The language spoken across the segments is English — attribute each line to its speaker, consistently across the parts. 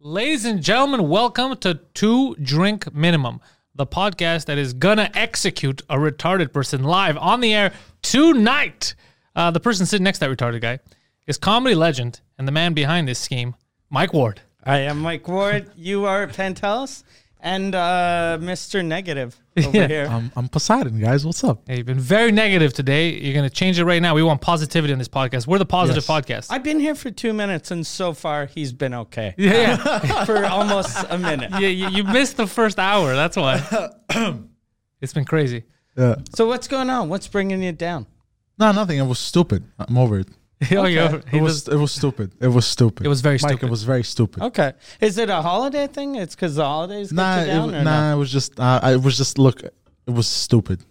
Speaker 1: Ladies and gentlemen, welcome to Two Drink Minimum, the podcast that is gonna execute a retarded person live on the air tonight. Uh, the person sitting next to that retarded guy is comedy legend and the man behind this scheme, Mike Ward.
Speaker 2: I am Mike Ward. You are Penthouse and uh, Mr. Negative over
Speaker 1: Yeah. Um,
Speaker 2: here.
Speaker 3: I'm, I'm Poseidon, guys. What's up?
Speaker 1: Hey, you've been very negative today. You're gonna change it right now. We want positivity in this podcast. We're the positive
Speaker 3: Yes.
Speaker 1: podcast.
Speaker 2: I've been here for two minutes, and so far he's been okay
Speaker 1: yeah, yeah.
Speaker 2: for almost a minute.
Speaker 1: yeah you, you missed the first hour. That's why. it's been crazy.
Speaker 3: Yeah.
Speaker 2: So what's going on? What's bringing you down?
Speaker 3: No, nothing. It was stupid. I'm over it.
Speaker 1: Oh, you're- he
Speaker 3: It
Speaker 1: does-
Speaker 3: was. It was stupid. It was stupid.
Speaker 1: It was very
Speaker 3: Mike,
Speaker 1: stupid.
Speaker 3: It was very stupid.
Speaker 2: Okay, is it a holiday thing? It's because the holidays get
Speaker 3: Nah,
Speaker 2: you
Speaker 3: it,
Speaker 2: down,
Speaker 3: w-
Speaker 2: or
Speaker 3: nah.
Speaker 2: no?
Speaker 3: It was just. Uh, I it was just. Look, it was stupid.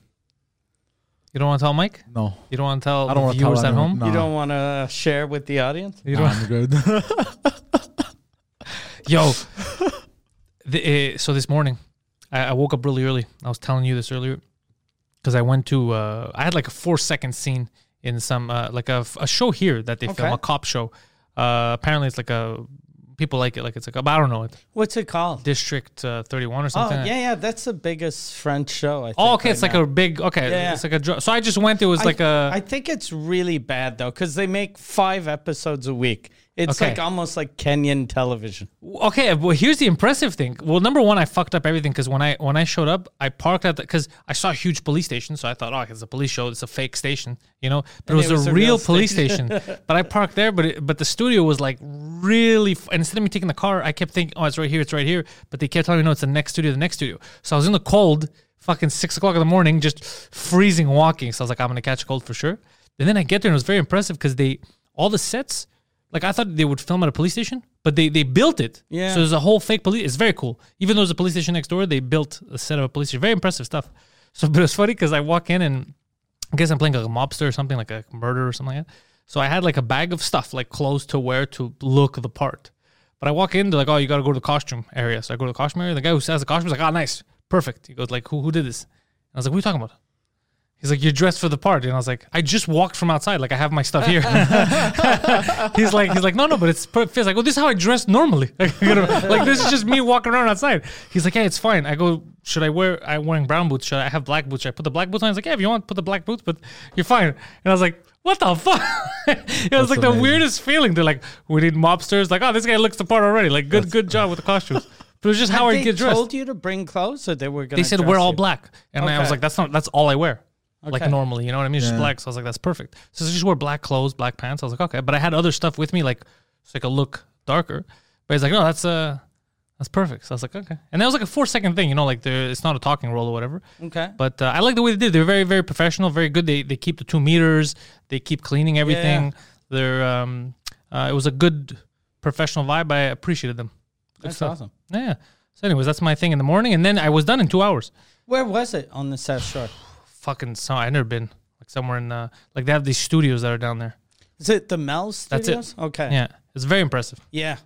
Speaker 1: you don't want to tell Mike?
Speaker 3: No,
Speaker 1: You don't want to tell
Speaker 3: I don't
Speaker 1: the
Speaker 3: want to tell
Speaker 1: viewers at
Speaker 3: anyone.
Speaker 1: home?
Speaker 3: No.
Speaker 2: You don't want to share with the audience?
Speaker 1: You
Speaker 3: nah,
Speaker 1: don't-
Speaker 3: I'm good.
Speaker 1: Yo, the, uh, so this morning, I, I woke up really early. I was telling you this earlier because I went to. Uh, I had like a four second scene in some uh, like a, f- a show here that they film
Speaker 2: Okay.
Speaker 1: a cop show. Uh, apparently, it's like a people like it. Like it's like I don't know it.
Speaker 2: What's it called?
Speaker 1: District uh, Thirty One or
Speaker 2: Oh
Speaker 1: something.
Speaker 2: yeah, yeah, that's the biggest French show. I think,
Speaker 1: Oh, okay.
Speaker 2: right
Speaker 1: it's like
Speaker 2: now.
Speaker 1: a big. Okay,
Speaker 2: Yeah, yeah.
Speaker 1: it's like a. dr- So I just went. It was
Speaker 2: I-
Speaker 1: like a.
Speaker 2: I think it's really bad though, because they make five episodes a week. It's
Speaker 1: Okay.
Speaker 2: like almost like Kenyan television.
Speaker 1: Okay, well, here's the impressive thing. Well, number one, I fucked up everything because when I when I showed up, I parked at because I saw a huge police station, so I thought, oh, it's a police show, it's a fake station, you know. But it was, a, real, police station. but I parked there, but it, but the studio was like really. F- and instead of me taking the car, I kept thinking, oh, it's right here, it's right here. But they kept telling me, no, it's the next studio, the next studio. So I was in the cold, fucking six o'clock in the morning, just freezing walking. So I was like, I'm gonna catch a cold for sure. And then I get there, and it was very impressive because they all the sets. Like I thought they would film at a police station, but they they built it.
Speaker 2: Yeah.
Speaker 1: So there's a whole fake police. It's very cool. Even though there's a police station next door, they built a set of a police station. Very impressive stuff. So, but it's funny because I walk in and I guess I'm playing like a mobster or something, like a murder or something like that. So I had like a bag of stuff, like clothes to wear to look the part. But I walk in, they're like, "Oh, you gotta go to the costume area." So I go to the costume area. The guy who sells the costume is like, "Ah, nice, perfect." He goes, "Like, who who did this?" And I was like, "What are you talking about?" He's like, "You're dressed for the part," and I was like, "I just walked from outside. Like, I have my stuff here." he's like, he's like, "No, no, but it's per- fits." I go, "This is how I dress normally. Like, you know, like, this is just me walking around outside." He's like, "Yeah, it's fine." I go, "Should I wear? I'm wearing brown boots. Should I have black boots? Should I put the black boots on?" He's like, "Yeah, if you want, put the black boots, but you're fine." And I was like. What the fuck? it was like the
Speaker 3: amazing.
Speaker 1: weirdest feeling. They're like, we need mobsters. Like, oh, this guy looks the part already. Like, good, good job with the costumes. But it was just how I
Speaker 2: they
Speaker 1: get dressed
Speaker 2: told you to bring clothes, or they were going.
Speaker 1: they said we're all black, and I was
Speaker 2: Okay.
Speaker 1: like, that's not that's all I wear. Like
Speaker 2: Okay.
Speaker 1: normally, you know what I mean? It's Just black. So I was like, that's perfect. So I just wore black clothes, black pants. I was like, okay. But I had other stuff with me, like so I could look darker. But he's like, no, that's uh that's perfect. So I was like, okay. And that was like a four second thing, you know, like there it's not a talking role or whatever.
Speaker 2: Okay.
Speaker 1: But uh, I like the way they did. They're very, very professional, very good. They they keep the two meters. They keep cleaning everything. They're um, uh, it was a good professional vibe. I appreciated them. Good
Speaker 2: That's
Speaker 1: stuff.
Speaker 2: awesome.
Speaker 1: Yeah. So, anyways, that's my thing in the morning, and then I was done in two hours.
Speaker 2: Where was it on the South Shore?
Speaker 1: Fucking so I never been like somewhere in uh, like they have these studios that are down there.
Speaker 2: Is it the Mel
Speaker 1: That's
Speaker 2: Studios?
Speaker 1: it.
Speaker 2: Okay.
Speaker 1: Yeah, it's very impressive.
Speaker 2: Yeah.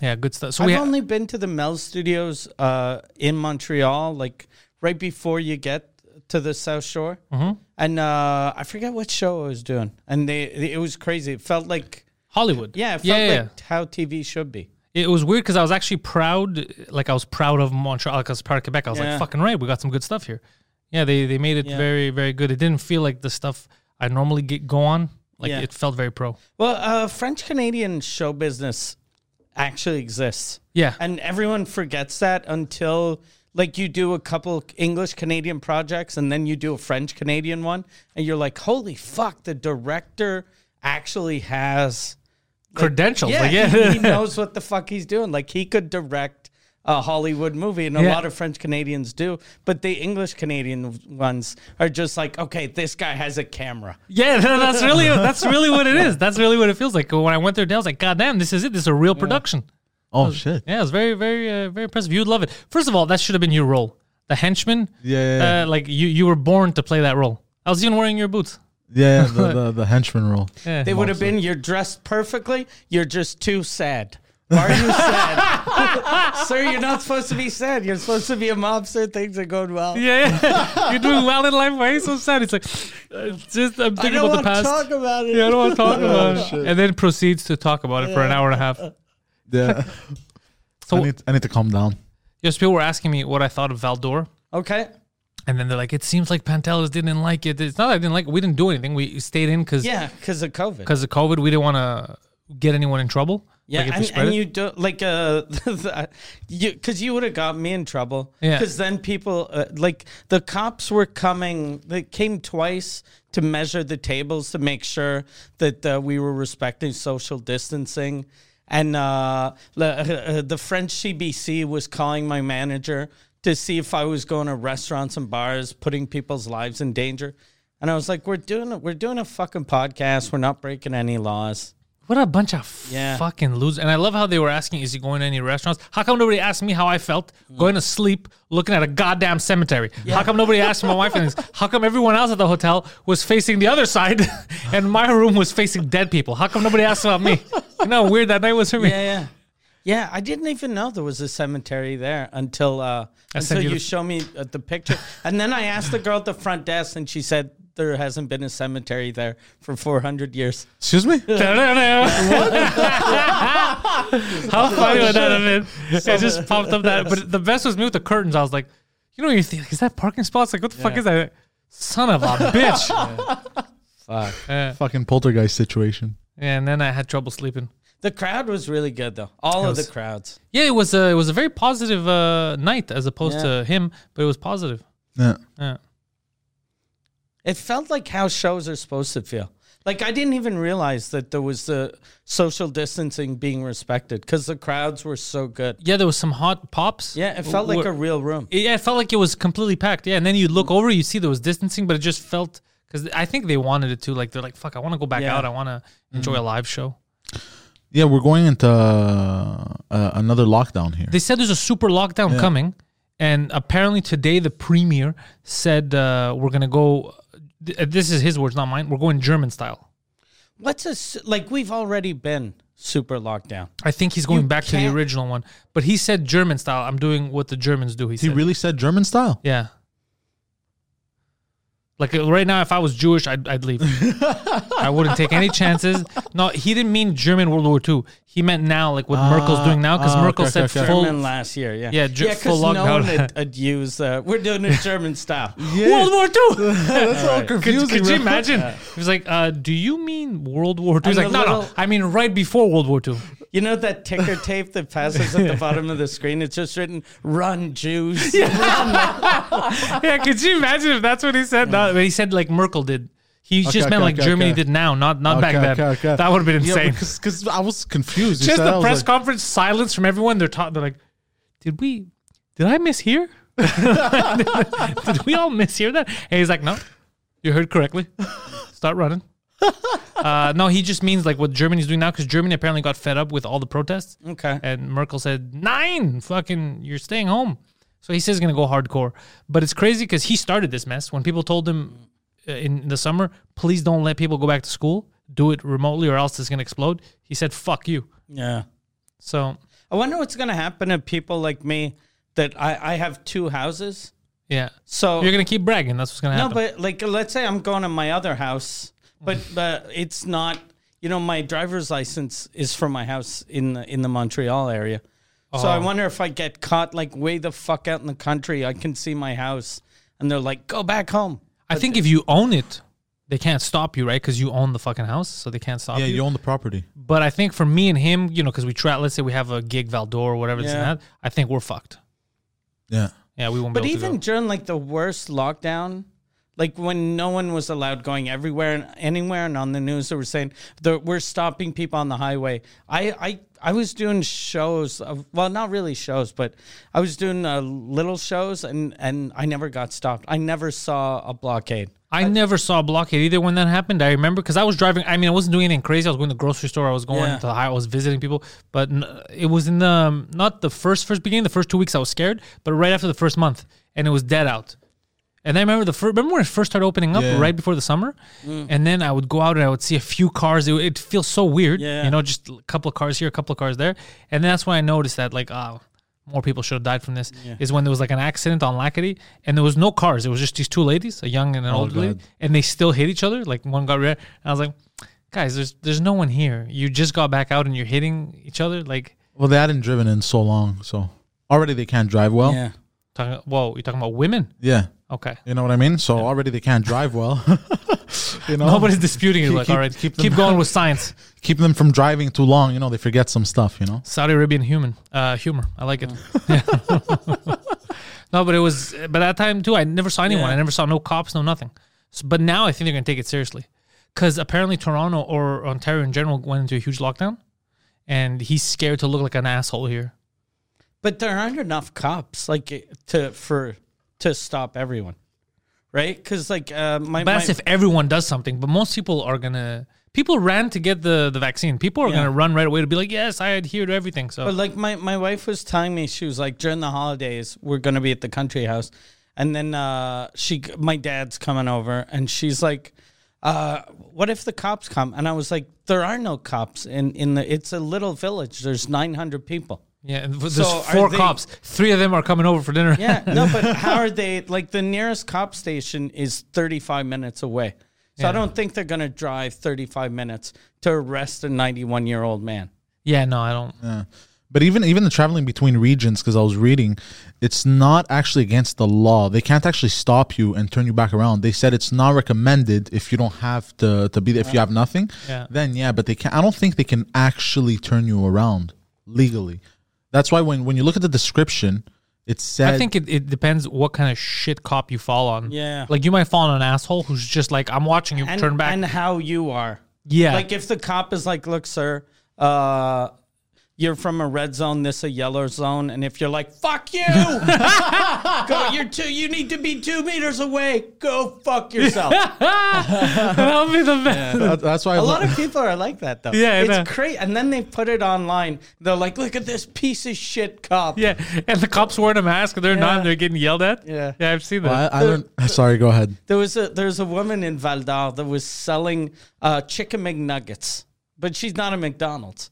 Speaker 1: Yeah, good stuff. So we
Speaker 2: I've
Speaker 1: ha-
Speaker 2: only been to the Mel Studios uh, in Montreal, like right before you get to the South Shore,
Speaker 1: Mm-hmm.
Speaker 2: and uh, I forget what show I was doing, and they it was crazy. It felt like
Speaker 1: Hollywood.
Speaker 2: yeah, it felt
Speaker 1: yeah, yeah.
Speaker 2: like how TV should be.
Speaker 1: It was weird because I was actually proud. Like I was proud of Montreal. Like I was proud of Quebec. I was
Speaker 2: Yeah.
Speaker 1: like, fucking right, we got some good stuff here. Yeah, they they made it
Speaker 2: Yeah.
Speaker 1: very very good. It didn't feel like the stuff I normally get go on. Like
Speaker 2: Yeah.
Speaker 1: it felt very pro.
Speaker 2: Well, uh, French Canadian show business actually exists.
Speaker 1: Yeah.
Speaker 2: And everyone forgets that until like you do a couple English Canadian projects and then you do a French Canadian one and you're like, holy fuck, the director actually has
Speaker 1: Credentials.
Speaker 2: yeah,
Speaker 1: like, yeah.
Speaker 2: he, he knows what the fuck he's doing. Like he could direct a Hollywood movie, and a
Speaker 1: Yeah.
Speaker 2: lot of French Canadians do. But the English Canadian ones are just like, okay, this guy has a camera.
Speaker 1: Yeah, tha- that's really that's really what it is. That's really what it feels like. When I went there, I was like, God damn, this is it. This is a real production.
Speaker 3: Oh shit.
Speaker 1: Yeah, it's very, very, uh, very impressive. You'd love it. First of all, that should have been your role, the henchman.
Speaker 3: Yeah.
Speaker 1: uh, like you, you were born to play that role. I was even wearing your boots.
Speaker 3: Yeah, the, the, the henchman role.
Speaker 1: Yeah.
Speaker 2: They would have been, you're dressed perfectly. You're just too sad. Are you sad? Sir, you're not supposed to be sad. You're supposed to be a mobster. Things are going well.
Speaker 1: Yeah, yeah. you're doing well in life. Why are you so sad? It's like, uh, just I'm
Speaker 2: I
Speaker 1: thinking about
Speaker 2: don't want
Speaker 1: the
Speaker 2: to
Speaker 1: past.
Speaker 2: talk about it.
Speaker 1: yeah, I don't want to talk about it.
Speaker 3: shit.
Speaker 1: And then proceeds to talk about it for an hour and a half.
Speaker 3: Yeah.
Speaker 1: So-
Speaker 3: I need I need to calm down.
Speaker 1: Yes, people were asking me what I thought of Valdor.
Speaker 2: Okay.
Speaker 1: And then they're like, it seems like Pantelis didn't like it. It's not that I didn't like it. We didn't do anything. We stayed in because
Speaker 2: Yeah, because of COVID.
Speaker 1: because of COVID, we didn't want to get anyone in trouble.
Speaker 2: Yeah,
Speaker 1: like if we
Speaker 2: and,
Speaker 1: spread
Speaker 2: and
Speaker 1: it.
Speaker 2: you don't like uh, the- you because you would have got me in trouble.
Speaker 1: Yeah.
Speaker 2: because then people uh, like the cops were coming. They came twice to measure the tables to make sure that uh, we were respecting social distancing. And uh, le- uh, the French CBC was calling my manager to see if I was going to restaurants and bars, putting people's lives in danger. And I was like, "We're doing a, we're doing a fucking podcast. We're not breaking any laws."
Speaker 1: What a bunch of
Speaker 2: Yeah.
Speaker 1: fucking losers. And I love how they were asking, is he going to any restaurants? How come nobody asked me how I felt going to sleep looking at a goddamn cemetery? How come nobody asked my wife and how come everyone else at the hotel was facing the other side and my room was facing dead people? How come nobody asked about me? You know how weird that night was for me?
Speaker 2: Yeah, yeah. Yeah, I didn't even know there was a cemetery there until uh,
Speaker 1: sent
Speaker 2: until
Speaker 1: you
Speaker 2: you,
Speaker 1: the-
Speaker 2: show me uh, the picture. and then I asked the girl at the front desk, and she said there hasn't been a cemetery there for 400 years.
Speaker 3: Excuse me?
Speaker 1: How funny would that have been? it just popped up that. But the best was me with the curtains. I was like, you know, you think is that parking spot? It's like, what the fuck is that? Son of a bitch.
Speaker 3: Fucking poltergeist situation.
Speaker 1: And then I had trouble sleeping.
Speaker 2: The crowd was really good, though. All of the crowds.
Speaker 1: Yeah, it was a it was a very positive uh, night as opposed to him, but it was positive.
Speaker 3: Yeah.
Speaker 1: Yeah.
Speaker 2: It felt like how shows are supposed to feel. Like I didn't even realize that there was the social distancing being respected because the crowds were so good.
Speaker 1: yeah, there was some hot pops.
Speaker 2: Yeah, it felt like a
Speaker 1: Wh-
Speaker 2: real room.
Speaker 1: yeah, it felt like it was completely packed. Yeah, and then you look over, you see there was distancing, but it just felt because I think they wanted it to. Like they're like, fuck, I want to go back
Speaker 2: Yeah.
Speaker 1: out. I want to enjoy a live show.
Speaker 3: Yeah, we're going into uh, another lockdown here.
Speaker 1: They said there's a super lockdown coming, and apparently today the premier said uh, we're gonna go. th- uh, This is his words, not mine. We're going German style.
Speaker 2: What's a s- like? We've already been super locked down.
Speaker 1: I think he's going back to the
Speaker 2: can't-
Speaker 1: original one, but he said German style. I'm doing what the Germans do. He,
Speaker 3: he
Speaker 1: said.
Speaker 3: really said German style.
Speaker 1: Yeah. Like uh, right now, if I was Jewish, I'd, I'd leave. I wouldn't take any chances. No, he didn't mean German World War II. He meant now, like what Merkel's doing now, because
Speaker 3: ah,
Speaker 1: Merkel
Speaker 3: okay,
Speaker 1: said
Speaker 3: okay, okay.
Speaker 1: full.
Speaker 2: German last year, yeah.
Speaker 1: Yeah, Ger-
Speaker 2: because
Speaker 1: full
Speaker 2: no
Speaker 1: lockdown.
Speaker 2: one had, had used, uh, we're doing it German style.
Speaker 1: World War II.
Speaker 3: That's all
Speaker 1: Could, could you
Speaker 3: bro.
Speaker 1: imagine? He was like, uh, "Do you mean World War II?" He's like,
Speaker 2: And the
Speaker 1: "No, no,
Speaker 2: little-
Speaker 1: I mean right before World War II."
Speaker 2: You know that ticker tape that passes at the bottom of the screen? It's just written, run, Jews.
Speaker 1: yeah, could you imagine if that's what he said? No, but he said like Merkel did. He just
Speaker 3: okay,
Speaker 1: meant like
Speaker 3: okay,
Speaker 1: Germany
Speaker 3: okay.
Speaker 1: did now, not not back
Speaker 3: Okay,
Speaker 1: then.
Speaker 3: okay, okay.
Speaker 1: That would have been
Speaker 3: Yeah,
Speaker 1: insane.
Speaker 3: because 'cause I was confused. You
Speaker 1: just
Speaker 3: said- I
Speaker 1: the
Speaker 3: was
Speaker 1: press
Speaker 3: like,
Speaker 1: conference silence from everyone. They're taught. They're like, "Did we? Did I mishear? did we all mishear that?" And he's like, "No, you heard correctly. Start running." Uh, no, he just means like what Germany's doing now because Germany apparently got fed up with all the protests.
Speaker 2: Okay.
Speaker 1: And Merkel said, nine, fucking, you're staying home. So he says he's going to go hardcore. But it's crazy because he started this mess. When people told him uh, in the summer, please don't let people go back to school, do it remotely or else it's going to explode, he said, fuck you.
Speaker 2: yeah.
Speaker 1: So,
Speaker 2: I wonder what's going to happen to people like me that I, I have two houses.
Speaker 1: yeah.
Speaker 2: So,
Speaker 1: You're going to keep bragging. That's what's going to
Speaker 2: no,
Speaker 1: happen.
Speaker 2: but like, let's say I'm going to my other house, but, but it's not, you know, my driver's license is from my house in the, in the Montreal area. So I wonder if I get caught like way the fuck out in the country, I can see my house and they're like, go back home.
Speaker 1: I think if you own it, they can't stop you, right? Because you own the fucking house, so they can't stop
Speaker 3: yeah,
Speaker 1: you.
Speaker 3: you own the property.
Speaker 1: But I think for me and him, you know, because we try, let's say we have a gig, Valdor, or whatever this
Speaker 2: Yeah.
Speaker 1: and that, I think we're fucked.
Speaker 3: Yeah.
Speaker 1: Yeah, we won't
Speaker 2: But
Speaker 1: be able to
Speaker 2: even
Speaker 1: go.
Speaker 2: during like the worst lockdown, Like when no one was allowed going everywhere and anywhere, and on the news they were saying that we're stopping people on the highway. I, I, I was doing shows, of, well, not really shows, but I was doing uh, little shows, and and I never got stopped. I never saw a blockade.
Speaker 1: I never saw a blockade either when that happened. I remember because I was driving. I mean, I wasn't doing anything crazy. I was going to the grocery store. I was going
Speaker 2: Yeah.
Speaker 1: to the high. I was visiting people. But n- it was in the um, not the first first beginning. The first two weeks I was scared, but right after the first month, and it was dead out. And I remember the first. Remember when it first started opening up,
Speaker 3: Yeah.
Speaker 1: right before the summer, and then I would go out and I would see a few cars. It, it feels so weird,
Speaker 2: Yeah.
Speaker 1: you know, just a couple of cars here, a couple of cars there, and that's when I noticed that like, oh, more people should have died from this. Is when there was like an accident on Lackady, and there was no cars. It was just these two ladies, a young and an old lady,
Speaker 3: Oh, God.
Speaker 1: and they still hit each other. Like one got rear. And I was like, guys, there's there's no one here. You just got back out and you're hitting each other. Like,
Speaker 3: Well, they hadn't driven in so long, so already they can't drive well. Yeah,
Speaker 2: Yeah.
Speaker 1: talking, whoa, you're talking about women? Okay.
Speaker 3: you know what I mean. So already they can't drive well. you know,
Speaker 1: Nobody's disputing it.
Speaker 3: Keep-
Speaker 1: Like,
Speaker 3: keep-
Speaker 1: all right,
Speaker 3: keep
Speaker 1: keep,
Speaker 3: them-
Speaker 1: going with science.
Speaker 3: keep them from driving too long. You know, they forget some stuff. You know.
Speaker 1: Saudi Arabian human uh, humor. I like it.
Speaker 3: Mm.
Speaker 1: no, but it was. But that time too, I never saw anyone.
Speaker 2: Yeah.
Speaker 1: I never saw no cops, no nothing. So, but now I think they're gonna take it seriously, because apparently Toronto or Ontario in general went into a huge lockdown, and he's scared to look like an asshole here.
Speaker 2: But there aren't enough cops like to for to stop everyone, right? Because like uh, my,
Speaker 1: But
Speaker 2: my
Speaker 1: that's if everyone does something. But most people are gonna. People ran to get the the vaccine. People are
Speaker 2: Yeah.
Speaker 1: gonna run right away to be like, yes, I adhere to everything. So
Speaker 2: but like my my wife was telling me she was like during the holidays we're gonna be at the country house, and then uh, she my dad's coming over and she's like. Uh, what if the cops come? And I was like, there are no cops in, in the, it's a little village. There's 900 people.
Speaker 1: yeah, and there's
Speaker 2: So are
Speaker 1: four
Speaker 2: they-
Speaker 1: cops. Three of them are coming over for dinner.
Speaker 2: Yeah, no, but how are they? Like the nearest cop station is 35 minutes away. So I don't think they're going to drive 35 minutes to arrest a 91 year old man.
Speaker 1: yeah, no, I don't.
Speaker 3: But even even the traveling between regions, because I was reading, it's not actually against the law. They can't actually stop you and turn you back around. They said it's not recommended if you don't have to to be there. If you have nothing,
Speaker 1: Yeah.
Speaker 3: then yeah. But they can. I don't think they can actually turn you around legally. That's why when when you look at the description, it said
Speaker 1: I think it, it depends what kind of shit cop you fall on.
Speaker 2: Yeah.
Speaker 1: Like you might fall on an asshole who's just like, I'm watching you
Speaker 2: And,
Speaker 1: turn back.
Speaker 2: And how you are.
Speaker 1: yeah.
Speaker 2: Like if the cop is like, look, sir, uh, you're from a red zone, this a yellow zone. And if you're like, fuck you, go, you're two, you need to be two meters away. Go fuck yourself.
Speaker 1: That'll be the best.
Speaker 3: That- that's why
Speaker 2: A lot of people are like that though.
Speaker 1: Yeah, I know.
Speaker 2: it's great. And then they put it online. They're like, "Look at this piece of shit cop."
Speaker 1: Yeah. And the cops wearing a mask. They're not. and They're getting yelled at.
Speaker 2: Yeah.
Speaker 1: Yeah, I've seen that.
Speaker 3: I, I learned. Sorry, go ahead.
Speaker 2: There was a there's a woman in Valdar that was selling uh, chicken McNuggets, but she's not a McDonald's.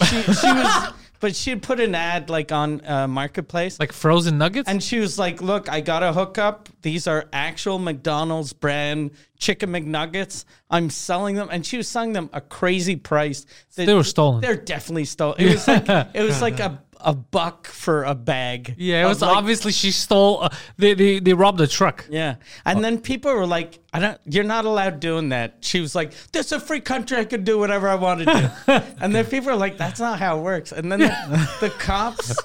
Speaker 2: She, she was, but she had put an ad like on uh, marketplace,
Speaker 1: Like frozen nuggets.
Speaker 2: and she was like, "Look, I got a hookup. These are actual McDonald's brand chicken McNuggets. I'm selling them." And she was selling them a crazy price. that-
Speaker 1: They were stolen.
Speaker 2: They're definitely stolen. It was like it was like a a buck for a bag.
Speaker 1: yeah, it
Speaker 2: of,
Speaker 1: was
Speaker 2: like,
Speaker 1: obviously she stole. Uh, they, they they robbed a truck.
Speaker 2: Yeah, and then people were like, "I don't. You're not allowed doing that." She was like, "This is a free country. I can do whatever I want to do." and then people were like, "That's not how it works." And then the, the cops.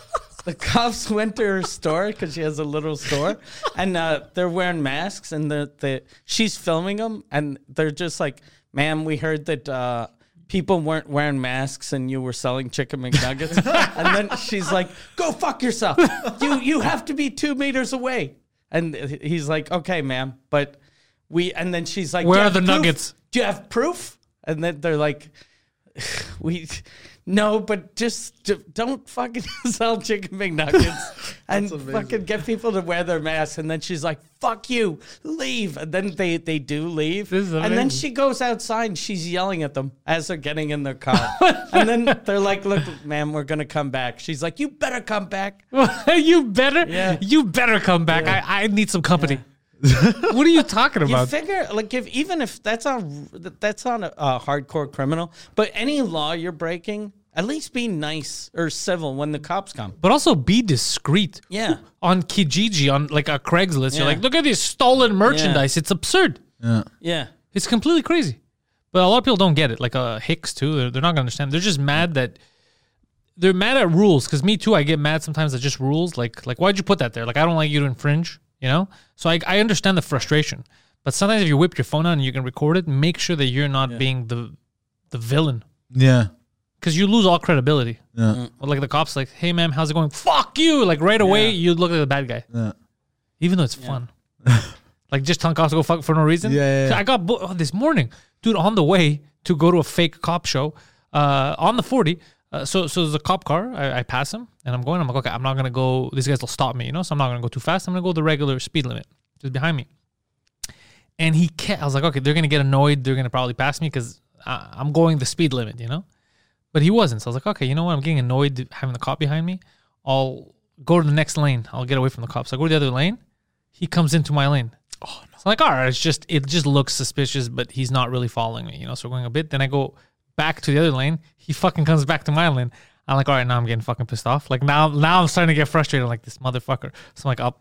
Speaker 2: The cops went to her store because she has a little store, and uh, they're wearing masks, and the the she's filming them, and they're just like, "Ma'am, we heard that uh, people weren't wearing masks, and you were selling chicken McNuggets." and then she's like, "Go fuck yourself! You you have to be two meters away." And he's like, "Okay, ma'am, but we." And then she's like, "Do
Speaker 1: Where
Speaker 2: you
Speaker 1: are
Speaker 2: have
Speaker 1: the
Speaker 2: proof?
Speaker 1: nuggets?"
Speaker 2: Do you have proof?" And then they're like, "We, no, but just d- don't fucking sell chicken McNuggets and fucking get people to wear their masks." And then she's like, "Fuck you, leave." And then they they do leave.
Speaker 1: This is
Speaker 2: and then
Speaker 1: amazing.
Speaker 2: she goes outside. and She's yelling at them as they're getting in their car. and then they're like, "Look, ma'am, we're gonna come back." She's like, "You better come back."
Speaker 1: you better.
Speaker 2: Yeah.
Speaker 1: You better come back. I, I need some company. what are you talking
Speaker 2: You
Speaker 1: about?
Speaker 2: figure like if even if that's not that's not a, a hardcore criminal, but any law you're breaking, at least be nice or civil when the cops come.
Speaker 1: but also be discreet.
Speaker 2: Yeah.
Speaker 1: On Kijiji, on like a Craigslist,
Speaker 2: Yeah.
Speaker 1: you're like, look at this stolen merchandise. It's absurd.
Speaker 2: Yeah.
Speaker 1: It's completely crazy. But a lot of people don't get it. Like uh, Hicks too, they're, they're not gonna understand. They're just mad that they're mad at rules. Because me too, I get mad sometimes at just rules. Like like why'd you put that there? Like I don't like you to infringe. You You know, so I, I understand the frustration, but sometimes if you whip your phone out and you can record it, make sure that you're not being the the villain
Speaker 3: Yeah.
Speaker 1: because you lose all credibility.
Speaker 3: Yeah.
Speaker 1: Or like the cops, like, hey ma'am, how's it going? Fuck you! Like right away, you look like the bad guy,
Speaker 3: Yeah.
Speaker 1: even though it's fun. like just telling cops to go fuck for no reason.
Speaker 3: Yeah, yeah,
Speaker 1: So
Speaker 3: yeah.
Speaker 1: I got bo- oh, this morning, dude, on the way to go to a fake cop show, uh, on the forty. Uh, so so there's a cop car. I, I pass him, and I'm going. I'm like, okay, I'm not gonna go. These guys will stop me, you know. So I'm not gonna go too fast. I'm gonna go the regular speed limit, just behind me. And he kept. I was like, okay, they're gonna get annoyed. They're gonna probably pass me because I'm going the speed limit, you know. But he wasn't. So I was like, okay, you know what? I'm getting annoyed having the cop behind me. I'll go to the next lane. I'll get away from the cops. I go to the other lane. He comes into my lane. Oh no! So I'm like, all right, it's just it just looks suspicious, but he's not really following me, you know. So we're going a bit. Then I go back to the other lane. He fucking comes back to my lane. I'm like, all right, now I'm getting fucking pissed off. Like now, now I'm starting to get frustrated. I'm like this motherfucker. So I'm like, I'll,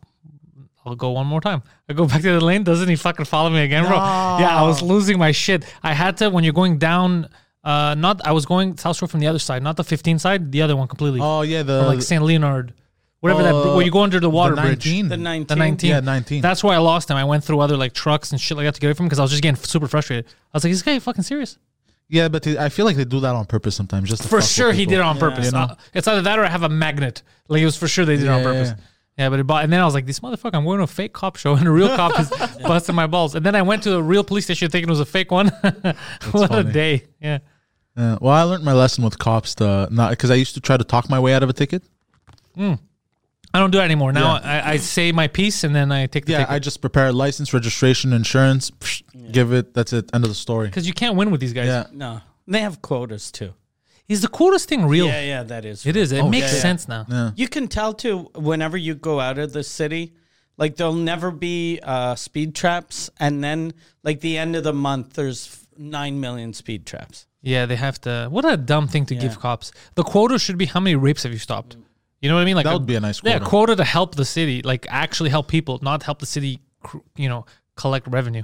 Speaker 1: I'll go one more time. I go back to the other lane. Doesn't he fucking follow me again, bro? Yeah, I was losing my shit. I had to when you're going down. Uh, not I was going South Shore from the other side, not the 15 side, the other one completely.
Speaker 3: Oh yeah. The
Speaker 1: Or like St. Leonard, whatever that br-
Speaker 3: uh,
Speaker 1: where you go under the water bridge.
Speaker 3: 19.
Speaker 2: The 19.
Speaker 1: The 19.
Speaker 3: Yeah, 19.
Speaker 1: That's why I lost him. I went through other like trucks and shit like that to get away from because I was just getting f- super frustrated. I was like, is this guy fucking serious?
Speaker 3: Yeah, but I feel like they do that on purpose sometimes. Just to
Speaker 1: For
Speaker 3: fuck with
Speaker 1: sure he
Speaker 3: people.
Speaker 1: did it on purpose.
Speaker 3: You know?
Speaker 1: Uh, it's either that or I have a magnet. Like it was for sure they did it on
Speaker 3: Yeah,
Speaker 1: purpose. Yeah, but it bought, and then I was like, this motherfucker, I'm going to a fake cop show and a real cop is busting my balls. And then I went to a real police station thinking it was a fake one. what a
Speaker 3: funny.
Speaker 1: day. Yeah.
Speaker 3: Yeah, well, I learned my lesson with cops to not because I used to try to talk my way out of a ticket.
Speaker 1: I don't do it anymore. Now I, I say my piece and then I take the
Speaker 3: Yeah, I just prepare license, registration, insurance, psh, give it. That's it. End of the story.
Speaker 1: Because you can't win with these guys.
Speaker 3: Yeah,
Speaker 2: No, they have quotas too.
Speaker 1: Is the coolest thing real?
Speaker 2: Yeah, yeah, that is.
Speaker 1: It is.
Speaker 3: Oh,
Speaker 1: It makes
Speaker 2: yeah, yeah.
Speaker 1: sense now.
Speaker 2: You can tell too whenever you go out of the city, like there'll never be uh, speed traps, and then like the end of the month, there's f- nine million speed traps.
Speaker 1: Yeah, they have to. What a dumb thing to give cops. The quota should be how many rapes have you stopped? You know what I mean? Like
Speaker 3: That would be a nice
Speaker 1: Yeah,
Speaker 3: quota.
Speaker 1: quota to help the city, like actually help people, not help the city. cr- You know, collect revenue.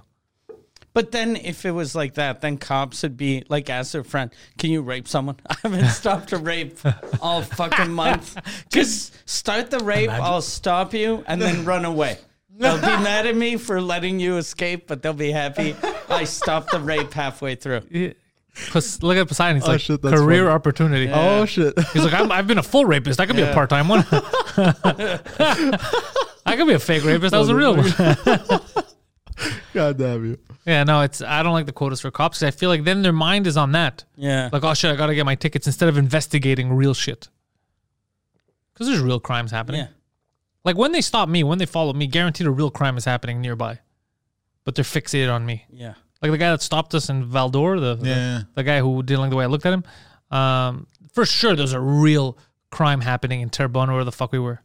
Speaker 2: But then if it was like that, then cops would be like, ask their friend, "Can you rape someone? I haven't stopped a rape all fucking month. Just start the rape. I'll stop you, and then run away." They'll be mad at me for letting you escape, but they'll be happy I stopped the rape halfway through.
Speaker 1: Because look at Poseidon. He's
Speaker 3: Oh,
Speaker 1: like
Speaker 3: shit, that's
Speaker 1: career
Speaker 3: funny.
Speaker 1: opportunity.
Speaker 3: Oh shit.
Speaker 1: He's like, I'm, I've been a full rapist. I could be a part time one. I could be a fake rapist. That was a real one.
Speaker 3: God damn you.
Speaker 1: Yeah, no, it's I don't like the quotas for cops 'cause I feel like then their mind is on that.
Speaker 2: Yeah.
Speaker 1: Like, oh shit, I gotta get my tickets instead of investigating real shit. Because there's real crimes happening.
Speaker 2: Yeah.
Speaker 1: Like when they stop me, when they follow me, guaranteed a real crime is happening nearby. But they're fixated on me.
Speaker 2: Yeah.
Speaker 1: Like the guy that stopped us in Valdor, the the,
Speaker 3: Yeah.
Speaker 1: the guy who didn't like the way I looked at him. Um, for sure, there's a real crime happening in Terrebonne, where the fuck we were.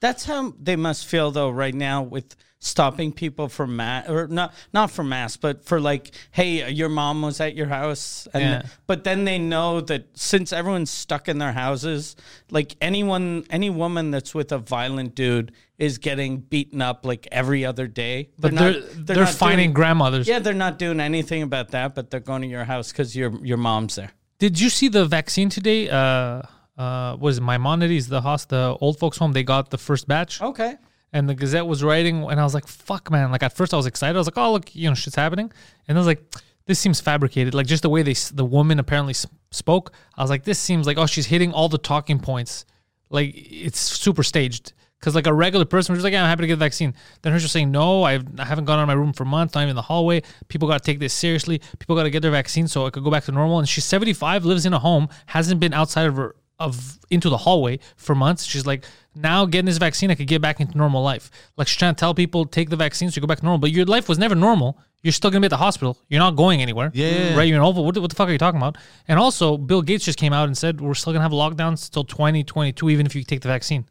Speaker 2: That's how they must feel though right now with stopping people from mass or not not for mass but for like hey your mom was at your house and
Speaker 1: Yeah.
Speaker 2: but then they know that since everyone's stuck in their houses like anyone any woman that's with a violent dude is getting beaten up like every other day
Speaker 1: But they're they're,
Speaker 2: not
Speaker 1: finding
Speaker 2: doing,
Speaker 1: grandmothers.
Speaker 2: yeah they're not doing anything about that but they're going to your house because your your mom's there
Speaker 1: Did you see the vaccine today? Uh, uh, was it Maimonides, the host, the old folks home? They got the first batch,
Speaker 2: okay
Speaker 1: and the Gazette was writing, and I was like, "Fuck, man!" Like at first, I was excited. I was like, "Oh, look, you know, shit's happening," and I was like, "This seems fabricated." Like just the way they, s- the woman apparently s- spoke, I was like, "This seems like oh, she's hitting all the talking points." Like it's super staged. Cause like a regular person was just like, yeah, I'm happy to get the vaccine. Then her just saying, no, I've, I haven't gone out of my room for months. Not even in the hallway. People got to take this seriously. People got to get their vaccine so it could go back to normal. And she's 75, lives in a home, hasn't been outside of her of into the hallway for months. She's like, now getting this vaccine, I could get back into normal life. Like she's trying to tell people take the vaccine so you go back to normal. But your life was never normal. You're still gonna be at the hospital. You're not going anywhere.
Speaker 3: Yeah.
Speaker 1: Right. You're in Oval. What, the- what the fuck are you talking about? And also, Bill Gates just came out and said we're still gonna have lockdowns till 2022, even if you take the vaccine.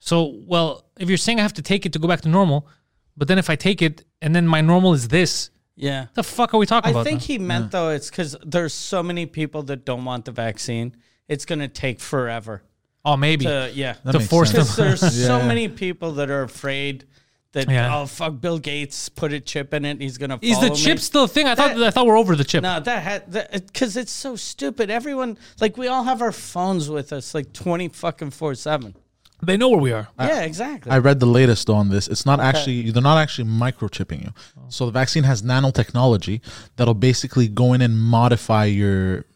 Speaker 1: So, well, if you're saying I have to take it to go back to normal, but then if I take it and then my normal is this,
Speaker 2: yeah
Speaker 1: the fuck are we talking
Speaker 2: I
Speaker 1: about?
Speaker 2: think
Speaker 1: man?
Speaker 2: he meant though it's because there's so many people that don't want the vaccine. It's going to take forever.
Speaker 1: oh, maybe
Speaker 2: To, yeah,
Speaker 3: That
Speaker 1: to
Speaker 3: makes
Speaker 1: force
Speaker 3: sense.
Speaker 2: because
Speaker 1: them.
Speaker 2: there's so
Speaker 3: Yeah.
Speaker 2: many people that are afraid that
Speaker 1: Yeah.
Speaker 2: oh fuck, Bill Gates put a chip in it. And he's going to.
Speaker 1: Is the chip still a thing? I thought
Speaker 2: That-
Speaker 1: I thought we're over the chip.
Speaker 2: No, that had because it's so stupid. Everyone like we all have our phones with us like twenty fucking four seven.
Speaker 1: They know where we are.
Speaker 2: yeah, exactly.
Speaker 3: I read the latest on this. It's not actually they're not actually microchipping you.
Speaker 1: Oh.
Speaker 3: So the vaccine has nanotechnology that'll basically go in and modify your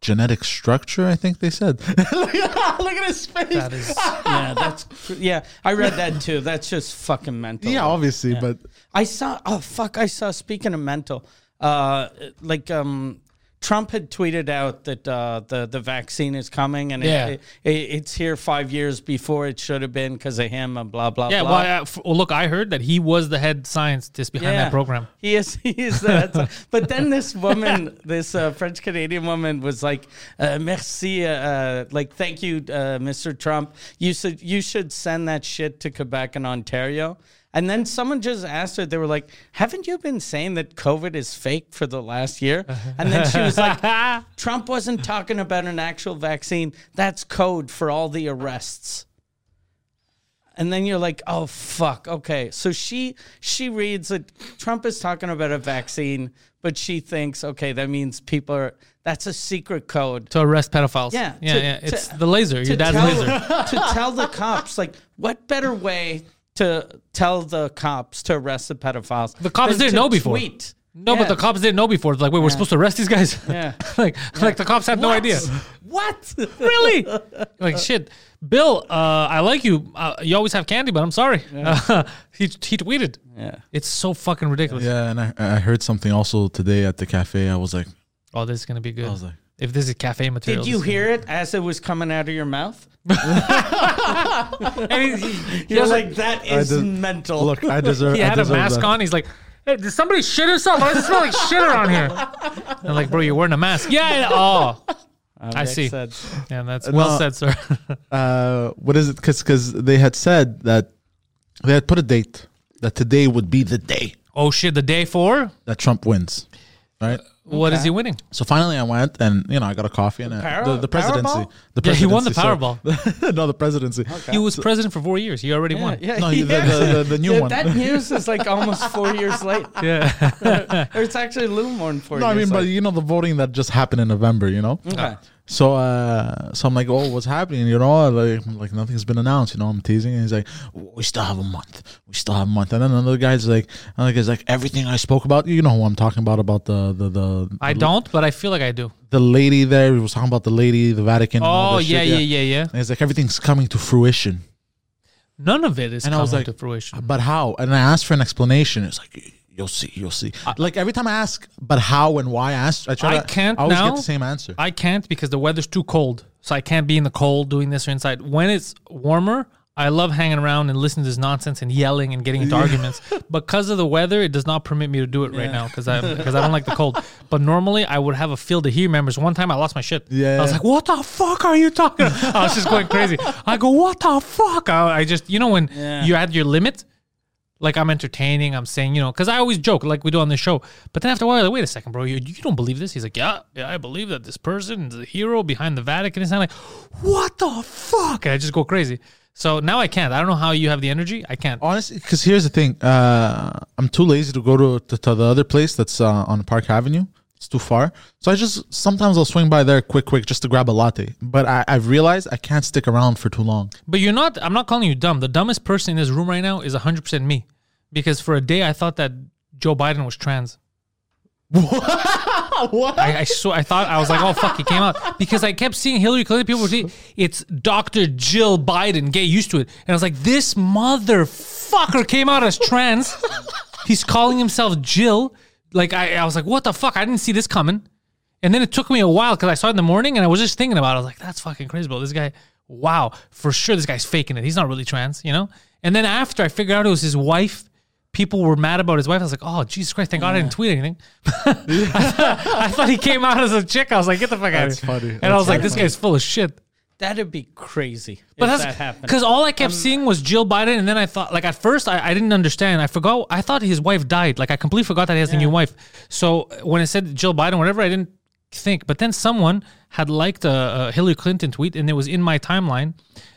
Speaker 3: genetic structure. I think they said. look, at, look at his face.
Speaker 1: That is
Speaker 2: yeah, that's cr- yeah. I read that too. That's just fucking mental.
Speaker 3: yeah, obviously, but
Speaker 2: I saw. Oh fuck! I saw. Speaking of mental, uh, like um, Trump had tweeted out that uh, the the vaccine is coming and
Speaker 1: Yeah.
Speaker 2: it, it, it's here five years before it should have been because of him and blah blah.
Speaker 1: yeah.
Speaker 2: blah.
Speaker 1: Well, I, f- well, look, I heard that he was the head scientist behind that program.
Speaker 2: He is. He is. That. but then this woman, this uh, French Canadian woman, was like, uh, "Merci, uh, uh, like thank you, uh, Mr. Trump. You should you should send that shit to Quebec and Ontario." And then someone just asked her. They were like, "Haven't you been saying that COVID is fake for the last year?"
Speaker 1: Uh-huh.
Speaker 2: And then she was like, "Trump wasn't talking about an actual vaccine. That's code for all the arrests." and then you're like oh fuck okay so she she reads that trump is talking about a vaccine but she thinks okay that means people are that's a secret code
Speaker 1: To arrest pedophiles.
Speaker 2: Yeah,
Speaker 1: Yeah.
Speaker 2: to-
Speaker 1: yeah. It's
Speaker 2: to-
Speaker 1: the laser. Your dad's
Speaker 2: tell,
Speaker 1: laser.
Speaker 2: to tell the cops like what better way to tell the cops to arrest the pedophiles
Speaker 1: The cops
Speaker 2: than
Speaker 1: didn't
Speaker 2: to
Speaker 1: know before.
Speaker 2: tweet.
Speaker 1: No,
Speaker 2: Yeah.
Speaker 1: but the cops didn't know before. Like, wait, we're supposed to arrest these guys.
Speaker 2: Yeah.
Speaker 1: like, like the cops had no
Speaker 2: What?
Speaker 1: idea.
Speaker 2: what
Speaker 1: really? Like shit, Bill. Uh, I like you. Uh, you always have candy, but I'm sorry. he he tweeted.
Speaker 2: Yeah.
Speaker 1: It's so fucking ridiculous.
Speaker 3: yeah. And I, I heard something also today at the cafe. I was like,
Speaker 1: Oh, this is gonna be good.
Speaker 3: was like-
Speaker 1: if this is cafe material.
Speaker 2: did you
Speaker 1: this is
Speaker 2: hear it as it was coming out of your mouth
Speaker 1: gonna- And he, he- he
Speaker 2: you're
Speaker 1: has a-
Speaker 2: like that is
Speaker 3: did-
Speaker 2: mental
Speaker 3: look, I deserve.
Speaker 1: he
Speaker 3: I
Speaker 1: had a
Speaker 3: deserve
Speaker 1: mask
Speaker 3: that.
Speaker 1: on. He's like, hey, did somebody shit himself? Why does it smell like shit around here? And I'm like, bro, you're wearing a mask. Yeah. yeah, Oh, I see.
Speaker 2: Uh, said.
Speaker 1: Yeah, that's well
Speaker 3: No.
Speaker 1: said, sir.
Speaker 3: uh, what is it? Because they had said that they had put a date that today would be the day
Speaker 1: oh shit, the day four.
Speaker 3: that Trump wins, right?
Speaker 1: What is he winning?
Speaker 3: So finally, I went and you know I got a coffee and I,
Speaker 2: Power-
Speaker 3: the, the presidency.
Speaker 2: Powerball?
Speaker 3: The
Speaker 1: Yeah, he won the
Speaker 3: Powerball. no, the presidency.
Speaker 1: He was president for four years. He already won.
Speaker 2: yeah,
Speaker 3: No, the, the, the, the new
Speaker 2: Yeah,
Speaker 3: one.
Speaker 2: That news is like almost four years late.
Speaker 1: yeah.
Speaker 2: Or it's actually a little more than four
Speaker 3: no, I
Speaker 2: years
Speaker 3: mean, but
Speaker 2: late.
Speaker 3: you know the voting that just happened in November. You know.
Speaker 2: Okay.
Speaker 3: So, uh, so I'm like, oh, what's happening? You know, like, I'm like nothing's been announced. You know, I'm teasing, and he's like, we still have a month. We still have a month. And then another guy's like, another guy's like, everything I spoke about. You know who I'm talking about? About the the the
Speaker 1: I don't, but I feel like I do.
Speaker 3: the lady there. He was talking about the lady, the Vatican. and all
Speaker 1: Oh
Speaker 3: that
Speaker 1: yeah,
Speaker 3: shit,
Speaker 1: yeah, yeah, yeah.
Speaker 3: And he's like, everything's coming to fruition.
Speaker 1: None of it is
Speaker 3: And I
Speaker 1: coming
Speaker 3: was
Speaker 1: to
Speaker 3: like,
Speaker 1: fruition.
Speaker 3: But how? And I asked for an explanation. It's like you'll see, you'll see. like every time I ask, but how and why I ask, I try.
Speaker 1: I
Speaker 3: to,
Speaker 1: can't
Speaker 3: I always
Speaker 1: now.
Speaker 3: get the same answer.
Speaker 1: I can't because the weather's too cold, so I can't be in the cold doing this or inside. When it's warmer, I love hanging around and listening to this nonsense and yelling and getting into arguments. Because of the weather, it does not permit me to do it right now because I because I don't like the cold. But normally, I would have a field of heat. Members, one time I lost my shit.
Speaker 3: Yeah.
Speaker 1: I was like, "What the fuck are you talking?" about?" I was just going crazy. I go, "What the fuck?" I, I just you know when you're at your limit. like I'm entertaining. I'm saying, you know, because I always joke like we do on the show. But then after a while, like, wait a second, bro, you, you don't believe this? He's like, yeah, yeah, I believe that this person is the hero behind the Vatican. And I'm like, what the fuck? And I just go crazy. So now I can't. I don't know how you have the energy. I can't.
Speaker 3: Honestly, because here's the thing. Uh, I'm too lazy to go to, to, to the other place that's uh, on Park Avenue. It's too far. So I just sometimes I'll swing by there quick, quick, just to grab a latte. But I, I've realized I can't stick around for too long.
Speaker 1: But you're not. I'm not calling you dumb. The dumbest person in this room right now is 100 percent me, because for a day I thought that Joe Biden was trans. What? I, I saw. I thought I was like, oh fuck, he came out because I kept seeing Hillary Clinton. People were saying it's Dr. Jill Biden. Get used to it. And I was like, this motherfucker came out as trans. He's calling himself Jill. Like I, I was like, what the fuck? I didn't see this coming. And then it took me a while because I saw it in the morning and I was just thinking about it. I was like, that's fucking crazy, bro. This guy, wow, for sure this guy's faking it. He's not really trans, you know? And then after I figured out it was his wife, people were mad about his wife. I was like, oh, Jesus Christ, thank God I didn't tweet anything. I thought he came out as a chick. I was like, get the fuck out of
Speaker 3: That's
Speaker 1: here.
Speaker 3: funny.
Speaker 1: And I
Speaker 3: That's
Speaker 1: was like,
Speaker 3: so
Speaker 1: this
Speaker 3: funny.
Speaker 1: guy's full of shit.
Speaker 2: That'd be crazy
Speaker 1: But
Speaker 2: if that
Speaker 1: that's
Speaker 2: happened.
Speaker 1: because all I kept seeing was Jill Biden, and then I thought, like at first, I, I didn't understand. I forgot. I thought his wife died. Like I completely forgot that he has a new wife. So uh, when it said Jill Biden, whatever, I didn't think. But then someone had liked a, a Hillary Clinton tweet, and it was in my timeline.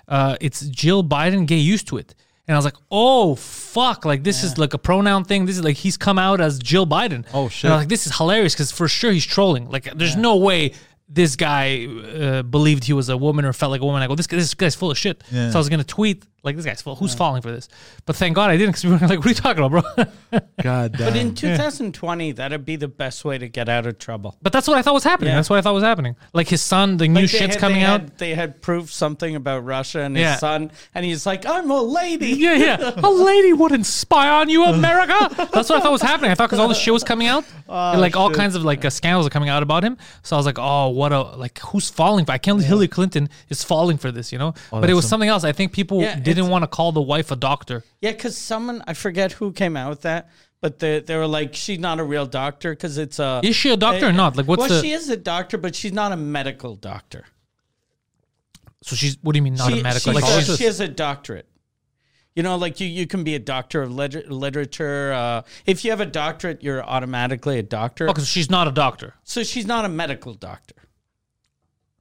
Speaker 1: Uh, it's Jill Biden. Get used to it. And I was like, oh fuck! Like this is like a pronoun thing. This is like he's come out as Jill Biden.
Speaker 3: Oh, shit.
Speaker 1: And I was like, this is hilarious because for sure he's trolling. Like there's no way this guy uh, believed he was a woman or felt like a woman. I go, this, guy- this guy's full of shit.
Speaker 3: Yeah.
Speaker 1: So I was gonna tweet like, this guy's full. Who's falling for this? But thank God I didn't because we were like, what are you talking about, bro?
Speaker 3: God
Speaker 1: Uh,
Speaker 3: damn.
Speaker 2: But in 2020, that'd be the best way to get out of trouble.
Speaker 1: but that's what I thought was happening.
Speaker 2: Yeah.
Speaker 1: That's what I thought was happening. Like his son, the new
Speaker 2: Like, they
Speaker 1: shit's
Speaker 2: had-
Speaker 1: coming
Speaker 2: they
Speaker 1: out.
Speaker 2: Had, they had proved something about Russia and
Speaker 1: Yeah.
Speaker 2: his son, and he's like, "I'm a lady."
Speaker 1: Yeah, yeah. A lady wouldn't spy on you, America. That's what I thought was happening. I thought because all the shit was coming out, and, like all kinds of like uh, scandals are coming out about him. So I was like, oh, what a like who's falling for? I can't believe Hillary Clinton is falling for this, you know. but it was something else. I think people
Speaker 2: Yeah,
Speaker 1: didn't
Speaker 2: it's-
Speaker 1: want to call the wife a doctor.
Speaker 2: Yeah, because someone I forget who came out with that, but they they were like, she's not a real doctor because it's a. Eh,
Speaker 1: Is she a doctor or not? Like, what's
Speaker 2: well,
Speaker 1: the?
Speaker 2: she is a doctor, but she's not a medical doctor.
Speaker 1: so she's. What do you mean not
Speaker 2: She-
Speaker 1: a medical?
Speaker 2: she's
Speaker 1: Like
Speaker 2: a-
Speaker 1: she's,
Speaker 2: she has a doctorate. You know, like you, you can be a doctor of lit- literature. Uh, if you have a doctorate, you're automatically a doctor.
Speaker 1: oh, 'cause she's not a doctor.
Speaker 2: So she's not a medical doctor.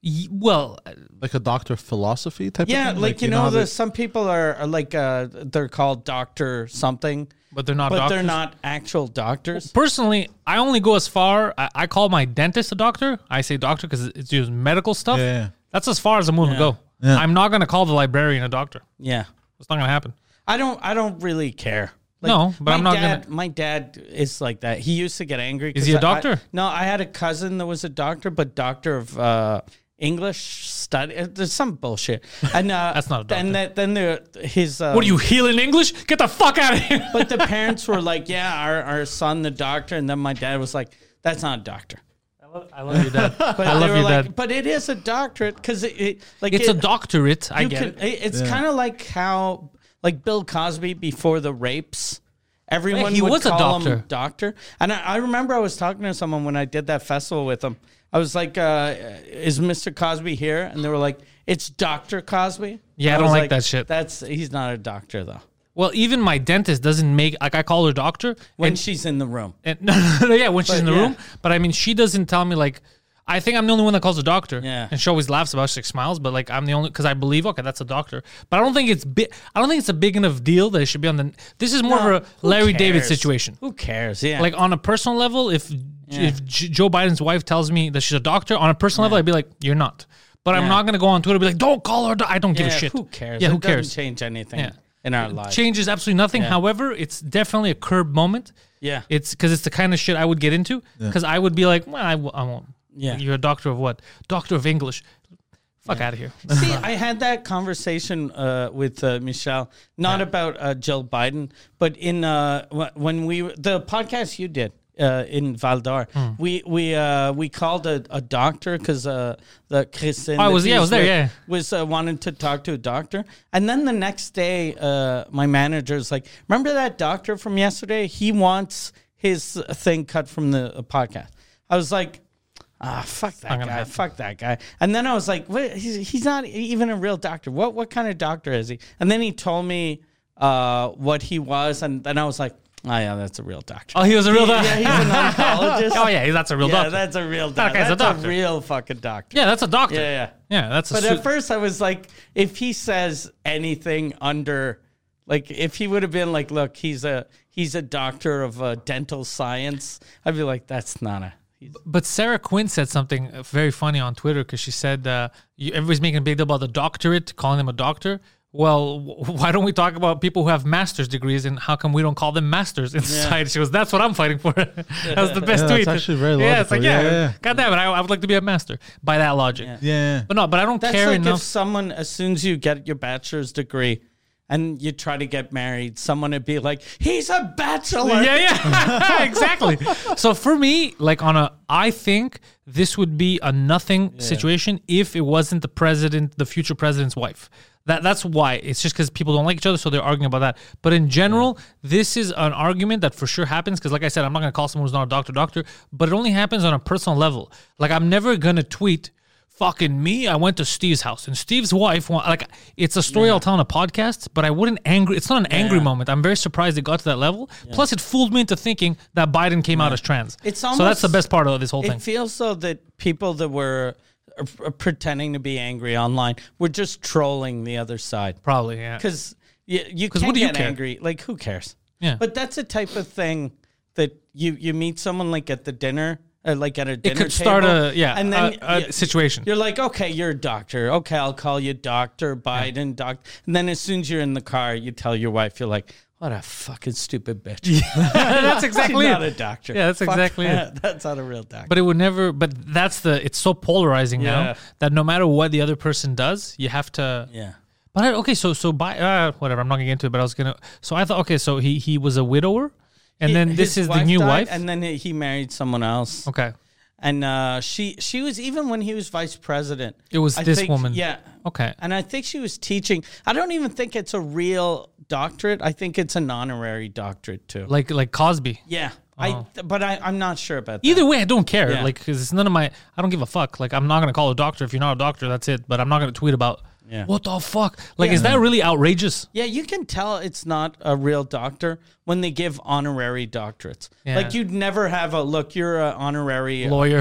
Speaker 1: Y- Well, uh,
Speaker 3: like a doctor of philosophy type
Speaker 2: Yeah,
Speaker 3: of
Speaker 2: like,
Speaker 3: thing?
Speaker 2: you know,
Speaker 3: how they-
Speaker 2: the, some people are, are like uh, they're called doctor something,
Speaker 1: but they're not.
Speaker 2: but
Speaker 1: doctors.
Speaker 2: they're not actual doctors.
Speaker 1: Personally, I only go as far. I, I call my dentist a doctor. I say doctor because it's just medical stuff.
Speaker 3: Yeah, yeah.
Speaker 1: That's as far as I'm willing to go.
Speaker 3: Yeah.
Speaker 1: I'm not gonna call the librarian a doctor.
Speaker 2: Yeah,
Speaker 1: It's not gonna happen.
Speaker 2: I don't I don't really care.
Speaker 1: No, but
Speaker 2: my
Speaker 1: I'm not
Speaker 2: dad,
Speaker 1: gonna-
Speaker 2: My dad is like that. He used to get angry.
Speaker 1: Is he a
Speaker 2: 'cause I- I-
Speaker 1: doctor?
Speaker 2: no, I had a cousin that was a doctor, but doctor of uh, English study. uh, There's some bullshit. And uh,
Speaker 1: That's not a doctor.
Speaker 2: Then that, then there his. Um,
Speaker 1: What are you healing English? Get the fuck out of here.
Speaker 2: But the parents were like, "Yeah, our our son, the doctor," and then my dad was like, "That's not a doctor."
Speaker 1: I love you, dad.
Speaker 2: But
Speaker 1: I
Speaker 2: they
Speaker 1: love
Speaker 2: were
Speaker 1: you,
Speaker 2: like,
Speaker 1: dad.
Speaker 2: But it is a doctorate because it, it like
Speaker 1: It's a
Speaker 2: it-
Speaker 1: doctorate. I
Speaker 2: you
Speaker 1: get it.
Speaker 2: can- It's kind of like how, like Bill Cosby before the rapes, everyone
Speaker 1: he
Speaker 2: would
Speaker 1: was a
Speaker 2: call
Speaker 1: doctor.
Speaker 2: him doctor. And I, I remember I was talking to someone when I did that festival with him. I was like, uh, "Is Mr. Cosby here?" And they were like, "It's Doctor Cosby."
Speaker 1: Yeah, I
Speaker 2: was
Speaker 1: don't like that shit.
Speaker 2: That's he's not a doctor though.
Speaker 1: Well, even my dentist doesn't make like I call her doctor.
Speaker 2: When
Speaker 1: and,
Speaker 2: she's in the room,
Speaker 1: and no, no, no, yeah, when she's in the
Speaker 2: yeah.
Speaker 1: room. But I mean, she doesn't tell me like. I think I'm the only one that calls a doctor.
Speaker 2: Yeah.
Speaker 1: And she always laughs about it. She smiles, but like I'm the only because I believe okay, that's a doctor. But I don't think it's big. I don't think it's a big enough deal that it should be on the. This is more of a
Speaker 2: Who
Speaker 1: Larry David
Speaker 2: cares?
Speaker 1: situation.
Speaker 2: Who cares? Yeah,
Speaker 1: like on a personal level, if if J- Joe Biden's wife tells me that she's a doctor, on a personal level, I'd be like, "You're not." But I'm
Speaker 2: Yeah.
Speaker 1: not gonna go on Twitter and be like, "Don't call her." a doc-" I don't
Speaker 2: yeah,
Speaker 1: give a shit.
Speaker 2: Who cares?
Speaker 1: Yeah,
Speaker 2: It
Speaker 1: who
Speaker 2: doesn't
Speaker 1: cares?
Speaker 2: Change anything
Speaker 1: Yeah.
Speaker 2: in our lives?
Speaker 1: Changes absolutely nothing. However, it's definitely a curb moment.
Speaker 2: Yeah.
Speaker 1: it's because it's the kind of shit I would get into. Because I would be like, "Well, I, w- I won't."
Speaker 2: Yeah.
Speaker 1: you're a doctor of what? Doctor of English. Fuck out of here.
Speaker 2: See, I had that conversation uh, with uh, Michelle, not about uh, Jill Biden, but in uh, wh- when we the podcast you did uh, in Valdar,
Speaker 1: Hmm.
Speaker 2: we we uh, we called a, a doctor because uh, the Kristen,
Speaker 1: Oh, I
Speaker 2: that
Speaker 1: was- yeah, I
Speaker 2: he's
Speaker 1: was there,
Speaker 2: with
Speaker 1: yeah.
Speaker 2: was uh, wanted to talk to a doctor, and then the next day, uh, my manager's like, "Remember that doctor from yesterday? He wants his thing cut from the uh, podcast." I was like, "Ah, fuck that guy!
Speaker 1: gonna happen.
Speaker 2: Fuck that guy!" And then I was like, "What? He's, he's not e, even a real doctor. What? What kind of doctor is he?" And then he told me uh, what he was, and then I was like, "Oh yeah, that's a real doctor."
Speaker 1: oh, he was a real doctor.
Speaker 2: yeah, he's an oncologist.
Speaker 1: oh yeah, that's a real
Speaker 2: yeah,
Speaker 1: doctor.
Speaker 2: that's a real
Speaker 1: That
Speaker 2: doctor.
Speaker 1: guy's a
Speaker 2: That's a,
Speaker 1: doctor.
Speaker 2: real fucking doctor.
Speaker 1: yeah, that's a doctor.
Speaker 2: Yeah, yeah.
Speaker 1: yeah that's a.
Speaker 2: But
Speaker 1: su-
Speaker 2: at first, I was like, if he says anything under, like, if he would have been like, look, he's a he's a doctor of uh, dental science, I'd be like, that's not a. he's-
Speaker 1: But Sarah Quinn said something uh, very funny on Twitter because she said uh, you, everybody's making a big deal about the doctorate, calling them a doctor. Well, w- why don't we talk about people who have master's degrees and how come we don't call them masters in society? She goes, "That's what I'm fighting for." That's the best
Speaker 3: Yeah, that's
Speaker 1: tweet.
Speaker 3: actually very
Speaker 1: Yeah, it's
Speaker 3: logical.
Speaker 1: like yeah,
Speaker 3: Yeah, yeah.
Speaker 1: God damn it, I, I would like to be a master by that logic.
Speaker 3: yeah.
Speaker 1: But no, but I don't
Speaker 2: That's
Speaker 1: care
Speaker 2: like
Speaker 1: enough.
Speaker 2: if someone, as soon as you get your bachelor's degree, and you try to get married, someone would be like, he's a bachelor.
Speaker 1: Yeah, yeah, exactly. So for me, like on a, I think this would be a nothing situation if it wasn't the president, the future president's wife. That that's why it's just because people don't like each other, so they're arguing about that. But in general, this is an argument that for sure happens because, like I said, I'm not gonna call someone who's not a doctor doctor, but it only happens on a personal level. Like I'm never gonna tweet. Fucking me! I went to Steve's house, and Steve's wife. wa- Like, it's a story I'll tell on a podcast, but I wouldn't angry. It's not an angry moment. I'm very surprised it got to that level. Plus, it fooled me into thinking that Biden came out as trans.
Speaker 2: It's
Speaker 1: so that's the
Speaker 2: almost-
Speaker 1: best part of this whole
Speaker 2: It
Speaker 1: thing.
Speaker 2: feels though that people that were uh, pretending to be angry online were just trolling the other side.
Speaker 1: Probably, yeah.
Speaker 2: because you, you
Speaker 1: 'Cause
Speaker 2: can
Speaker 1: what do you
Speaker 2: get
Speaker 1: care?
Speaker 2: angry. Like, who cares?
Speaker 1: Yeah.
Speaker 2: But that's the type of thing that you, you meet someone like at the dinner uh, like at a dinner
Speaker 1: It could start
Speaker 2: table,
Speaker 1: a yeah,
Speaker 2: and then
Speaker 1: a, a
Speaker 2: yeah,
Speaker 1: situation.
Speaker 2: You're like, okay, you're a doctor. Okay, I'll call you Doctor Biden, Doctor. And then as soon as you're in the car, you tell your wife, you're like, what a fucking stupid bitch.
Speaker 1: that's exactly
Speaker 2: She's not
Speaker 1: it.
Speaker 2: a doctor.
Speaker 1: Yeah, that's
Speaker 2: Fuck
Speaker 1: exactly it.
Speaker 2: that. That's not a real doctor.
Speaker 1: But it would never. But that's the. It's so polarizing
Speaker 2: Yeah.
Speaker 1: now that no matter what the other person does, you have to.
Speaker 2: yeah.
Speaker 1: But I, okay, so so by uh, whatever. I'm not gonna get into it. But I was gonna. So I thought okay, so he he was a widower, and
Speaker 2: He-
Speaker 1: then this is
Speaker 2: his
Speaker 1: the new
Speaker 2: died,
Speaker 1: wife.
Speaker 2: and then he he married someone else.
Speaker 1: okay,
Speaker 2: And uh, she she was even when he was vice president.
Speaker 1: It was this
Speaker 2: think-
Speaker 1: woman.
Speaker 2: Yeah.
Speaker 1: okay.
Speaker 2: And I think she was teaching. I don't even think it's a real doctorate. I think it's an honorary doctorate too.
Speaker 1: Like like Cosby.
Speaker 2: yeah. I but I I'm not sure about that.
Speaker 1: Either way, I don't care.
Speaker 2: Yeah.
Speaker 1: Like, 'cause it's none of my. I don't give a fuck. Like, I'm not gonna call a doctor if you're not a doctor. That's it. But I'm not gonna tweet about.
Speaker 2: Yeah.
Speaker 1: What the fuck? Like, is that really outrageous?
Speaker 2: Yeah, you can tell it's not a real doctor when they give honorary doctorates.
Speaker 1: Yeah.
Speaker 2: Like you'd never have a look. You're an honorary uh,
Speaker 1: Lawyer.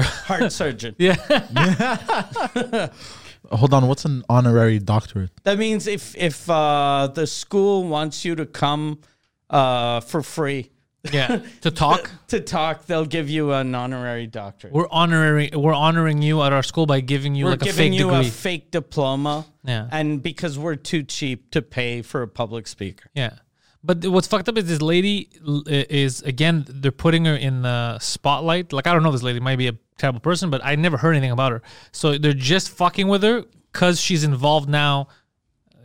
Speaker 2: heart surgeon.
Speaker 3: Hold on, what's an honorary doctorate?
Speaker 2: That means if if uh, the school wants you to come uh, for free
Speaker 1: Yeah. to talk.
Speaker 2: to talk, they'll give you an honorary doctorate.
Speaker 1: We're honoring we're honoring you at our school by giving you
Speaker 2: We're
Speaker 1: like a
Speaker 2: giving
Speaker 1: fake
Speaker 2: you
Speaker 1: degree.
Speaker 2: a fake diploma,
Speaker 1: Yeah.
Speaker 2: and because we're too cheap to pay for a public speaker.
Speaker 1: yeah. But th- what's fucked up is this lady l- i- is again they're putting her in the spotlight. Like I don't know this lady might be a terrible person, but I never heard anything about her. So they're just fucking with her because she's involved now.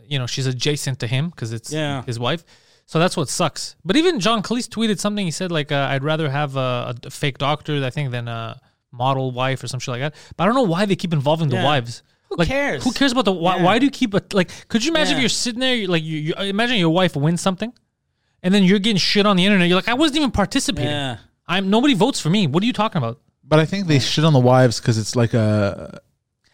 Speaker 1: You know she's adjacent to him because it's
Speaker 2: Yeah.
Speaker 1: his wife. So that's what sucks. But even John Cleese tweeted something. He said like uh, I'd rather have a, a fake doctor I think than a model wife or some shit like that. But I don't know why they keep involving the
Speaker 2: Yeah.
Speaker 1: wives.
Speaker 2: Who
Speaker 1: Like,
Speaker 2: cares?
Speaker 1: Who cares about the why?
Speaker 2: Yeah.
Speaker 1: Why do you keep a like? Could you imagine if
Speaker 2: Yeah.
Speaker 1: you're sitting there, you're like you, you imagine your wife wins something, and then you're getting shit on the internet. You're like, I wasn't even participating.
Speaker 2: Yeah.
Speaker 1: I'm nobody votes for me. What are you talking about?
Speaker 3: But I think they shit on the wives because it's like a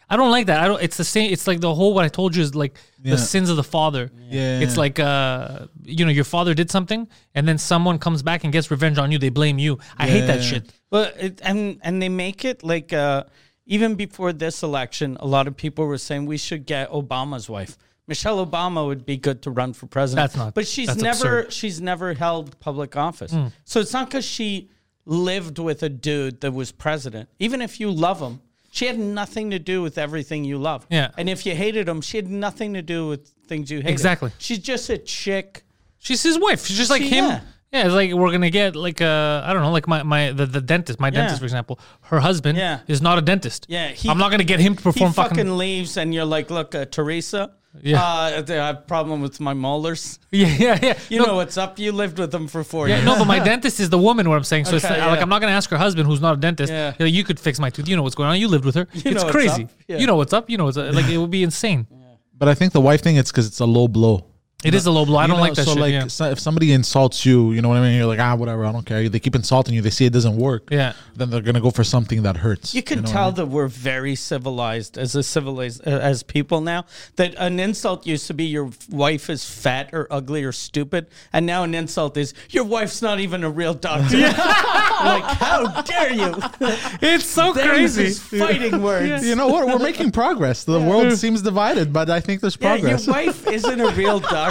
Speaker 1: I don't like that. I don't. It's the same. It's like the whole what I told you is like
Speaker 3: Yeah.
Speaker 1: the sins of the father.
Speaker 3: Yeah.
Speaker 1: It's like uh, you know, your father did something, and then someone comes back and gets revenge on you. They blame you. I hate that
Speaker 3: Yeah.
Speaker 1: shit.
Speaker 2: Well, it, and and they make it like uh, even before this election, a lot of people were saying we should get Obama's wife. Michelle Obama would be good to run for president.
Speaker 1: That's not-
Speaker 2: But she's
Speaker 1: that's
Speaker 2: never
Speaker 1: absurd. Hmm.
Speaker 2: she's never held public office. So it's not because she lived with a dude that was president. Even if you love him, she had nothing to do with everything you love.
Speaker 1: Yeah.
Speaker 2: And if you hated him, she had nothing to do with things you hated.
Speaker 1: Exactly.
Speaker 2: She's just a chick.
Speaker 1: She's his wife. She's just like
Speaker 2: She-
Speaker 1: him.
Speaker 2: yeah.
Speaker 1: Yeah. it's like we're gonna get like uh I don't know, like my my the, the dentist, my dentist
Speaker 2: Yeah.
Speaker 1: for example. Her husband
Speaker 2: Yeah.
Speaker 1: is not a dentist.
Speaker 2: Yeah, he-
Speaker 1: I'm not gonna get him to
Speaker 2: he
Speaker 1: perform
Speaker 2: fucking,
Speaker 1: fucking.
Speaker 2: leaves, and you're like, look, uh, Teresa.
Speaker 1: Yeah.
Speaker 2: Uh, I have a problem with my molars.
Speaker 1: Yeah, yeah, yeah.
Speaker 2: You
Speaker 1: no,
Speaker 2: know what's up. You lived with them for four
Speaker 1: yeah,
Speaker 2: years.
Speaker 1: no, but my dentist is the woman. What I'm saying, so it's uh,
Speaker 2: Okay,
Speaker 1: like, like
Speaker 2: yeah.
Speaker 1: I'm not gonna ask her husband, who's not a dentist.
Speaker 2: Yeah.
Speaker 1: Like, you could fix my tooth. You know what's going on. You lived with her.
Speaker 2: know
Speaker 1: it's
Speaker 2: what's
Speaker 1: crazy.
Speaker 2: up. Yeah.
Speaker 1: You know what's up. You know what's up. like it would be insane.
Speaker 3: But I think the wife thing, it's because it's a low blow.
Speaker 1: It is a low blow. I
Speaker 3: You
Speaker 1: don't
Speaker 3: know,
Speaker 1: like that
Speaker 3: so
Speaker 1: shit.
Speaker 3: like
Speaker 1: yeah.
Speaker 3: so- if somebody insults you, you know what I mean. You're like ah whatever, I don't care. They keep insulting you. They see it doesn't work.
Speaker 1: Yeah.
Speaker 3: Then they're gonna go for something that hurts.
Speaker 2: You can
Speaker 3: know what I
Speaker 2: tell
Speaker 3: mean?
Speaker 2: that we're very civilized as a civilized uh, as people now. That an insult used to be your wife is fat or ugly or stupid, and now an insult is your wife's not even a real doctor. like how dare you?
Speaker 1: It's so
Speaker 2: There's
Speaker 1: crazy.
Speaker 2: his fighting words.
Speaker 3: You know what? We're making progress. The world seems divided, but I think there's progress.
Speaker 2: Yeah, your wife isn't a real doctor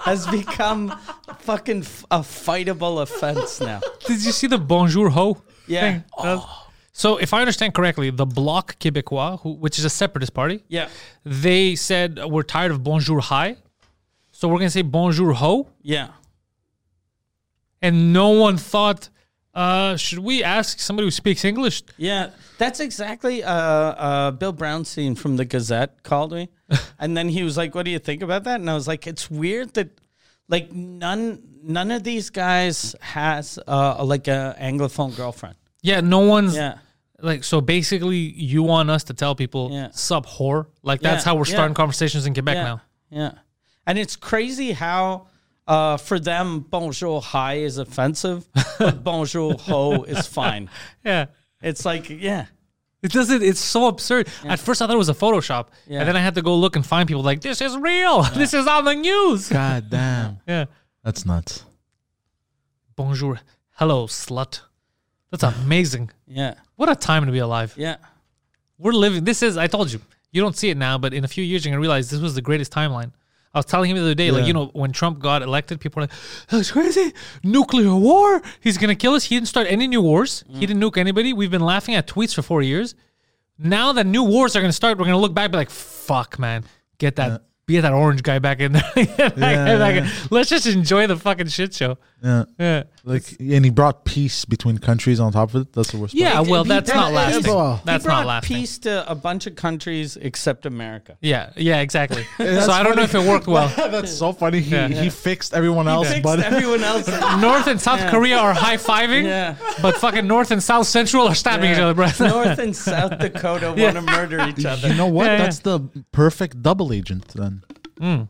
Speaker 2: has become fucking f- a fightable offense now.
Speaker 1: Did you see the bonjour ho?
Speaker 2: Yeah.
Speaker 1: thing? So if I understand correctly, the Bloc Québécois, who, which is a separatist party,
Speaker 2: Yeah.
Speaker 1: they said uh, we're tired of bonjour hi, so we're gonna say bonjour ho,
Speaker 2: Yeah.
Speaker 1: and no one thought, uh, should we ask somebody who speaks English?
Speaker 2: Yeah. That's exactly uh, uh, Bill Brownstein from the Gazette called me. and then he was like, What do you think about that? And I was like, It's weird that like none none of these guys has uh, like a anglophone girlfriend.
Speaker 1: Yeah, no one's
Speaker 2: Yeah.
Speaker 1: like. So basically, you want us to tell people
Speaker 2: Yeah.
Speaker 1: sub whore? Like that's
Speaker 2: Yeah,
Speaker 1: how we're
Speaker 2: yeah.
Speaker 1: starting conversations in Quebec
Speaker 2: yeah.
Speaker 1: now.
Speaker 2: Yeah. And it's crazy how uh, for them bonjour hi is offensive, but bonjour ho is fine.
Speaker 1: Yeah.
Speaker 2: It's like, yeah.
Speaker 1: It doesn't. It's so absurd. At first, I thought it was a Photoshop,
Speaker 2: Yeah.
Speaker 1: and then I had to go look and find people like this is real. This is on the news.
Speaker 3: God damn,
Speaker 1: Yeah.
Speaker 3: that's nuts.
Speaker 1: Bonjour. Hello, slut. That's amazing.
Speaker 2: Yeah.
Speaker 1: What a time to be alive.
Speaker 2: Yeah.
Speaker 1: We're living. This is. I told you. You don't see it now, but in a few years, you're gonna realize this was the greatest timeline. I was telling him the other day, like
Speaker 3: Yeah.
Speaker 1: you know, when Trump got elected, people were like, "That's crazy! Nuclear war! He's gonna kill us." He didn't start any new wars. He didn't nuke anybody. We've been laughing at tweets for four years. Now that new wars are gonna start, we're gonna look back, and be like, "Fuck, man, get that." Get that orange guy back in there. Get that guy back in. Let's just enjoy the fucking shit show.
Speaker 3: Yeah.
Speaker 1: Yeah.
Speaker 3: Like, and he brought peace between countries. On top of it, that's the worst.
Speaker 1: Yeah,
Speaker 3: part.
Speaker 1: well,
Speaker 2: He
Speaker 1: that's
Speaker 2: brought-
Speaker 1: not lasting.
Speaker 3: He brought
Speaker 1: That's
Speaker 2: he brought
Speaker 1: not lasting.
Speaker 2: peace to a bunch of countries except America.
Speaker 1: Yeah, yeah, exactly. so I don't know if it worked well.
Speaker 3: that's so funny. He
Speaker 1: Yeah.
Speaker 3: he fixed everyone else,
Speaker 2: Fixed
Speaker 3: but
Speaker 2: everyone else.
Speaker 1: North and South Korea are high fiving,
Speaker 2: Yeah.
Speaker 1: but fucking North and South Central are stabbing each other, bro.
Speaker 2: North and South Dakota want to murder each other.
Speaker 3: you know what?
Speaker 1: Yeah, yeah.
Speaker 3: that's the perfect double agent. Then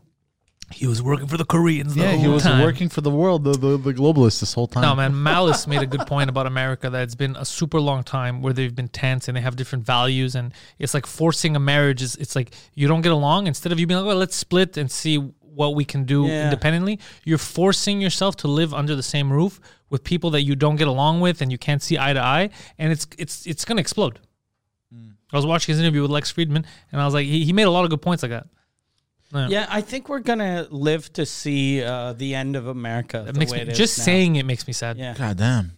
Speaker 1: He was working for the Koreans. The
Speaker 3: yeah, he
Speaker 1: whole
Speaker 3: was
Speaker 1: time.
Speaker 3: working for the world, the the, the globalists this whole time.
Speaker 1: No man, Malice made a good point about America that it's been a super long time where they've been tense and they have different values and it's like forcing a marriage is it's like you don't get along instead of you being like, well, let's split and see what we can do
Speaker 2: Yeah.
Speaker 1: independently. You're forcing yourself to live under the same roof with people that you don't get along with and you can't see eye to eye, and it's it's it's gonna explode.
Speaker 3: Mm.
Speaker 1: I was watching his interview with Lex Friedman, and I was like, he, he made a lot of good points like that.
Speaker 2: Yeah, I think we're gonna live to see uh, the end of America.
Speaker 1: That
Speaker 2: the
Speaker 1: makes
Speaker 2: way
Speaker 1: me
Speaker 2: it is
Speaker 1: just
Speaker 2: now.
Speaker 1: saying it makes me sad.
Speaker 2: Yeah. Uh,
Speaker 3: God damn.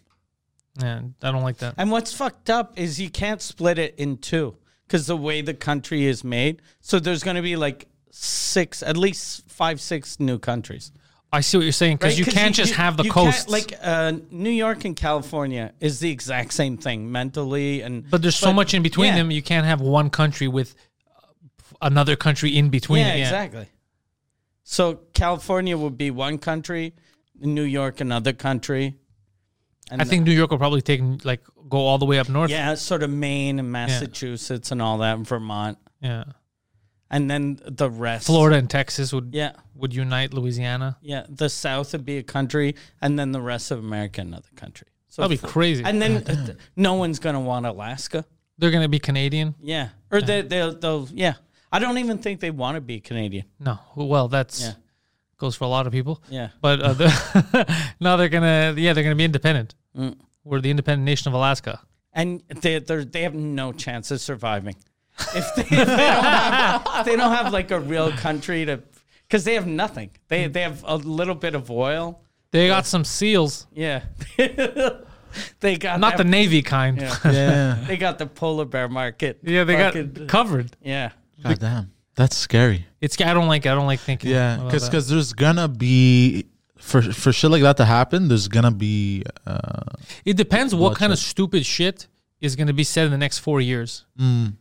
Speaker 1: yeah I don't like that.
Speaker 2: And what's fucked up is you can't split it in two because the way the country is made. So there's gonna be like six, at least five, six new countries.
Speaker 1: I see what you're saying because
Speaker 2: right?
Speaker 1: you
Speaker 2: 'Cause
Speaker 1: can't just have the
Speaker 2: you can't-
Speaker 1: coast.
Speaker 2: Like uh, New York and California is the exact same thing mentally and.
Speaker 1: But there's so much in between
Speaker 2: yeah.
Speaker 1: them. You can't have one country with uh, another country in between.
Speaker 2: yeah,
Speaker 1: it,
Speaker 2: exactly. So California would be one country, New York another country. And
Speaker 1: I think New York will probably take like go all the way up north.
Speaker 2: Yeah, sort of Maine and Massachusetts and all that, and Vermont,
Speaker 1: Yeah.
Speaker 2: and then the rest.
Speaker 1: Florida and Texas would
Speaker 2: Yeah,
Speaker 1: would unite Louisiana.
Speaker 2: yeah. The South would be a country, and then the rest of America another country. So
Speaker 1: That'd be
Speaker 2: f-
Speaker 1: crazy.
Speaker 2: And then uh, th- no one's gonna want Alaska.
Speaker 1: They're gonna be Canadian.
Speaker 2: Yeah, or they they'll, they'll yeah. I don't even think they want to be Canadian.
Speaker 1: No, well that's
Speaker 2: Yeah.
Speaker 1: goes for a lot of people.
Speaker 2: Yeah.
Speaker 1: But uh, the, now they're gonna yeah they're gonna be independent.
Speaker 2: Mm.
Speaker 1: We're the independent nation of Alaska.
Speaker 2: and they they they have no chance of surviving if they, if they don't have if they don't have like a real country to because they have nothing. They they have a little bit of oil.
Speaker 1: They got some seals,
Speaker 2: Yeah, they got
Speaker 1: not the
Speaker 2: that-
Speaker 1: navy kind. Yeah,
Speaker 3: Yeah.
Speaker 2: they got the polar bear market.
Speaker 1: they
Speaker 2: Fucking-
Speaker 1: got covered.
Speaker 2: yeah.
Speaker 3: God damn. That's scary.
Speaker 1: It's I don't like I don't like thinking.
Speaker 3: Yeah,
Speaker 1: about
Speaker 3: because
Speaker 1: that.
Speaker 3: there's gonna be for for shit like that to happen. There's gonna be uh,
Speaker 1: It depends what
Speaker 3: Watch
Speaker 1: kind of
Speaker 3: it.
Speaker 1: stupid shit is going to be said in the next four years.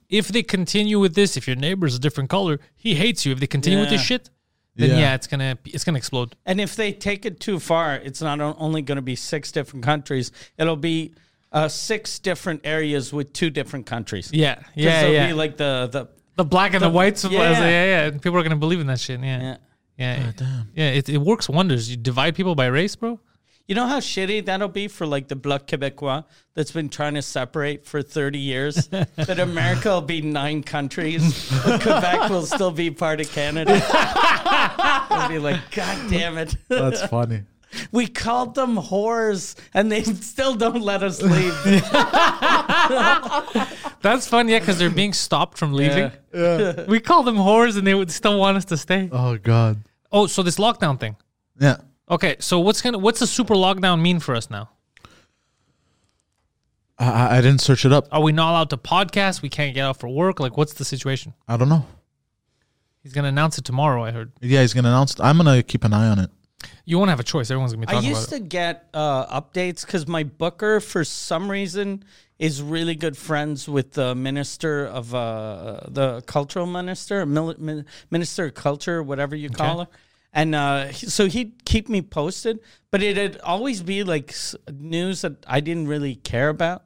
Speaker 1: If they continue with this, if your neighbor's a different color, he hates you. If they continue with this
Speaker 2: Yeah.
Speaker 1: shit, then yeah.
Speaker 3: Yeah.
Speaker 1: it's gonna it's gonna explode.
Speaker 2: And if they take it too far, it's not o- only going to be six different countries. It'll be uh, six different areas with two different countries.
Speaker 1: Yeah,
Speaker 2: 'Cause
Speaker 1: yeah,
Speaker 2: it'll
Speaker 1: yeah.
Speaker 2: Be like the the
Speaker 1: the black and the, whites, yeah.
Speaker 2: yeah.
Speaker 1: yeah, yeah. And people are gonna believe in that shit. Yeah, yeah,
Speaker 2: Yeah.
Speaker 1: yeah. it, it works wonders. You divide people by race, bro.
Speaker 2: You know how shitty that'll be for like the Bloc Québécois that's been trying to separate for 30 years? that America will be nine countries, but Quebec will still be part of Canada. I'll be like, God damn it.
Speaker 3: that's funny.
Speaker 2: We called them whores and they still don't let us leave.
Speaker 1: That's fun, yeah, because they're being stopped from leaving. we call them whores, and they would still want us to stay.
Speaker 3: Oh god.
Speaker 1: Oh, so this lockdown thing.
Speaker 3: Yeah.
Speaker 1: Okay, so what's gonna what's a super lockdown mean for us now?
Speaker 3: I- I, I didn't search it up.
Speaker 1: Are we not allowed to podcast? We can't get out for work. Like, what's the situation?
Speaker 3: I don't know.
Speaker 1: He's gonna announce it tomorrow. I heard.
Speaker 3: Yeah, he's gonna announce. It. I'm gonna keep an eye on it.
Speaker 1: You won't have a choice. Everyone's gonna be
Speaker 2: I
Speaker 1: talking
Speaker 2: used
Speaker 1: about it.
Speaker 2: to get uh, updates because my booker, for some reason, is really good friends with the minister of uh, the cultural minister, mil- min- minister of culture, whatever you call her. And uh, he- so he'd keep me posted, but it'd always be like s- news that I didn't really care about.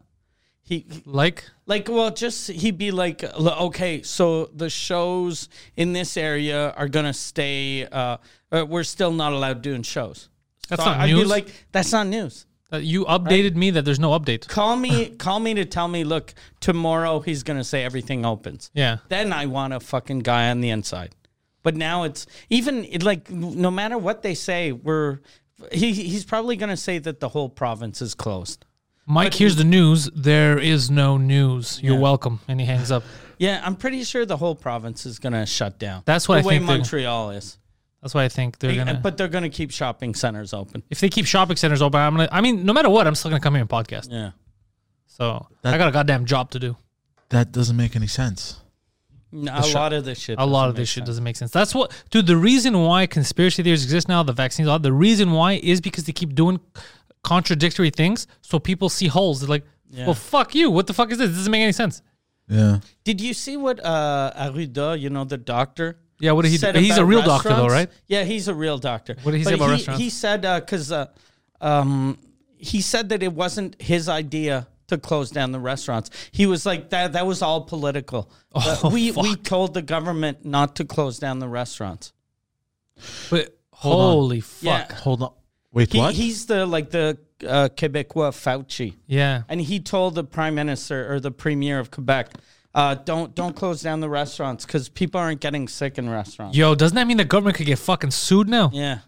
Speaker 2: He
Speaker 1: Like,
Speaker 2: like, well, just he'd be like, "L- okay, so the shows in this area are gonna stay. Uh, uh, we're still not allowed doing shows.
Speaker 1: That's
Speaker 2: So
Speaker 1: not
Speaker 2: I'd be
Speaker 1: news.
Speaker 2: like, that's not news.
Speaker 1: uh, you updated me that there's no update.
Speaker 2: Call me, call me to tell me. Look, tomorrow he's gonna say everything opens.
Speaker 1: Yeah.
Speaker 2: Then I want a fucking guy on the inside. But now it's even it, like no matter what they say, we're he he's probably gonna say that the whole province is closed.
Speaker 1: Mike, here's the news. There is no news. You're welcome. And he hangs up.
Speaker 2: Yeah, I'm pretty sure the whole province is gonna shut down.
Speaker 1: That's what
Speaker 2: the
Speaker 1: I
Speaker 2: way
Speaker 1: think they're-
Speaker 2: Montreal is.
Speaker 1: That's why I think uh, they're gonna.
Speaker 2: but they're gonna keep shopping centers open.
Speaker 1: if they keep shopping centers open, I'm gonna. I mean, no matter what, I'm still gonna come here and podcast.
Speaker 2: Yeah.
Speaker 1: So
Speaker 3: That-
Speaker 1: I got a goddamn job to do.
Speaker 3: That doesn't make any sense.
Speaker 2: No, a lot of this shit.
Speaker 1: A lot
Speaker 2: doesn't
Speaker 1: of this
Speaker 2: make
Speaker 1: shit
Speaker 2: sense.
Speaker 1: doesn't make sense. That's what, dude. The reason why conspiracy theories exist now, the vaccines, all the reason why is because they keep doing contradictory things, so people see holes. They're like, "Well, fuck you. What the fuck is this? This doesn't make any sense."
Speaker 3: Yeah.
Speaker 2: Did you see what uh, Arruda, you know, the doctor?
Speaker 1: Yeah, what did he
Speaker 2: said
Speaker 1: do? He's a
Speaker 2: about
Speaker 1: real doctor, though,
Speaker 2: restaurants?
Speaker 1: right?
Speaker 2: Yeah, he's a real doctor.
Speaker 1: What did he say
Speaker 2: But
Speaker 1: about
Speaker 2: he,
Speaker 1: restaurants?
Speaker 2: He said because uh, um, he said that it wasn't his idea to close down the restaurants. He was like that. That was all political.
Speaker 1: Oh,
Speaker 2: Uh, we we told the government not to close down the restaurants.
Speaker 1: But
Speaker 3: on.
Speaker 1: holy fuck,
Speaker 2: Yeah.
Speaker 3: Hold on. Wait,
Speaker 2: He,
Speaker 3: what?
Speaker 2: he's the like the uh, Quebecois Fauci.
Speaker 1: yeah.
Speaker 2: and he told the prime minister or the premier of Quebec, uh, "Don't don't close down the restaurants because people aren't getting sick in restaurants."
Speaker 1: Yo, doesn't that mean the government could get fucking sued now
Speaker 2: yeah,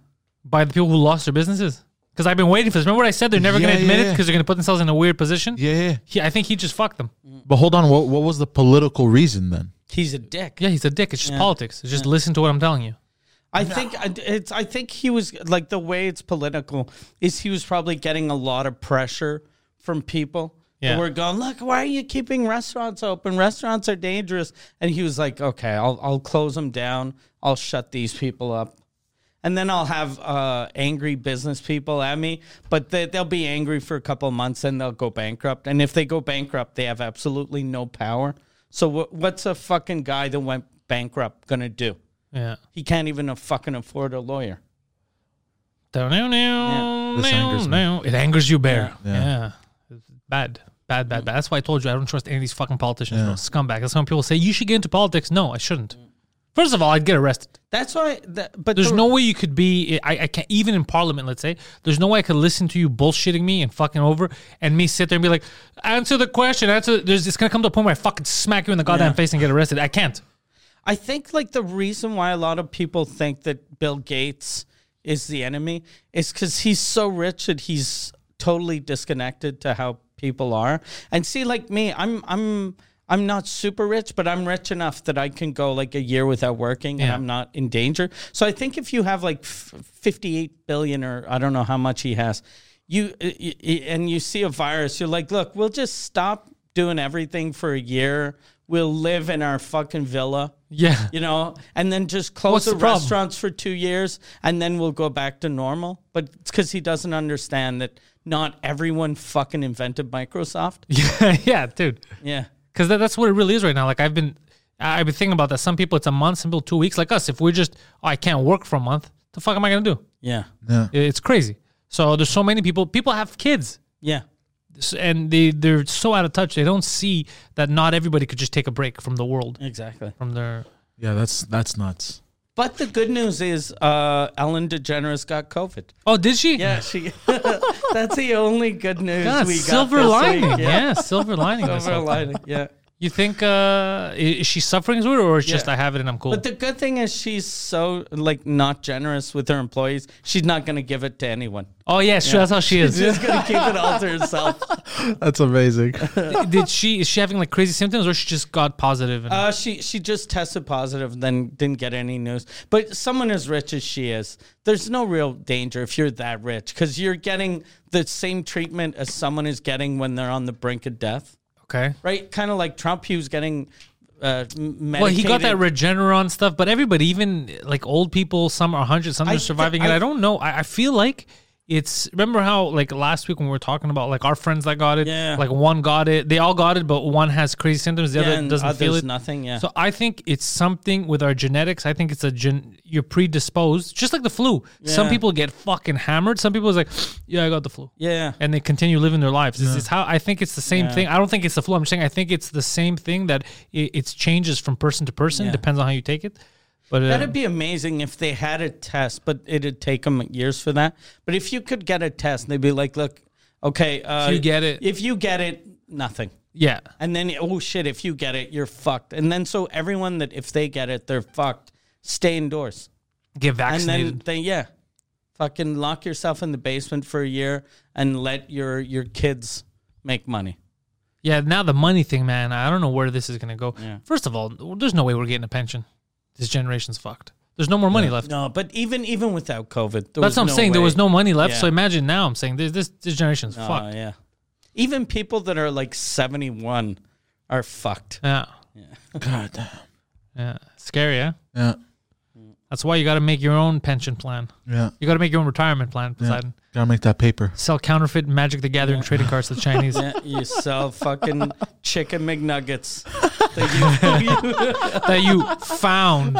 Speaker 1: by the people who lost their businesses? Because I've been waiting for this. Remember what I said? They're never
Speaker 3: Yeah,
Speaker 1: gonna admit
Speaker 3: yeah,
Speaker 1: it
Speaker 3: yeah.
Speaker 1: because they're gonna put themselves in a weird position.
Speaker 3: yeah, yeah.
Speaker 1: He, I think he just fucked them.
Speaker 3: But hold on. What, what was the political reason then?
Speaker 2: he's a dick.
Speaker 1: Yeah, he's a dick. It's just politics. It's just listen to what I'm telling you.
Speaker 2: I think I- it's. I think he was like the way it's political is he was probably getting a lot of pressure from people.
Speaker 1: Yeah.
Speaker 2: Yeah. We're going, look, why are you keeping restaurants open? Restaurants are dangerous. And he was like, okay, I'll, I'll close them down. I'll shut these people up. And then I'll have uh, angry business people at me, but they, they'll be angry for a couple of months and they'll go bankrupt. And if they go bankrupt, they have absolutely no power. So, wh- what's a fucking guy that went bankrupt going to do?
Speaker 1: Yeah.
Speaker 2: He can't even a fucking afford a lawyer.
Speaker 1: This
Speaker 3: This angers me.
Speaker 1: It angers you, Bear. Yeah.
Speaker 3: Yeah.
Speaker 1: It's Bad. Bad, bad, bad. That's why I told you I don't trust any of these fucking politicians, bro. Scumbag. That's when people say you should get into politics. No, I shouldn't. First of all, I'd get arrested.
Speaker 2: That's why. That, but
Speaker 1: There's
Speaker 2: the-
Speaker 1: no way you could be. I, I can't even in Parliament. Let's say there's no way I could listen to you bullshitting me and fucking over, and me sit there and be like, answer the question. Answer. There's. It's gonna come to a point where I fucking smack you in the goddamn face and get arrested. I can't.
Speaker 2: I think like the reason why a lot of people think that Bill Gates is the enemy is because he's so rich that he's totally disconnected to how people are. And see, like me, I'm I'm I'm not super rich, but I'm rich enough that I can go like a year without working and
Speaker 1: Yeah.
Speaker 2: I'm not in danger. So I think if you have like f- 58 billion or I don't know how much he has, you uh, y- y- and you see a virus, you're like, look, we'll just stop doing everything for a year. We'll live in our fucking villa
Speaker 1: Yeah.
Speaker 2: you know, and then just close
Speaker 1: What's
Speaker 2: the,
Speaker 1: the problem?
Speaker 2: restaurants for two years, and then we'll go back to normal. But it's because he doesn't understand that not everyone fucking invented Microsoft.
Speaker 1: Yeah. yeah, dude.
Speaker 2: Yeah,
Speaker 1: because that, that's what it really is right now. Like I've been, I- I've been thinking about that. Some people it's a month, some people two weeks. Like us, if we're just, oh, I can't work for a month. The fuck am I gonna do?
Speaker 2: yeah,
Speaker 1: It- It's crazy. So there's so many people. People have kids,
Speaker 2: yeah.
Speaker 1: S- and they they're so out of touch. They don't see that not everybody could just take a break from the world,
Speaker 2: Exactly.
Speaker 1: from their.
Speaker 3: Yeah, that's that's nuts.
Speaker 2: But the good news is, uh, Ellen DeGeneres got COVID.
Speaker 1: Oh, did she?
Speaker 2: Yeah, she. that's the only good news
Speaker 1: God,
Speaker 2: we got.
Speaker 1: silver
Speaker 2: this week.
Speaker 1: lining.
Speaker 2: Yeah.
Speaker 1: Yeah, silver lining. this
Speaker 2: Silver
Speaker 1: whole thing.
Speaker 2: lining. Yeah.
Speaker 1: You think uh, i- is she suffering through it, or it's just
Speaker 2: Yeah.
Speaker 1: I have it and I'm cool?
Speaker 2: But the good thing is she's so like not generous with her employees. She's not going to give it to anyone.
Speaker 1: oh yeah, sure. That's how she is.
Speaker 2: She's going to keep it all to herself.
Speaker 3: That's amazing.
Speaker 1: Did she is she having like crazy symptoms, or she just got positive? And,
Speaker 2: Uh, she she just tested positive, then didn't get any news. But someone as rich as she is, there's no real danger if you're that rich because you're getting the same treatment as someone is getting when they're on the brink of death,
Speaker 1: okay.
Speaker 2: right? Kind of like Trump, he was getting uh, m- medicated.
Speaker 1: Well, he got that Regeneron stuff, but everybody, even like old people, some are 100, some
Speaker 2: I
Speaker 1: are
Speaker 2: th-
Speaker 1: surviving it.
Speaker 2: I-
Speaker 1: I don't know. I, I feel like it's. Remember how, like, last week when we were talking about, like, our friends that got it,
Speaker 2: Yeah.
Speaker 1: like, one got it. They all got it, but one has crazy symptoms, the
Speaker 2: Yeah,
Speaker 1: other
Speaker 2: and
Speaker 1: doesn't feel
Speaker 2: others
Speaker 1: it.
Speaker 2: nothing, yeah.
Speaker 1: So I think it's something with our genetics. I think it's a gen, you're predisposed, just like the flu. Some
Speaker 2: Yeah.
Speaker 1: people get fucking hammered. Some people is like, yeah, I got the flu
Speaker 2: Yeah.
Speaker 1: and they continue living their lives. This is how I think it's the same thing. I don't think it's the flu. I'm saying I think it's the same thing that it, it's changes from person to person. Depends on how you take it. But uh,
Speaker 2: That'd be amazing if they had a test, but it'd take them years for that. But if you could get a test, they'd be like, look, okay. Uh,
Speaker 1: you get it.
Speaker 2: If you get it, nothing.
Speaker 1: yeah,
Speaker 2: And then, oh shit, if you get it, you're fucked. And then, so everyone that if they get it, they're fucked, stay indoors.
Speaker 1: get
Speaker 2: And
Speaker 1: vaccinated.
Speaker 2: then, they, yeah, fucking lock yourself in the basement for a year and let your, your kids make money.
Speaker 1: yeah, now the money thing, man. I don't know where this is gonna go. First of all, there's no way we're getting a pension. This generation's fucked. There's no more money left.
Speaker 2: No, but even even without COVID, there
Speaker 1: That's what I'm
Speaker 2: no
Speaker 1: saying. There
Speaker 2: way-
Speaker 1: was no money left. So
Speaker 2: Yeah.
Speaker 1: imagine now. I'm saying this this, this generation's
Speaker 2: Oh,
Speaker 1: fucked.
Speaker 2: yeah. Even people that are like 71 are fucked.
Speaker 1: Yeah.
Speaker 3: God damn.
Speaker 1: Yeah. Scary, yeah.
Speaker 3: Yeah.
Speaker 1: That's why you got to make your own pension plan.
Speaker 3: Yeah.
Speaker 1: You got to make your own retirement plan,
Speaker 3: yeah.
Speaker 1: Poseidon.
Speaker 3: Gotta make that paper.
Speaker 1: Sell counterfeit Magic the Gathering trading cards to the Chinese.
Speaker 2: Yeah, you sell fucking chicken McNuggets. That you-
Speaker 1: that you found.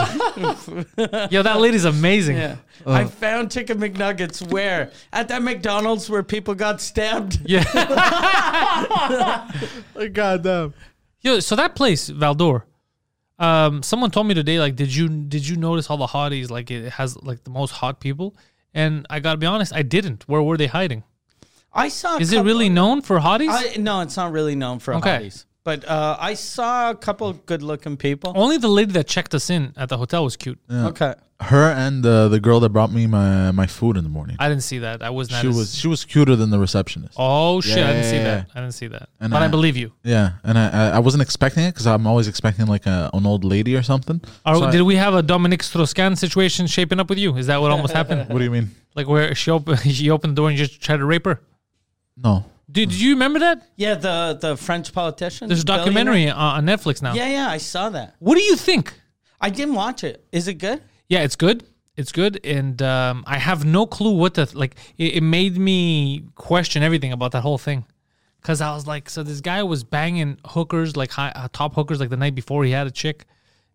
Speaker 1: Yo, that lady's amazing.
Speaker 2: yeah.
Speaker 1: Oh.
Speaker 2: I found chicken McNuggets where? At that McDonald's where people got stabbed.
Speaker 1: Yeah.
Speaker 3: God damn.
Speaker 1: Yo, so that place, Valdor. Um, someone told me today, like, did you did you notice all the hotties? Like, it has like the most hot people. And I gotta be honest, I didn't. Where were they hiding?
Speaker 2: I saw. a
Speaker 1: Is it
Speaker 2: couple-
Speaker 1: really known for hotties?
Speaker 2: I, no, it's not really known for
Speaker 1: Okay.
Speaker 2: hotties. But uh, I saw a couple good looking people.
Speaker 1: Only the lady that checked us in at the hotel was cute.
Speaker 2: Okay.
Speaker 3: Her and uh, the girl that brought me my my food in the morning.
Speaker 1: I didn't see that. I was not.
Speaker 3: she
Speaker 1: as-
Speaker 3: was she was cuter than the receptionist.
Speaker 1: Oh shit! I didn't see
Speaker 3: Yeah.
Speaker 1: that. I didn't see that.
Speaker 3: And
Speaker 1: but I,
Speaker 3: I-
Speaker 1: believe you.
Speaker 3: Yeah, and I I- I wasn't expecting it because I'm always expecting like a, an old lady or something.
Speaker 1: Are,
Speaker 3: So I-
Speaker 1: did we have a Dominic Strauss-Kahn situation shaping up with you? Is that what almost happened?
Speaker 3: what do you mean?
Speaker 1: Like where she opened, she opened the door and you just tried to rape her.
Speaker 3: No.
Speaker 1: Dude, do you remember that?
Speaker 2: Yeah, the, the French politician.
Speaker 1: There's a
Speaker 2: billionaire.
Speaker 1: documentary on on Netflix now.
Speaker 2: Yeah, yeah, I saw that.
Speaker 1: What do you think?
Speaker 2: I didn't watch it. Is it good?
Speaker 1: Yeah, it's good. It's good, and um, I have no clue what the like. It, it made me question everything about that whole thing, because I was like, so this guy was banging hookers, like high, uh, top hookers, like the night before he had a chick,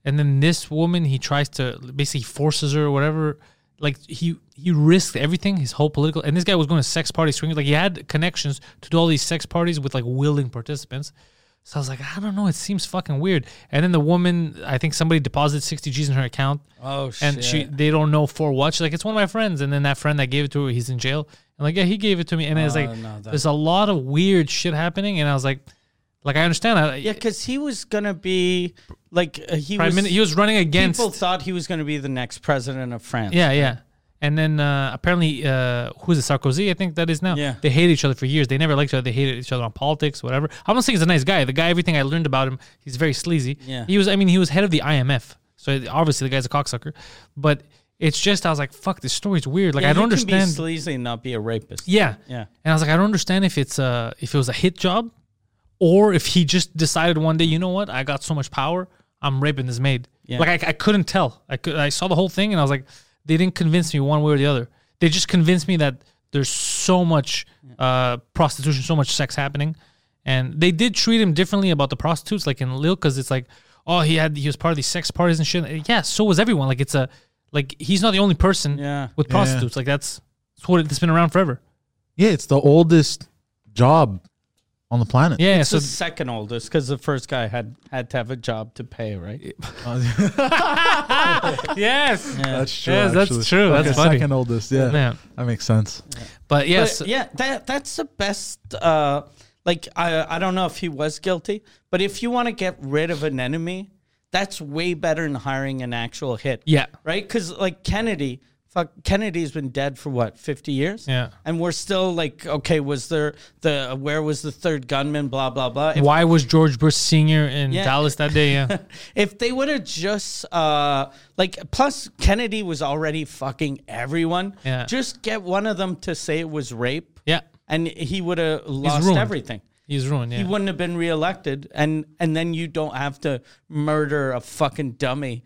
Speaker 1: and then this woman he tries to basically forces her or whatever. Like he he risked everything, his whole political, and this guy was going to sex parties, swingers. Like he had connections to do all these sex parties with like willing participants. So I was like, I don't know, it seems fucking weird. And then the woman, I think somebody deposited sixty G's in her account
Speaker 2: Oh
Speaker 1: and she they don't know for what. She's like, it's one of my friends, and then that friend that gave it to her, he's in jail. And like, yeah, he gave it to me, and
Speaker 2: Oh,
Speaker 1: it's like, there's a lot of weird shit happening, and I was like, like I understand, I,
Speaker 2: yeah, because he was gonna be like uh, he
Speaker 1: prime
Speaker 2: was.
Speaker 1: Min- he was running against,
Speaker 2: people thought he was gonna be the next president of France.
Speaker 1: yeah, yeah. And then uh, apparently, uh, who's it, Sarkozy? I think that is now.
Speaker 2: Yeah.
Speaker 1: They hated each other for years. They never liked each other. They hated each other on politics, whatever. I'm not saying he's a nice guy. The guy, everything I learned about him, he's very sleazy.
Speaker 2: Yeah.
Speaker 1: He was, I mean, he was head of the IMF. So obviously, the guy's a cocksucker. But it's just, I was like, fuck, this story's weird. Like,
Speaker 2: Yeah,
Speaker 1: I don't
Speaker 2: you can be
Speaker 1: understand.
Speaker 2: sleazy and not be a rapist.
Speaker 1: Yeah.
Speaker 2: Yeah.
Speaker 1: And I was like, I don't understand if it's uh if it was a hit job or if he just decided one day, you know what, I got so much power, I'm raping this maid.
Speaker 2: Yeah.
Speaker 1: Like I, I couldn't tell. I could I saw the whole thing and I was like, they didn't convince me one way or the other. They just convinced me that there's so much uh prostitution, so much sex happening. And they did treat him differently about the prostitutes, like in Lil, because it's like, oh, he had he was part of these sex parties and shit. Yeah, so was everyone. Like it's a like he's not the only person
Speaker 2: Yeah.
Speaker 1: with prostitutes. Like that's that's what it, it's been around forever.
Speaker 3: Yeah, it's the oldest job on the planet.
Speaker 1: Yeah, yeah,
Speaker 2: It's
Speaker 1: so
Speaker 2: the second oldest because the first guy had had to have a job to pay, right?
Speaker 1: yes,
Speaker 3: That's
Speaker 1: true, Yes, that's actually. true. That's funny.
Speaker 3: Second oldest. Yeah.
Speaker 1: Man.
Speaker 3: That makes sense.
Speaker 1: but
Speaker 2: But,
Speaker 1: yes,
Speaker 2: yeah, that that's the best. Uh, like I I don't know if he was guilty, but if you want to get rid of an enemy, that's way better than hiring an actual hit.
Speaker 1: Yeah.
Speaker 2: right. Because like Kennedy, fuck, Kennedy's been dead for what fifty years.
Speaker 1: Yeah.
Speaker 2: and we're still like, okay, was there the where was the third gunman? Blah blah blah. If,
Speaker 1: why was George Bush Senior in
Speaker 2: Yeah.
Speaker 1: Dallas that day? Yeah,
Speaker 2: if they would have just uh like, plus Kennedy was already fucking everyone.
Speaker 1: Yeah.
Speaker 2: just get one of them to say it was rape.
Speaker 1: yeah,
Speaker 2: and he would have lost
Speaker 1: ruined.
Speaker 2: everything.
Speaker 1: he's ruined. Yeah,
Speaker 2: He wouldn't have been reelected, and and then you don't have to murder a fucking dummy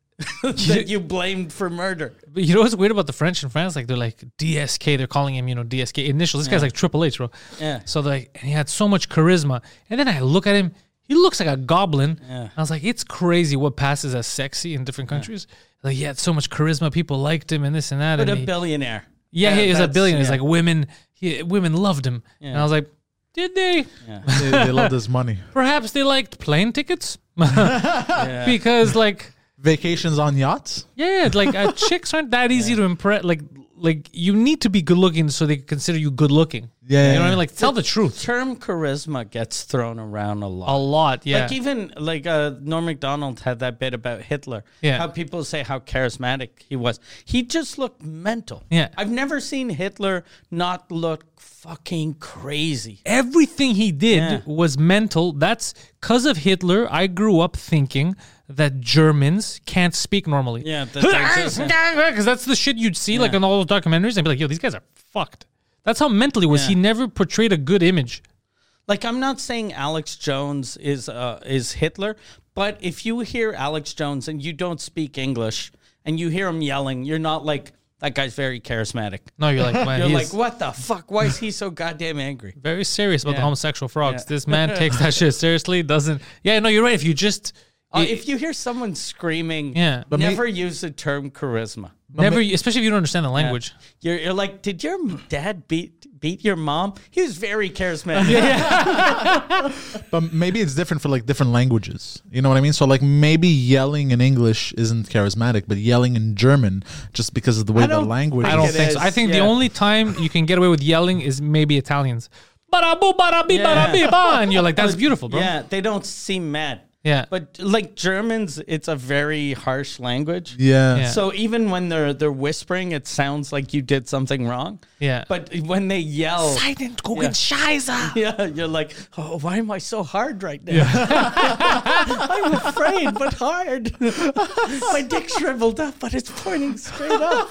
Speaker 2: that you blamed for murder.
Speaker 1: but you know what's weird about the French in France? Like they're like DSK. They're calling him, you know, DSK initials. This guy's like Triple H, bro.
Speaker 2: Yeah.
Speaker 1: So they're like, and he had so much charisma. And then I look at him. He looks like a goblin. I was like, it's crazy what passes as sexy in different countries. Like he had so much charisma. People liked him and this and that.
Speaker 2: But
Speaker 1: and
Speaker 2: a
Speaker 1: he-
Speaker 2: billionaire.
Speaker 1: Yeah,
Speaker 2: That-
Speaker 1: he is a
Speaker 2: that's-
Speaker 1: billionaire.
Speaker 2: yeah.
Speaker 1: He's like women. He, women loved him, and I was like, did they?
Speaker 3: they, they love this money.
Speaker 1: Perhaps they liked plane tickets because, like,
Speaker 3: Vacations on yachts.
Speaker 1: yeah, like uh, chicks aren't that easy to impress. Like like you need to be good looking so they consider you good looking.
Speaker 3: Yeah,
Speaker 1: you know what I
Speaker 3: yeah.
Speaker 1: mean. Like tell the truth
Speaker 2: Term charisma gets thrown around a lot.
Speaker 1: a lot. Yeah,
Speaker 2: Like even like uh, Norm Macdonald had that bit about Hitler.
Speaker 1: Yeah.
Speaker 2: How people say how charismatic he was. He just looked mental.
Speaker 1: Yeah.
Speaker 2: I've never seen Hitler not look fucking crazy.
Speaker 1: everything he did
Speaker 2: Yeah.
Speaker 1: was mental. That's because of Hitler. I grew up thinking that Germans can't speak normally.
Speaker 2: Yeah, that they
Speaker 1: because
Speaker 2: just-
Speaker 1: that's the shit you'd see like in all those documentaries and be like, yo, these guys are fucked. That's how mental he was. He never portrayed a good image.
Speaker 2: Like I'm not saying Alex Jones is uh, is Hitler, but if you hear Alex Jones and you don't speak English and you hear him yelling, you're not like that guy's very charismatic.
Speaker 1: No, you're like, man,
Speaker 2: You're
Speaker 1: he
Speaker 2: like,
Speaker 1: is
Speaker 2: what the fuck? Why is he so goddamn angry?
Speaker 1: very serious about the
Speaker 2: Yeah.
Speaker 1: homosexual frogs.
Speaker 2: Yeah.
Speaker 1: This man takes that shit seriously. Doesn't. Yeah, no, you're right. If you just
Speaker 2: Uh, if you hear someone screaming,
Speaker 1: Yeah. But
Speaker 3: me-
Speaker 2: never use the term charisma.
Speaker 1: never, especially if you don't understand the language.
Speaker 2: You're, you're like, did your m- dad beat beat your mom? He was very charismatic.
Speaker 3: But maybe it's different for like different languages. You know what I mean? So like maybe yelling in English isn't charismatic, but yelling in German just because of the way the
Speaker 2: don't
Speaker 3: language.
Speaker 1: I don't
Speaker 2: it
Speaker 1: think so.
Speaker 2: is,
Speaker 1: I think the
Speaker 2: yeah.
Speaker 1: only time you can get away with yelling is maybe Italians. Barabu, barabi, barabi, ba. And you're like, that's beautiful, bro.
Speaker 2: Yeah, they don't seem mad.
Speaker 1: Yeah.
Speaker 2: But like Germans, it's a very harsh language.
Speaker 3: Yeah.
Speaker 1: Yeah.
Speaker 2: So even when they're they're whispering, it sounds like you did something wrong.
Speaker 1: Yeah.
Speaker 2: But when they yell,
Speaker 1: Silent gucken Scheiße.
Speaker 2: yeah, you're like, oh, why am I so hard right now? I'm afraid, but hard. My dick shriveled up, but it's pointing straight up.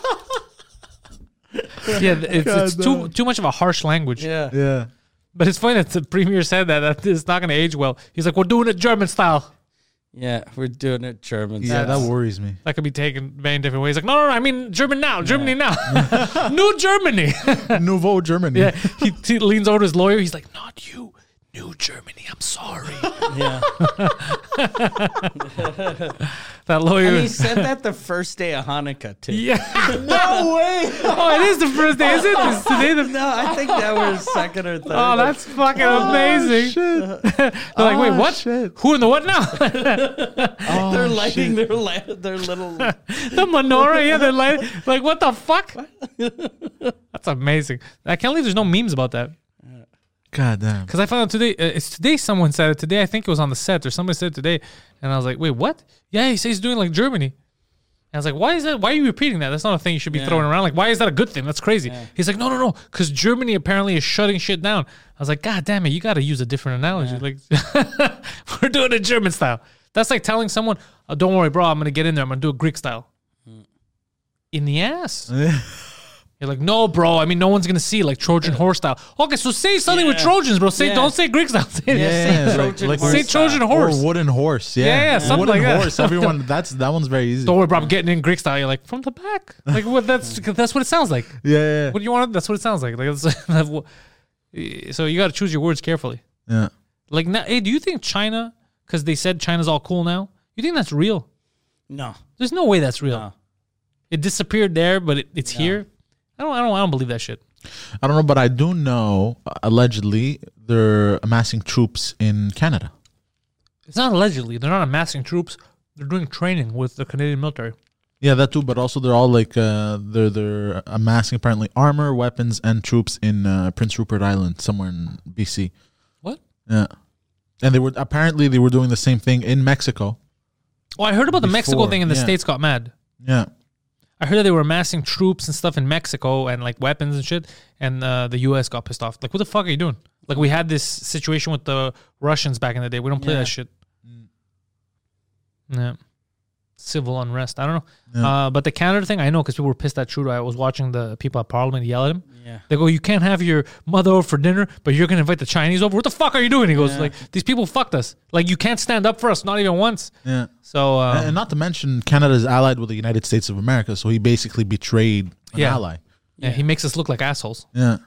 Speaker 1: Yeah, th- it's, it's too too much of a harsh language.
Speaker 2: Yeah.
Speaker 3: Yeah.
Speaker 1: But it's funny that the premier said that, that it's not going to age well. He's like, we're doing it German style.
Speaker 2: Yeah, we're doing it German.
Speaker 3: Yeah,
Speaker 2: style.
Speaker 3: that worries me.
Speaker 1: That could be taken many different ways. Like, no, no, no I mean German now, Germany now, New Germany.
Speaker 3: Nouveau Germany.
Speaker 1: yeah, he, he leans over to his lawyer. He's like, not you, New Germany. I'm sorry.
Speaker 2: Yeah.
Speaker 1: That lawyer.
Speaker 2: And he said that the first day of Hanukkah too.
Speaker 1: yeah.
Speaker 2: No way.
Speaker 1: Oh, it is the first day, is it? It's today the
Speaker 2: No, I think that was second or third.
Speaker 1: Oh, that's fucking amazing.
Speaker 3: Shit.
Speaker 1: They're like, wait,
Speaker 3: Oh,
Speaker 1: what?
Speaker 3: shit.
Speaker 1: Who in the what now?
Speaker 2: they're lighting their la- their little.
Speaker 1: the menorah, yeah, they're like, like what the fuck? That's amazing. I can't believe there's no memes about that.
Speaker 3: God damn.
Speaker 1: Because I found out today, uh, it's today someone said it. Today, I think it was on the set or somebody said it today. And I was like, wait, what? Yeah, he says he's doing like Germany. And I was like, why is that? Why are you repeating that? That's not a thing you should be throwing around. Like, why is that a good thing? That's crazy. He's like, no, no, no. Because Germany apparently is shutting shit down. I was like, God damn it. You got to use a different analogy. Like, we're doing it German style. That's like telling someone, oh, don't worry, bro. I'm going to get in there. I'm going to do it Greek style.
Speaker 2: Hmm.
Speaker 1: In the ass. You're like, no, bro. I mean, no one's gonna see like Trojan horse style. Okay, so say something with
Speaker 2: Yeah.
Speaker 1: Trojans, bro. Say
Speaker 2: Yeah.
Speaker 1: don't say Greek style. Say,
Speaker 2: Yeah,
Speaker 3: Yeah,
Speaker 2: say
Speaker 3: like-
Speaker 2: Trojan
Speaker 3: like
Speaker 2: horse
Speaker 1: say
Speaker 2: style.
Speaker 1: Trojan
Speaker 3: Or
Speaker 1: horse.
Speaker 3: wooden horse. Yeah.
Speaker 1: Yeah, yeah, something
Speaker 3: wooden
Speaker 1: like that.
Speaker 3: horse. Everyone. That's that one's very easy.
Speaker 1: don't worry, bro. I'm getting in Greek style. You're like from the back. Like what? That's that's what it sounds like.
Speaker 3: Yeah. Yeah.
Speaker 1: What do you want? That's what it sounds like. Like that's, so you got to choose your words carefully.
Speaker 3: yeah.
Speaker 1: Like, now, hey, do you think China? Because they said China's all cool now. You think that's real?
Speaker 2: No.
Speaker 1: There's no way that's real.
Speaker 2: No.
Speaker 1: It disappeared there, but it, it's here. I don't. I don't. I don't believe that shit.
Speaker 3: I don't know, but I do know uh, allegedly they're amassing troops in Canada.
Speaker 1: It's not allegedly. They're not amassing troops. They're doing training with the Canadian military.
Speaker 3: Yeah, that too. But also, they're all like uh, they're they're amassing apparently armor, weapons, and troops in uh, Prince Rupert Island, somewhere in BC.
Speaker 1: What?
Speaker 3: Yeah, and they were apparently they were doing the same thing in Mexico.
Speaker 1: Oh, I heard about the Mexico
Speaker 3: Before,
Speaker 1: thing, and the
Speaker 3: yeah.
Speaker 1: states got mad.
Speaker 3: Yeah,
Speaker 1: I heard that they were amassing troops and stuff in Mexico and like weapons and shit, and uh, the U.S. got pissed off. Like, what the fuck are you doing? Like, we had this situation with the Russians back in the day. We don't play
Speaker 2: Yeah.
Speaker 1: that shit. Yeah. Civil unrest. I don't know. Uh, but the Canada thing, I know because people were pissed at Trudeau. I was watching the people at Parliament yell at him.
Speaker 2: Yeah.
Speaker 1: They go, "You can't have your mother over for dinner, but you're gonna invite the Chinese over." What the fuck are you doing? He goes, "Like these people fucked us. Like you can't stand up for us, not even once."
Speaker 3: yeah.
Speaker 1: So um,
Speaker 3: And- and not to mention, Canada is allied with the United States of America, so he basically betrayed an
Speaker 1: Yeah.
Speaker 3: ally.
Speaker 1: yeah, he makes us look like assholes.
Speaker 3: Yeah.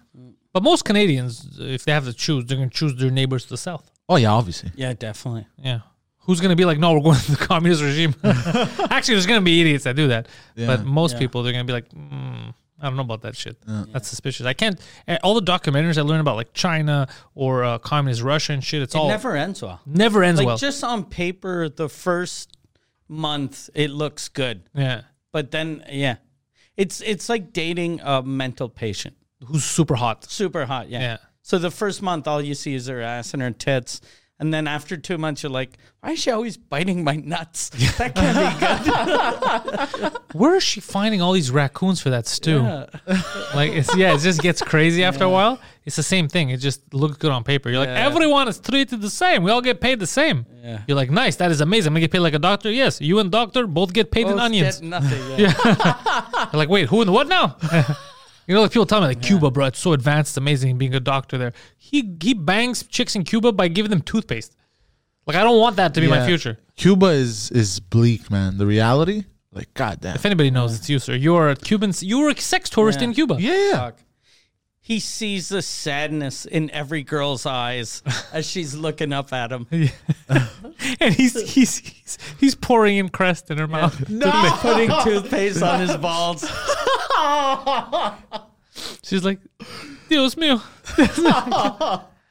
Speaker 1: But most Canadians, if they have to choose, they're going to choose their neighbors to the south.
Speaker 3: Oh yeah, obviously.
Speaker 2: Yeah, definitely.
Speaker 1: Yeah. Who's going to be like, no, we're going to the communist regime? Actually, there's going to be idiots that do that. But most people, they're going to be like, mm, I don't know about that shit. That's suspicious. I can't. eh, All the documentaries I learn about, like China or uh, communist Russia and shit, it's
Speaker 2: It
Speaker 1: all never,
Speaker 2: Oh. never ends well.
Speaker 1: ends
Speaker 2: Like
Speaker 1: well.
Speaker 2: just on paper, the first month it looks good,
Speaker 1: yeah.
Speaker 2: but then yeah, It's it's like dating a mental patient.
Speaker 1: Who's super hot?
Speaker 2: Super hot, yeah.
Speaker 1: Yeah.
Speaker 2: So the first month, all you see is her ass and her tits. And then after two months, you're like, why is she always biting my nuts? That can't be good.
Speaker 1: Where is she finding all these raccoons for that stew? Like, it's, yeah, it just gets crazy after a while. It's the same thing. It just looks good on paper. You're like, everyone is treated the same. We all get paid the same. You're like, nice. That is amazing. I'm gonna get paid like a doctor. Yes, you and doctor both get paid in
Speaker 2: Both
Speaker 1: onions.
Speaker 2: Get nothing, yeah.
Speaker 1: They're like, wait, who in the what now? you know, like people tell me, like Cuba, bro, it's so advanced, it's amazing being a doctor there. He he bangs chicks in Cuba by giving them toothpaste. Like I don't want that to be my
Speaker 3: Yeah.
Speaker 1: future.
Speaker 3: Cuba is is bleak, man. The reality, like goddamn.
Speaker 1: If anybody knows, it's you, sir. You're a Cuban. You're a sex tourist in Cuba.
Speaker 3: Yeah, yeah.
Speaker 2: He sees the sadness in every girl's eyes as she's looking up at him.
Speaker 1: and he's he's he's, he's pouring in crest in her mouth.
Speaker 2: He's putting toothpaste on his balls.
Speaker 1: She's like, Dios mío.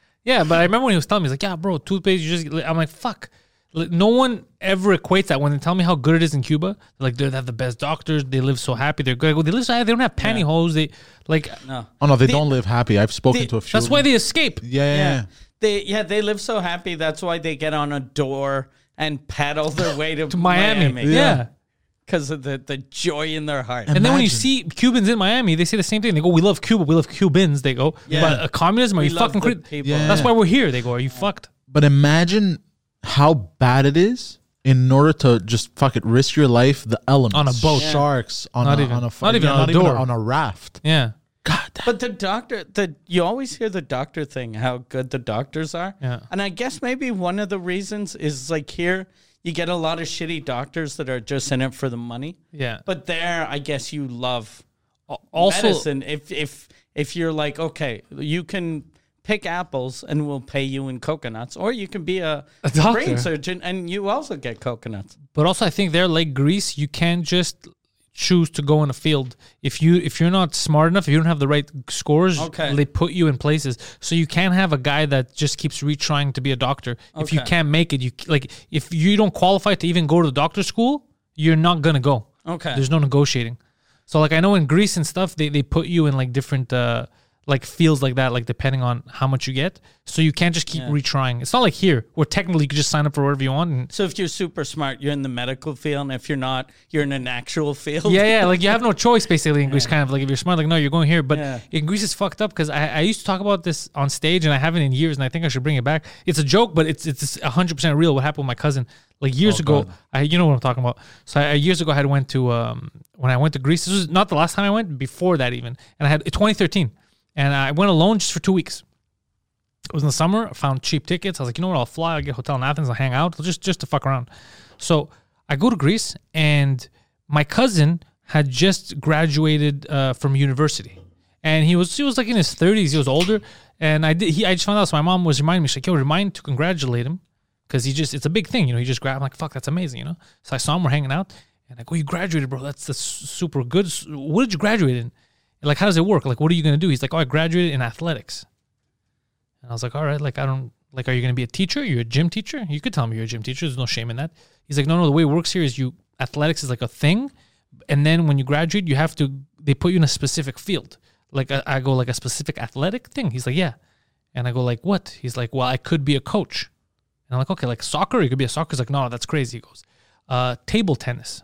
Speaker 1: yeah, but I remember when he was telling me, he's like, yeah, bro, toothpaste, you just, I'm like, fuck. Like, No one ever equates that when they tell me how good it is in Cuba. They're like, they have the best doctors. They live so happy. They're good. They live so happy. They don't have pantyhose. They like
Speaker 3: Oh no, they don't live happy. I've spoken
Speaker 2: the-
Speaker 3: to a few.
Speaker 1: that's
Speaker 3: of
Speaker 1: why
Speaker 3: them.
Speaker 1: they escape.
Speaker 3: Yeah, yeah, yeah.
Speaker 2: They yeah, they live so happy. That's why they get on a door and paddle their way to,
Speaker 1: To Miami. Yeah.
Speaker 2: because of the, the joy in their heart.
Speaker 1: And then when you
Speaker 3: Imagine.
Speaker 1: see Cubans in Miami, they say the same thing. They go, "We love Cuba. We love Cubans." They go,
Speaker 2: Yeah.
Speaker 1: "But uh, communism? Are
Speaker 2: We
Speaker 1: you
Speaker 2: love
Speaker 1: fucking
Speaker 2: the
Speaker 1: crit-
Speaker 2: people. Yeah.
Speaker 1: That's why we're here." They go, "Are you fucked?"
Speaker 3: But imagine how bad it is in order to just fuck it, risk your life, the elements
Speaker 1: On a boat. Yeah.
Speaker 3: sharks on
Speaker 1: Not
Speaker 3: a,
Speaker 1: even-
Speaker 3: on a fu-
Speaker 1: not even
Speaker 3: yeah,
Speaker 1: on a door.
Speaker 3: on a raft.
Speaker 1: Yeah.
Speaker 2: But the doctor, the you always hear the doctor thing, how good the doctors are.
Speaker 1: Yeah.
Speaker 2: And I guess maybe one of the reasons is like here you get a lot of shitty doctors that are just in it for the money.
Speaker 1: Yeah.
Speaker 2: But there, I guess you love
Speaker 1: also-
Speaker 2: medicine. If if if you're like okay, you can pick apples and we'll pay you in coconuts, or you can be a,
Speaker 1: A doctor.
Speaker 2: brain surgeon and you also get coconuts.
Speaker 1: But also, I think they're like Greece. You can't just choose to go in a field if you if you're not smart enough. If you don't have the right scores,
Speaker 2: Okay.
Speaker 1: they put you in places. So you can't have a guy that just keeps retrying to be a doctor. If you
Speaker 2: Okay.
Speaker 1: can't make it, you like if you don't qualify to even go to the doctor school, you're not gonna go.
Speaker 2: Okay.
Speaker 1: There's no negotiating. So like I know in Greece and stuff, they they put you in like different. uh like fields like that, like depending on how much you get, so you can't just keep retrying. It's not like here where technically you can just sign up for whatever you want and
Speaker 2: So if you're super smart, you're in the medical field, and if you're not, you're in an actual field.
Speaker 1: Yeah, yeah. Like you have no choice basically in Greece. Kind of like if you're smart, like no, you're going here. But
Speaker 2: Yeah.
Speaker 1: in Greece, it's fucked up because I, I used to talk about this on stage and I haven't in years, and I think I should bring it back. It's a joke, but it's it's 100 percent real. What happened with my cousin like years ago? I you know what I'm talking about. So I, years ago, I had went to um when I went to Greece. This was not the last time I went. Before that even, and I had 2013, and I went alone just for two weeks. It was in the summer. I found cheap tickets. I was like, you know what? I'll fly. I'll get a hotel in Athens. I'll hang out just just to fuck around. So I go to Greece, and my cousin had just graduated uh, from university, and he was he was like in his thirties. He was older, and I did. He I just found out. So my mom was reminding me. She's like, yo, remind to congratulate him because he just it's a big thing. You know, he just grabbed. I'm like, fuck, that's amazing. You know. So I saw him. We're hanging out, and I go, you graduated, bro. That's that's super good. S- What did you graduate in? Like, how does it work? Like, what are you gonna do? He's like, oh, I graduated in athletics. And I was like, all right, like I don't like are you gonna be a teacher? You're a gym teacher? You could tell me you're a gym teacher. There's no shame in that. He's like, no, no, the way it works here is you athletics is like a thing. And then when you graduate, you have to they put you in a specific field. Like I, I go like a specific athletic thing. He's like, Yeah. And I go, like, what? He's like, Well, I could be a coach. And I'm like, okay, like soccer, you could be a soccer. He's like, no, that's crazy. He goes, uh, table tennis.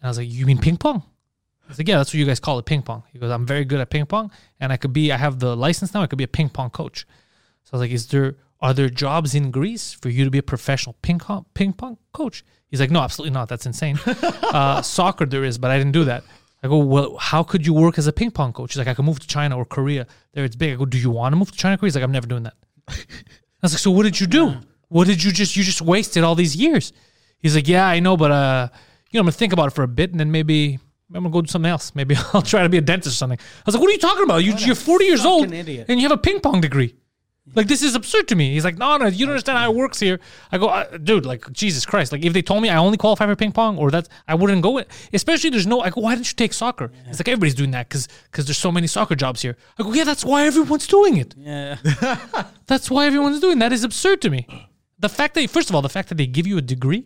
Speaker 1: And I was like, you mean ping pong? He's like, yeah, that's what you guys call it, ping pong. He goes, I'm very good at ping pong, and I could be, I have the license now. I could be a ping pong coach. So I was like, is there are there jobs in Greece for you to be a professional ping pong ping pong coach? He's like, no, absolutely not. That's insane. uh, soccer there is, but I didn't do that. I go, well, how could you work as a ping pong coach? He's like, I could move to China or Korea. There it's big. I go, do you want to move to China or Korea? He's like, I'm never doing that. I was like, so what did you do? What did you just you just wasted all these years? He's like, yeah, I know, but uh, you know, I'm gonna think about it for a bit, and then maybe I'm gonna go do something else. Maybe I'll try to be a dentist or something. I was like, what are you talking about? You, you're 40 years old,
Speaker 2: fucking idiot.
Speaker 1: and you have a ping pong degree. Like this is absurd to me. He's like, no, no, you don't understand how it works here. I go, uh, dude, like Jesus Christ. Like if they told me I only qualify for ping pong or that's, I wouldn't go. It. Especially there's no. I go, why didn't you take soccer? It's like everybody's doing that because because there's so many soccer jobs here. I go, yeah, that's why everyone's doing it.
Speaker 2: Yeah.
Speaker 1: That's why everyone's doing that is absurd to me. The fact that first of all, the fact that they give you a degree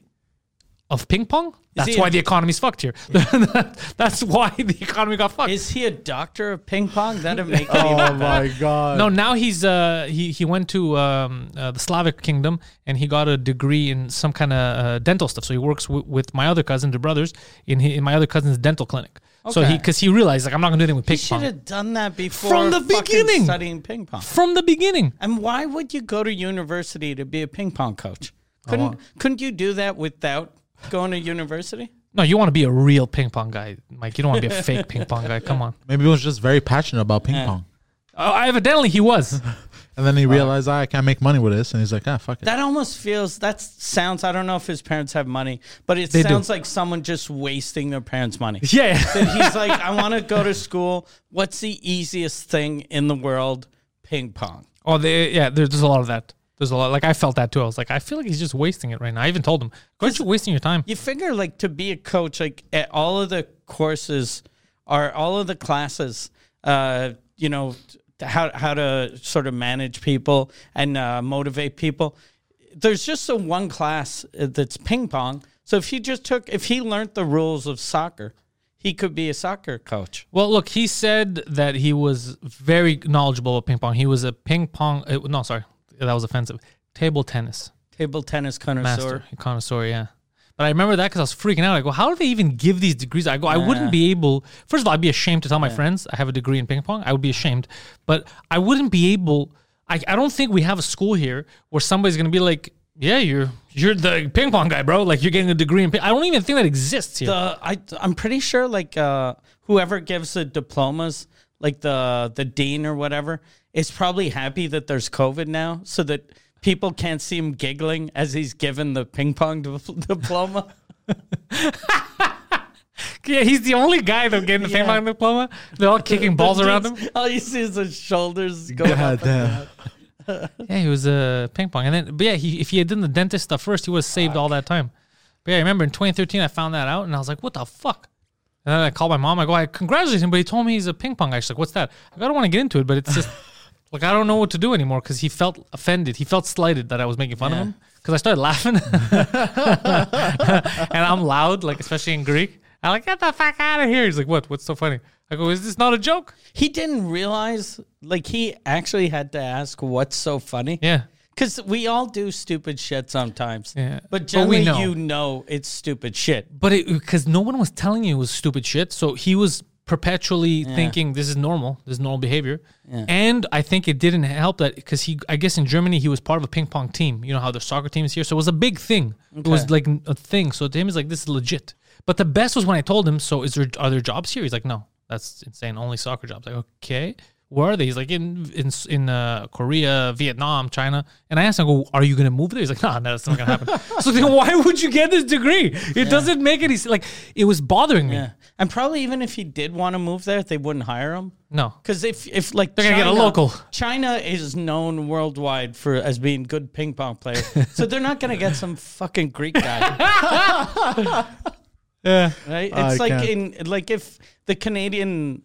Speaker 1: of ping pong. That's
Speaker 2: he
Speaker 1: why
Speaker 2: a-
Speaker 1: the economy's fucked here. That's why the economy got fucked.
Speaker 2: Is he a doctor of ping pong? That'd make it
Speaker 3: Oh
Speaker 2: even
Speaker 3: my god.
Speaker 1: no, now he's uh he he went to um uh, the Slavic kingdom and he got a degree in some kind of uh, dental stuff. So he works wi- with my other cousin, the brothers, in hi in my other cousin's dental clinic. So he
Speaker 2: Okay.
Speaker 1: because he realized like I'm not gonna do anything with
Speaker 2: He
Speaker 1: ping
Speaker 2: should
Speaker 1: pong
Speaker 2: have done that before
Speaker 1: From the
Speaker 2: fucking
Speaker 1: beginning.
Speaker 2: studying ping pong.
Speaker 1: from the beginning.
Speaker 2: And why would you go to university to be a ping pong coach? Couldn't
Speaker 1: Oh.
Speaker 2: couldn't you do that without going to university?
Speaker 1: No, you want to be a real ping pong guy, Mike. You don't want to be a fake ping pong guy. Come on.
Speaker 3: Maybe he was just very passionate about ping pong.
Speaker 1: Oh, evidently he was.
Speaker 3: And then he realized "Ah, I can't make money with this and he's like, ah fuck it.
Speaker 2: That almost feels that sounds I don't know if his parents have money, but it
Speaker 1: They do.
Speaker 2: sounds like someone just wasting their parents' money.
Speaker 1: Yeah.
Speaker 2: That he's like, I want to go to school. What's the easiest thing in the world? Ping pong.
Speaker 1: Oh, they, yeah. There's, there's a lot of that. There's a lot. Like I felt that too. I was like, I feel like he's just wasting it right now. I even told him, "Aren't you wasting your time?"
Speaker 2: You figure like to be a coach, like at all of the courses are all of the classes, uh, you know, t- how how to sort of manage people and uh, motivate people. There's just the one class uh, that's ping pong. So if he just took, if he learned the rules of soccer, he could be a soccer coach.
Speaker 1: Well, look, he said that he was very knowledgeable about ping pong. He was a ping pong. Uh, no, sorry, that was offensive. Table tennis
Speaker 2: Table tennis
Speaker 1: master
Speaker 2: connoisseur.
Speaker 1: connoisseur. Yeah. But I remember that because I was freaking out. I go, how do they even give these degrees? I go, I wouldn't be able. First of all, I'd be ashamed to tell my friends I have a degree in ping pong. I would be ashamed, but I wouldn't be able. I, I don't think we have a school here where somebody's gonna be like, yeah, you're you're the ping pong guy, bro. Like you're getting a degree in. Ping. I don't even think that exists here.
Speaker 2: The I I'm pretty sure like uh, whoever gives the diplomas, like the the dean or whatever, is probably happy that there's COVID now, so that people can't see him giggling as he's given the ping pong dip- diploma.
Speaker 1: yeah, he's the only guy that's getting the ping
Speaker 2: Yeah.
Speaker 1: pong diploma. They're all kicking balls around him.
Speaker 2: All you see is his shoulders go.
Speaker 3: God
Speaker 2: up.
Speaker 3: damn.
Speaker 1: Yeah, he was uh, ping pong, and then but yeah, he if he had done the dentist stuff first, he was saved all that time. But yeah, I remember in 2013, I found that out, and I was like, "What the fuck?" And then I called my mom. I go, "I congratulate him," but he told me he's a ping pong guy. She's like, "What's that?" I go, "I don't want to get into it, but it's just like I don't know what to do anymore because he felt offended. He felt slighted that I was making fun of him because I started laughing, and I'm loud, like especially in Greek. I'm like, "Get the fuck out of here!" He's like, "What? What's so funny?" I go, "Is this not a joke?"
Speaker 2: He didn't realize like he actually had to ask what's so funny.
Speaker 1: Yeah.
Speaker 2: Because we all do stupid shit sometimes,
Speaker 1: Yeah. But we
Speaker 2: but generally
Speaker 1: know.
Speaker 2: you know it's stupid shit.
Speaker 1: But it because no one was telling you it was stupid shit, so he was perpetually thinking this is normal, this is normal behavior. And I think it didn't help that because he, I guess in Germany he was part of a ping pong team. You know how their soccer team is here, so it was a big thing. It was like n- a thing. So to him, it's like this is legit. But the best was when I told him, so is there are there jobs here? He's like, no, that's insane. Only soccer jobs. Like, okay, where are they? He's like in in s- in uh, Korea, Vietnam, China. And I asked him, I go, are you gonna move there? He's like, nah, no, that's not gonna happen. so then why would you get this degree? It doesn't make any s- like. It was bothering me.
Speaker 2: Yeah. And probably even if he did want to move there, they wouldn't hire him.
Speaker 1: No,
Speaker 2: Because if, if like
Speaker 1: They're gonna get a local.
Speaker 2: China is known worldwide for as being good ping pong players, so they're not gonna get some fucking Greek guy,
Speaker 1: yeah,
Speaker 2: right?
Speaker 3: I
Speaker 2: It's like
Speaker 3: can't.
Speaker 2: in like if the Canadian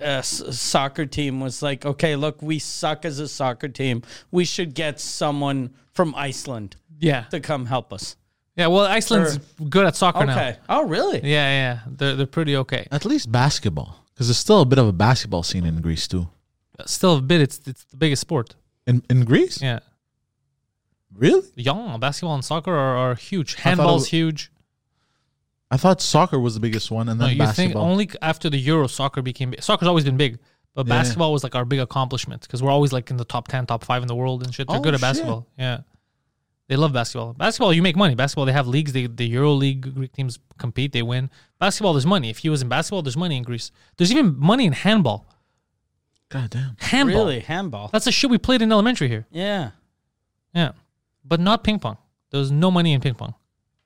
Speaker 2: uh, s- soccer team was like, okay, look, we suck as a soccer team, we should get someone from Iceland
Speaker 1: yeah,
Speaker 2: to come help us.
Speaker 1: yeah. Well, Iceland's good at soccer now.
Speaker 2: Okay. Oh, really?
Speaker 1: Yeah, yeah, they're they're pretty okay.
Speaker 3: At least basketball. Because there's still a bit of a basketball scene in Greece too.
Speaker 1: Still a bit. It's it's the biggest sport.
Speaker 3: In in Greece?
Speaker 1: Yeah.
Speaker 3: Really?
Speaker 1: Yeah, basketball and soccer are, are huge.
Speaker 3: I thought it
Speaker 1: Handball's
Speaker 3: wa-
Speaker 1: huge.
Speaker 3: I thought soccer was the biggest one and
Speaker 1: No,
Speaker 3: then
Speaker 1: you think
Speaker 3: basketball.
Speaker 1: only c- after the Euro soccer became big. Soccer's always been big, but
Speaker 3: Yeah, yeah.
Speaker 1: basketball was like our big accomplishment because we're always like in the top 10, top 5 in the world and shit. They're
Speaker 3: Oh,
Speaker 1: good at
Speaker 3: shit.
Speaker 1: basketball. Yeah. They love basketball. Basketball, you make money. Basketball, they have leagues. They, the Euro League Greek teams compete. They win. Basketball, there's money. If he was in basketball, there's money in Greece. There's even money in handball.
Speaker 3: God damn.
Speaker 1: Handball.
Speaker 2: Really? Handball?
Speaker 1: That's the shit we played in elementary here.
Speaker 2: yeah.
Speaker 1: Yeah. But not ping pong. There was no money in ping pong.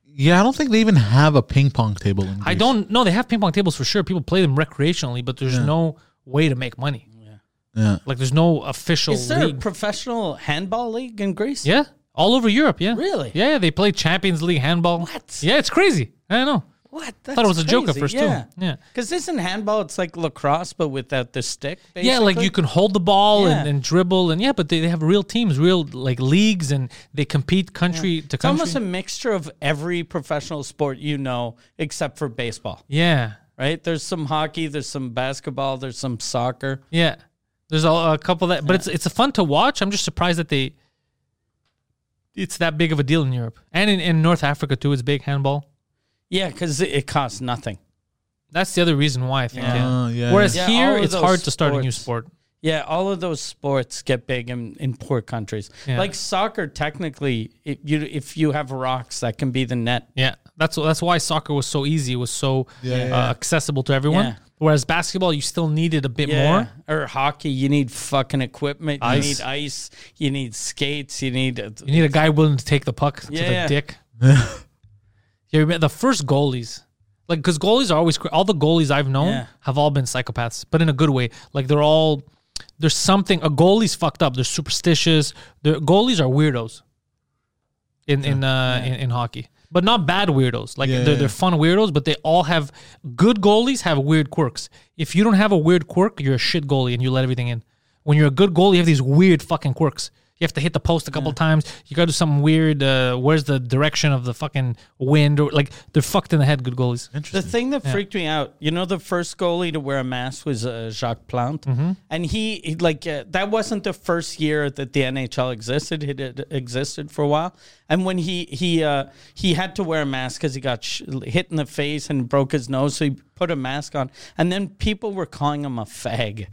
Speaker 3: Yeah, I don't think they even have a ping pong table in Greece.
Speaker 1: I don't know. They have ping pong tables for sure. People play them recreationally, but there's no way to make money.
Speaker 3: Yeah.
Speaker 1: Like there's no official
Speaker 2: Is there a
Speaker 1: league.
Speaker 2: professional handball league in Greece?
Speaker 1: yeah, all over Europe. Yeah,
Speaker 2: Really?
Speaker 1: Yeah, yeah, they play Champions League handball.
Speaker 2: What?
Speaker 1: Yeah, it's crazy. I know.
Speaker 2: What?
Speaker 1: thought it was a joke at
Speaker 2: crazy.
Speaker 1: first, too.
Speaker 2: yeah.
Speaker 1: Yeah.
Speaker 2: Because isn't handball? It's like lacrosse, but without the stick. Basically.
Speaker 1: Yeah, like you can hold the ball and,
Speaker 2: Yeah.
Speaker 1: and dribble and yeah, but they, they have real teams, real like leagues, and they compete country to
Speaker 2: It's
Speaker 1: country.
Speaker 2: almost a mixture of every professional sport you know, except for baseball.
Speaker 1: yeah,
Speaker 2: Right? There's some hockey. There's some basketball. There's some soccer.
Speaker 1: yeah. There's a, a couple that, but it's it's fun to watch. I'm just surprised that they. It's that big of a deal in Europe and in, in North Africa too. It's big handball.
Speaker 2: Yeah, because it, it costs nothing.
Speaker 1: That's the other reason why I think. Yeah.
Speaker 3: Ah, yeah,
Speaker 1: Whereas
Speaker 2: yeah. Yeah,
Speaker 1: here,
Speaker 2: all of
Speaker 1: it's
Speaker 2: those
Speaker 1: hard to start a new sport.
Speaker 2: sports. Yeah, all of those sports get big in, in poor countries.
Speaker 1: Yeah.
Speaker 2: Like soccer, technically, it, you if you have rocks, that can be the net.
Speaker 1: Yeah, that's that's why soccer was so easy. It was so uh, accessible to everyone.
Speaker 2: Yeah.
Speaker 1: Whereas basketball, you still needed a bit more.
Speaker 2: Or hockey, you need fucking equipment.
Speaker 1: Ice.
Speaker 2: You need ice. You need skates. You need. uh,
Speaker 1: You need a guy willing to take the puck to the
Speaker 2: Yeah.
Speaker 1: dick. yeah, remember the first goalies, like because goalies are always cra- all the goalies I've known
Speaker 2: Yeah.
Speaker 1: have all been psychopaths, but in a good way. Like they're all there's something a goalie's fucked up. They're superstitious. They're, goalies are weirdos. In in uh in, in hockey, but not bad weirdos. Like
Speaker 3: Yeah,
Speaker 1: they're
Speaker 3: yeah.
Speaker 1: they're fun weirdos, but they all have good goalies have weird quirks. If you don't have a weird quirk, you're a shit goalie and you let everything in. When you're a good goalie, you have these weird fucking quirks. You have to hit the post a couple times. You got to do some weird. Uh, where's the direction of the fucking wind? Or like they're fucked in the head. Good goalies.
Speaker 2: The thing that freaked me out, you know, the first goalie to wear a mask was uh, Jacques Plante, and he, he, like uh, that wasn't the first year that the NHL existed. It had existed for a while, and when he he uh, he had to wear a mask because he got sh- hit in the face and broke his nose, so he put a mask on, and then people were calling him a fag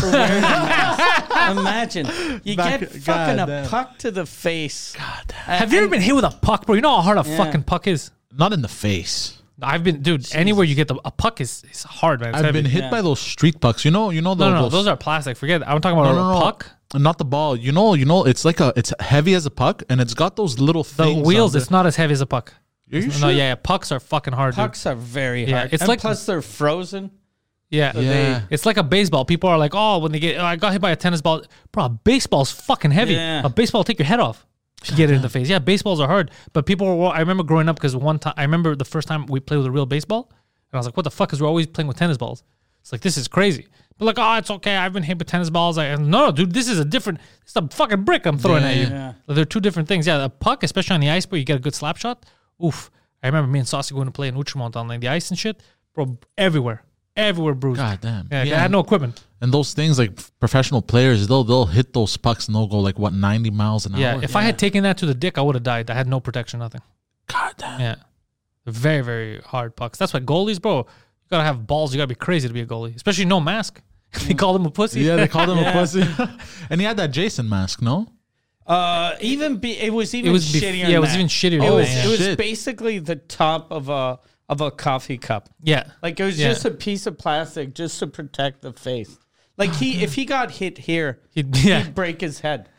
Speaker 2: for wearing a mask. Imagine you
Speaker 3: Back-
Speaker 2: get fucking
Speaker 3: goddamn.
Speaker 2: a puck to the face. God,
Speaker 1: Have you ever been hit with a puck, bro? You know how hard a fucking puck is.
Speaker 3: not in the face.
Speaker 1: I've been, dude. Anywhere you get the a puck is is hard, man. It's
Speaker 3: I've
Speaker 1: heavy.
Speaker 3: been hit by those street pucks. You know, you know
Speaker 1: No,
Speaker 3: those.
Speaker 1: no, no, those are plastic. Forget. That. I'm talking about
Speaker 3: no, no,
Speaker 1: a
Speaker 3: no.
Speaker 1: puck.
Speaker 3: Not the ball. You know, you know. It's like a. It's heavy as a puck, and it's got those little
Speaker 1: The
Speaker 3: things. on
Speaker 1: wheels.
Speaker 3: the-
Speaker 1: It's not as heavy as a puck.
Speaker 3: Are you
Speaker 1: no,
Speaker 3: sure?
Speaker 1: yeah, yeah, pucks are fucking hard. dude.
Speaker 2: pucks are very
Speaker 1: Yeah,
Speaker 2: hard.
Speaker 1: it's
Speaker 2: and
Speaker 1: like-
Speaker 2: plus they're frozen.
Speaker 1: Yeah,
Speaker 3: Yeah. they-
Speaker 1: It's like a baseball. People are like, oh, when they get, oh, I got hit by a tennis ball. Bro, a baseball's fucking heavy.
Speaker 2: Yeah.
Speaker 1: A baseball will take your head off. if you Get it in the face. Yeah, baseballs are hard. But people were. I remember growing up because one time I remember the first time we played with a real baseball, and I was like, "What the fuck?" Because we're always playing with tennis balls. It's like this is crazy. But like, oh, it's okay. I've been hit with tennis balls. I no, dude, this is a different. It's a fucking brick I'm throwing at you. They're two different things. Yeah, a puck, especially on the ice, where you get a good slap shot. Oof. I remember me and Saucy going to play in Outremont on like the ice and shit, bro. Everywhere, everywhere bruised.
Speaker 3: God damn.
Speaker 1: Yeah, I had no equipment.
Speaker 3: And those things, like f- professional players, they'll they'll hit those pucks and they'll go like what ninety miles an
Speaker 1: Yeah,
Speaker 3: hour.
Speaker 1: if I had taken that to the dick, I would have died. I had no protection, nothing.
Speaker 3: God damn.
Speaker 1: Yeah, They're very very hard pucks. That's why goalies, bro. You gotta have balls. You gotta be crazy to be a goalie, especially no mask. they call him a pussy.
Speaker 3: Mm. Yeah, they called him a pussy. and he had that Jason mask, no?
Speaker 2: Uh, even be, it was even
Speaker 1: was bef-
Speaker 2: shittier.
Speaker 1: yeah,
Speaker 2: than
Speaker 1: it was
Speaker 2: that.
Speaker 1: even shittier
Speaker 2: It
Speaker 1: than
Speaker 2: was,
Speaker 1: that,
Speaker 2: it
Speaker 3: yeah.
Speaker 2: was
Speaker 3: Shit.
Speaker 2: basically the top of a of a coffee cup.
Speaker 1: yeah.
Speaker 2: Like it was
Speaker 1: Yeah.
Speaker 2: just a piece of plastic just to protect the face. Like he, if he got hit here,
Speaker 1: He'd- yeah.
Speaker 2: he'd break his head.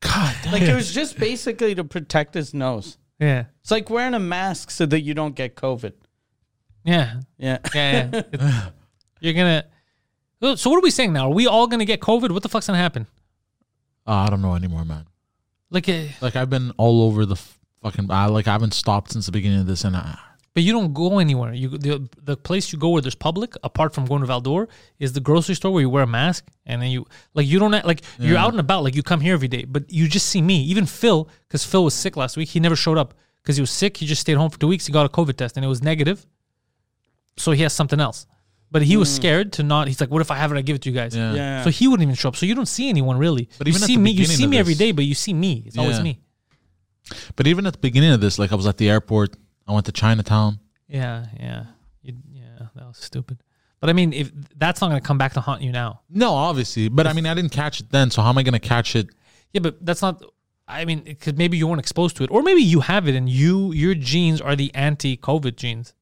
Speaker 3: God damn.
Speaker 2: Like it was just basically to protect his nose.
Speaker 1: yeah,
Speaker 2: It's like wearing a mask so that you don't get COVID.
Speaker 1: yeah.
Speaker 2: Yeah.
Speaker 1: Yeah, yeah. It- you're gonna. Oh, So what are we saying now? Are we all gonna get COVID? What the fuck's gonna happen?
Speaker 3: Oh, I don't know anymore, man.
Speaker 1: Like, uh,
Speaker 3: Like I've been all over the f- fucking. I like I haven't stopped since the beginning of this, and I,
Speaker 1: but you don't go anywhere. You the the place you go where there's public, apart from going to Valdor, is the grocery store where you wear a mask and then you like you don't act- like you're out and about. Like you come here every day, but you just see me. Even Phil, because Phil was sick last week, he never showed up because he was sick. He just stayed home for two weeks. He got a COVID test and it was negative, so he has something else. But he was scared to not. He's like, "What if I have it? I give it to you guys."
Speaker 3: Hmm. yeah.
Speaker 2: Yeah.
Speaker 1: So he wouldn't even show up. So you don't see anyone really. But
Speaker 3: But
Speaker 1: you
Speaker 3: even at
Speaker 1: see
Speaker 3: the
Speaker 1: me, you
Speaker 3: beginning
Speaker 1: see
Speaker 3: of
Speaker 1: me every
Speaker 3: this-
Speaker 1: day, but you see me. It's always
Speaker 3: Yeah.
Speaker 1: me.
Speaker 3: But even at the beginning of this, like I was at the airport, I went to Chinatown.
Speaker 1: Yeah, yeah, you, yeah. That was stupid. But I mean, if that's not going to come back to haunt you now.
Speaker 3: No, obviously, but I mean I didn't catch it then, so how am I gonna catch it?
Speaker 1: Yeah, but that's not. I mean, because maybe you weren't exposed to it, or maybe you have it, and you your genes are the anti-COVID genes.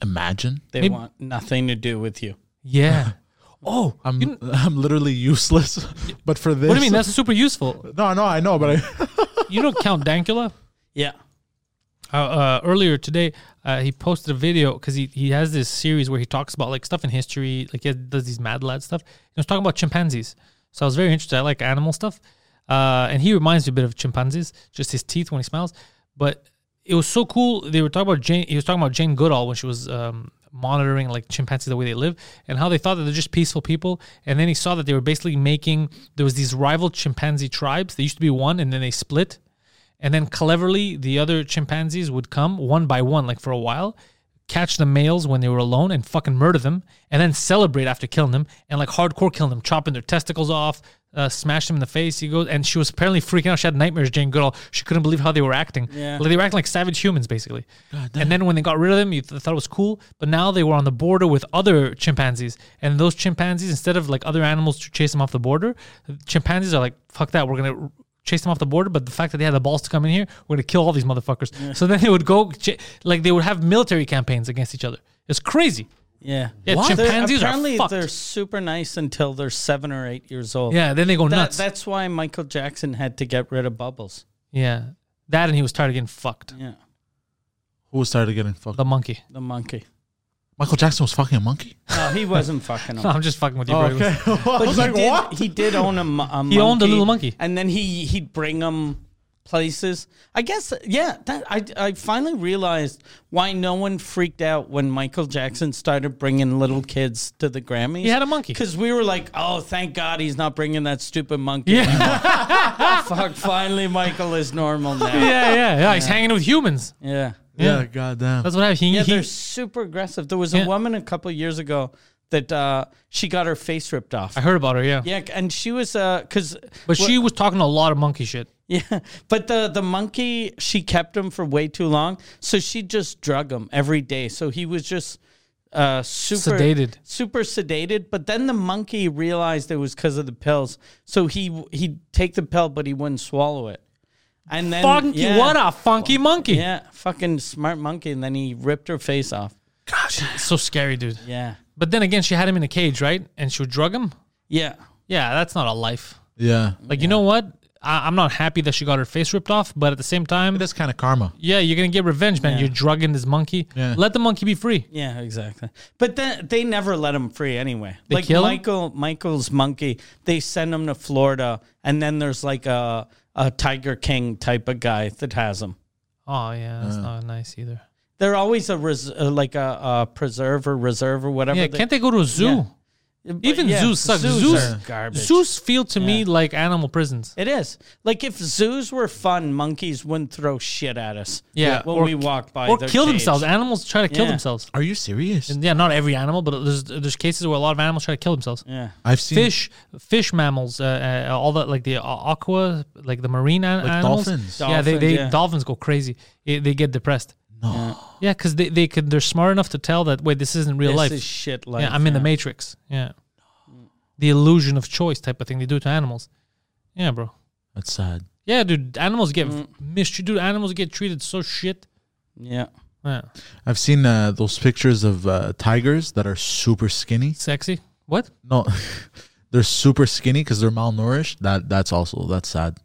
Speaker 3: Imagine.
Speaker 2: They
Speaker 1: Maybe-
Speaker 2: want nothing to do with you.
Speaker 1: Yeah. oh,
Speaker 3: I'm
Speaker 1: you-
Speaker 3: I'm literally useless. but for this,
Speaker 1: what do you mean? That's super useful.
Speaker 3: no, no, I know, but I,
Speaker 1: You don't count Dankula.
Speaker 2: Yeah.
Speaker 1: uh, uh, earlier today uh, he posted a video because he, he has this series where he talks about like stuff in history like he has- does these mad lad stuff he was talking about chimpanzees so i was very interested i like animal stuff uh, and he reminds me a bit of chimpanzees just his teeth when he smiles but it was so cool. They were talking about Jane. He was talking about Jane Goodall when she was um, monitoring like chimpanzees the way they live and how they thought that they're just peaceful people. And then he saw that they were basically making there was these rival chimpanzee tribes. They used to be one, and then they split. And then cleverly, the other chimpanzees would come one by one, like for a while, catch the males when they were alone and fucking murder them, and then celebrate after killing them and like hardcore killing them, chopping their testicles off, uh, smash them in the face. He goes, and she was apparently freaking out. She had nightmares. Jane Goodall. She couldn't believe how they were acting.
Speaker 2: Yeah.
Speaker 1: Like, they were acting like savage humans, basically. and then when they got rid of them, you th- thought it was cool, but now they were on the border with other chimpanzees, and those chimpanzees, instead of like other animals to chase them off the border, chimpanzees are like, fuck that, we're gonna. r- Chase them off the border, but the fact that they had the balls to come in here, we're gonna kill all these motherfuckers. So then they would go, ch- like they would have military campaigns against each other. It's crazy.
Speaker 2: Yeah.
Speaker 1: Yeah, What?
Speaker 2: They're-
Speaker 1: chimpanzees are
Speaker 2: apparently
Speaker 1: fucked.
Speaker 2: they're super nice until they're seven or eight years old.
Speaker 1: Yeah, then they go
Speaker 2: That-
Speaker 1: nuts.
Speaker 2: that's why Michael Jackson had to get rid of Bubbles.
Speaker 1: yeah, that and he was tired of getting fucked.
Speaker 2: Yeah.
Speaker 3: Who started getting fucked?
Speaker 1: The monkey.
Speaker 2: The monkey.
Speaker 3: Michael Jackson was fucking a monkey.
Speaker 2: No, he wasn't fucking him.
Speaker 1: No, I'm just fucking with you,
Speaker 3: Oh,
Speaker 1: bro. It was-
Speaker 3: I was
Speaker 2: he
Speaker 3: like,
Speaker 2: did,
Speaker 3: what?
Speaker 2: He did own a, mo- a monkey.
Speaker 1: He owned a little monkey.
Speaker 2: And then he, he'd bring him places. I guess, yeah, that, I, I finally realized why no one freaked out when Michael Jackson started bringing little kids to the Grammys.
Speaker 1: He had a monkey.
Speaker 2: Because we were like, oh, thank God he's not bringing that stupid monkey.
Speaker 1: Yeah.
Speaker 2: anymore." Fuck, finally Michael is normal now. Yeah.
Speaker 1: yeah, yeah, yeah. He's hanging with humans.
Speaker 2: Yeah,
Speaker 3: Yeah, goddamn.
Speaker 1: That's what happened. He, he,
Speaker 2: they're super aggressive. There was
Speaker 1: Yeah.
Speaker 2: a woman a couple years ago that uh, she got her face ripped off.
Speaker 1: I heard about her. Yeah,
Speaker 2: Yeah, and she was because
Speaker 1: but she was talking a lot of monkey shit.
Speaker 2: yeah, but the the monkey she kept him for way too long, so she just drug him every day. So he was just uh, super
Speaker 1: Sedated.
Speaker 2: super sedated. But then the monkey realized it was because of the pills, so he he'd take the pill, but he wouldn't swallow it. And then
Speaker 1: Funky,
Speaker 2: yeah,
Speaker 1: what a funky monkey!
Speaker 2: yeah, fucking smart monkey. And then he ripped her face off.
Speaker 1: It's so scary, dude.
Speaker 2: Yeah,
Speaker 1: But then again, she had him in a cage, right? And she would drug him.
Speaker 2: yeah,
Speaker 1: Yeah, that's not a life.
Speaker 3: yeah.
Speaker 1: Like you know what? I, I'm not happy that she got her face ripped off, but at the same time,
Speaker 3: That's kind of karma.
Speaker 1: yeah, you're gonna get revenge, man. You're drugging this monkey.
Speaker 3: Yeah.
Speaker 1: Let the monkey be free.
Speaker 2: yeah, exactly. But then they never let him free anyway.
Speaker 1: They
Speaker 2: like
Speaker 1: kill him?
Speaker 2: Michael, Michael's monkey, they send him to Florida, and then there's like a a Tiger King type of guy that has him.
Speaker 1: Oh yeah, that's not nice either.
Speaker 2: They're always a res, uh, like a, a preserve or reserve or whatever.
Speaker 1: Yeah,
Speaker 2: they-
Speaker 1: can't they go to a zoo?
Speaker 2: But
Speaker 1: Even
Speaker 2: yeah,
Speaker 1: zoos suck. Zoos,
Speaker 2: zoos
Speaker 1: zoos,
Speaker 2: are garbage.
Speaker 1: feel to me like animal prisons.
Speaker 2: It is like if zoos were fun, monkeys wouldn't throw shit at us.
Speaker 1: Yeah,
Speaker 2: when
Speaker 1: or-
Speaker 2: we walk by
Speaker 1: Or
Speaker 2: their
Speaker 1: kill
Speaker 2: cage.
Speaker 1: themselves. Animals try to kill
Speaker 2: Yeah.
Speaker 1: themselves.
Speaker 3: Are you serious?
Speaker 1: And yeah, not every animal, but there's there's cases where a lot of animals try to kill themselves.
Speaker 2: Yeah,
Speaker 3: I've seen
Speaker 1: Fish, fish mammals, uh, uh, all that like the uh, aqua, like the marine an-
Speaker 3: Like
Speaker 1: animals.
Speaker 3: dolphins.
Speaker 1: yeah, they, they
Speaker 2: Dolphins, yeah.
Speaker 1: dolphins go crazy. Eh, they get depressed.
Speaker 3: No.
Speaker 1: Yeah, because they they could they're smart enough to tell that wait this isn't real
Speaker 2: this
Speaker 1: life.
Speaker 2: is shit life.
Speaker 1: yeah, I'm in the matrix. Yeah,
Speaker 2: Mm.
Speaker 1: the illusion of choice type of thing they do to animals. Yeah, bro.
Speaker 3: That's sad.
Speaker 1: Yeah, dude. Animals get
Speaker 2: Mm.
Speaker 1: mistreated. Dude, animals get treated so shit.
Speaker 2: Yeah,
Speaker 1: Yeah.
Speaker 3: I've seen uh, those pictures of uh, tigers that are super skinny.
Speaker 1: Sexy. What?
Speaker 3: No, they're super skinny because they're malnourished. That that's also that's sad.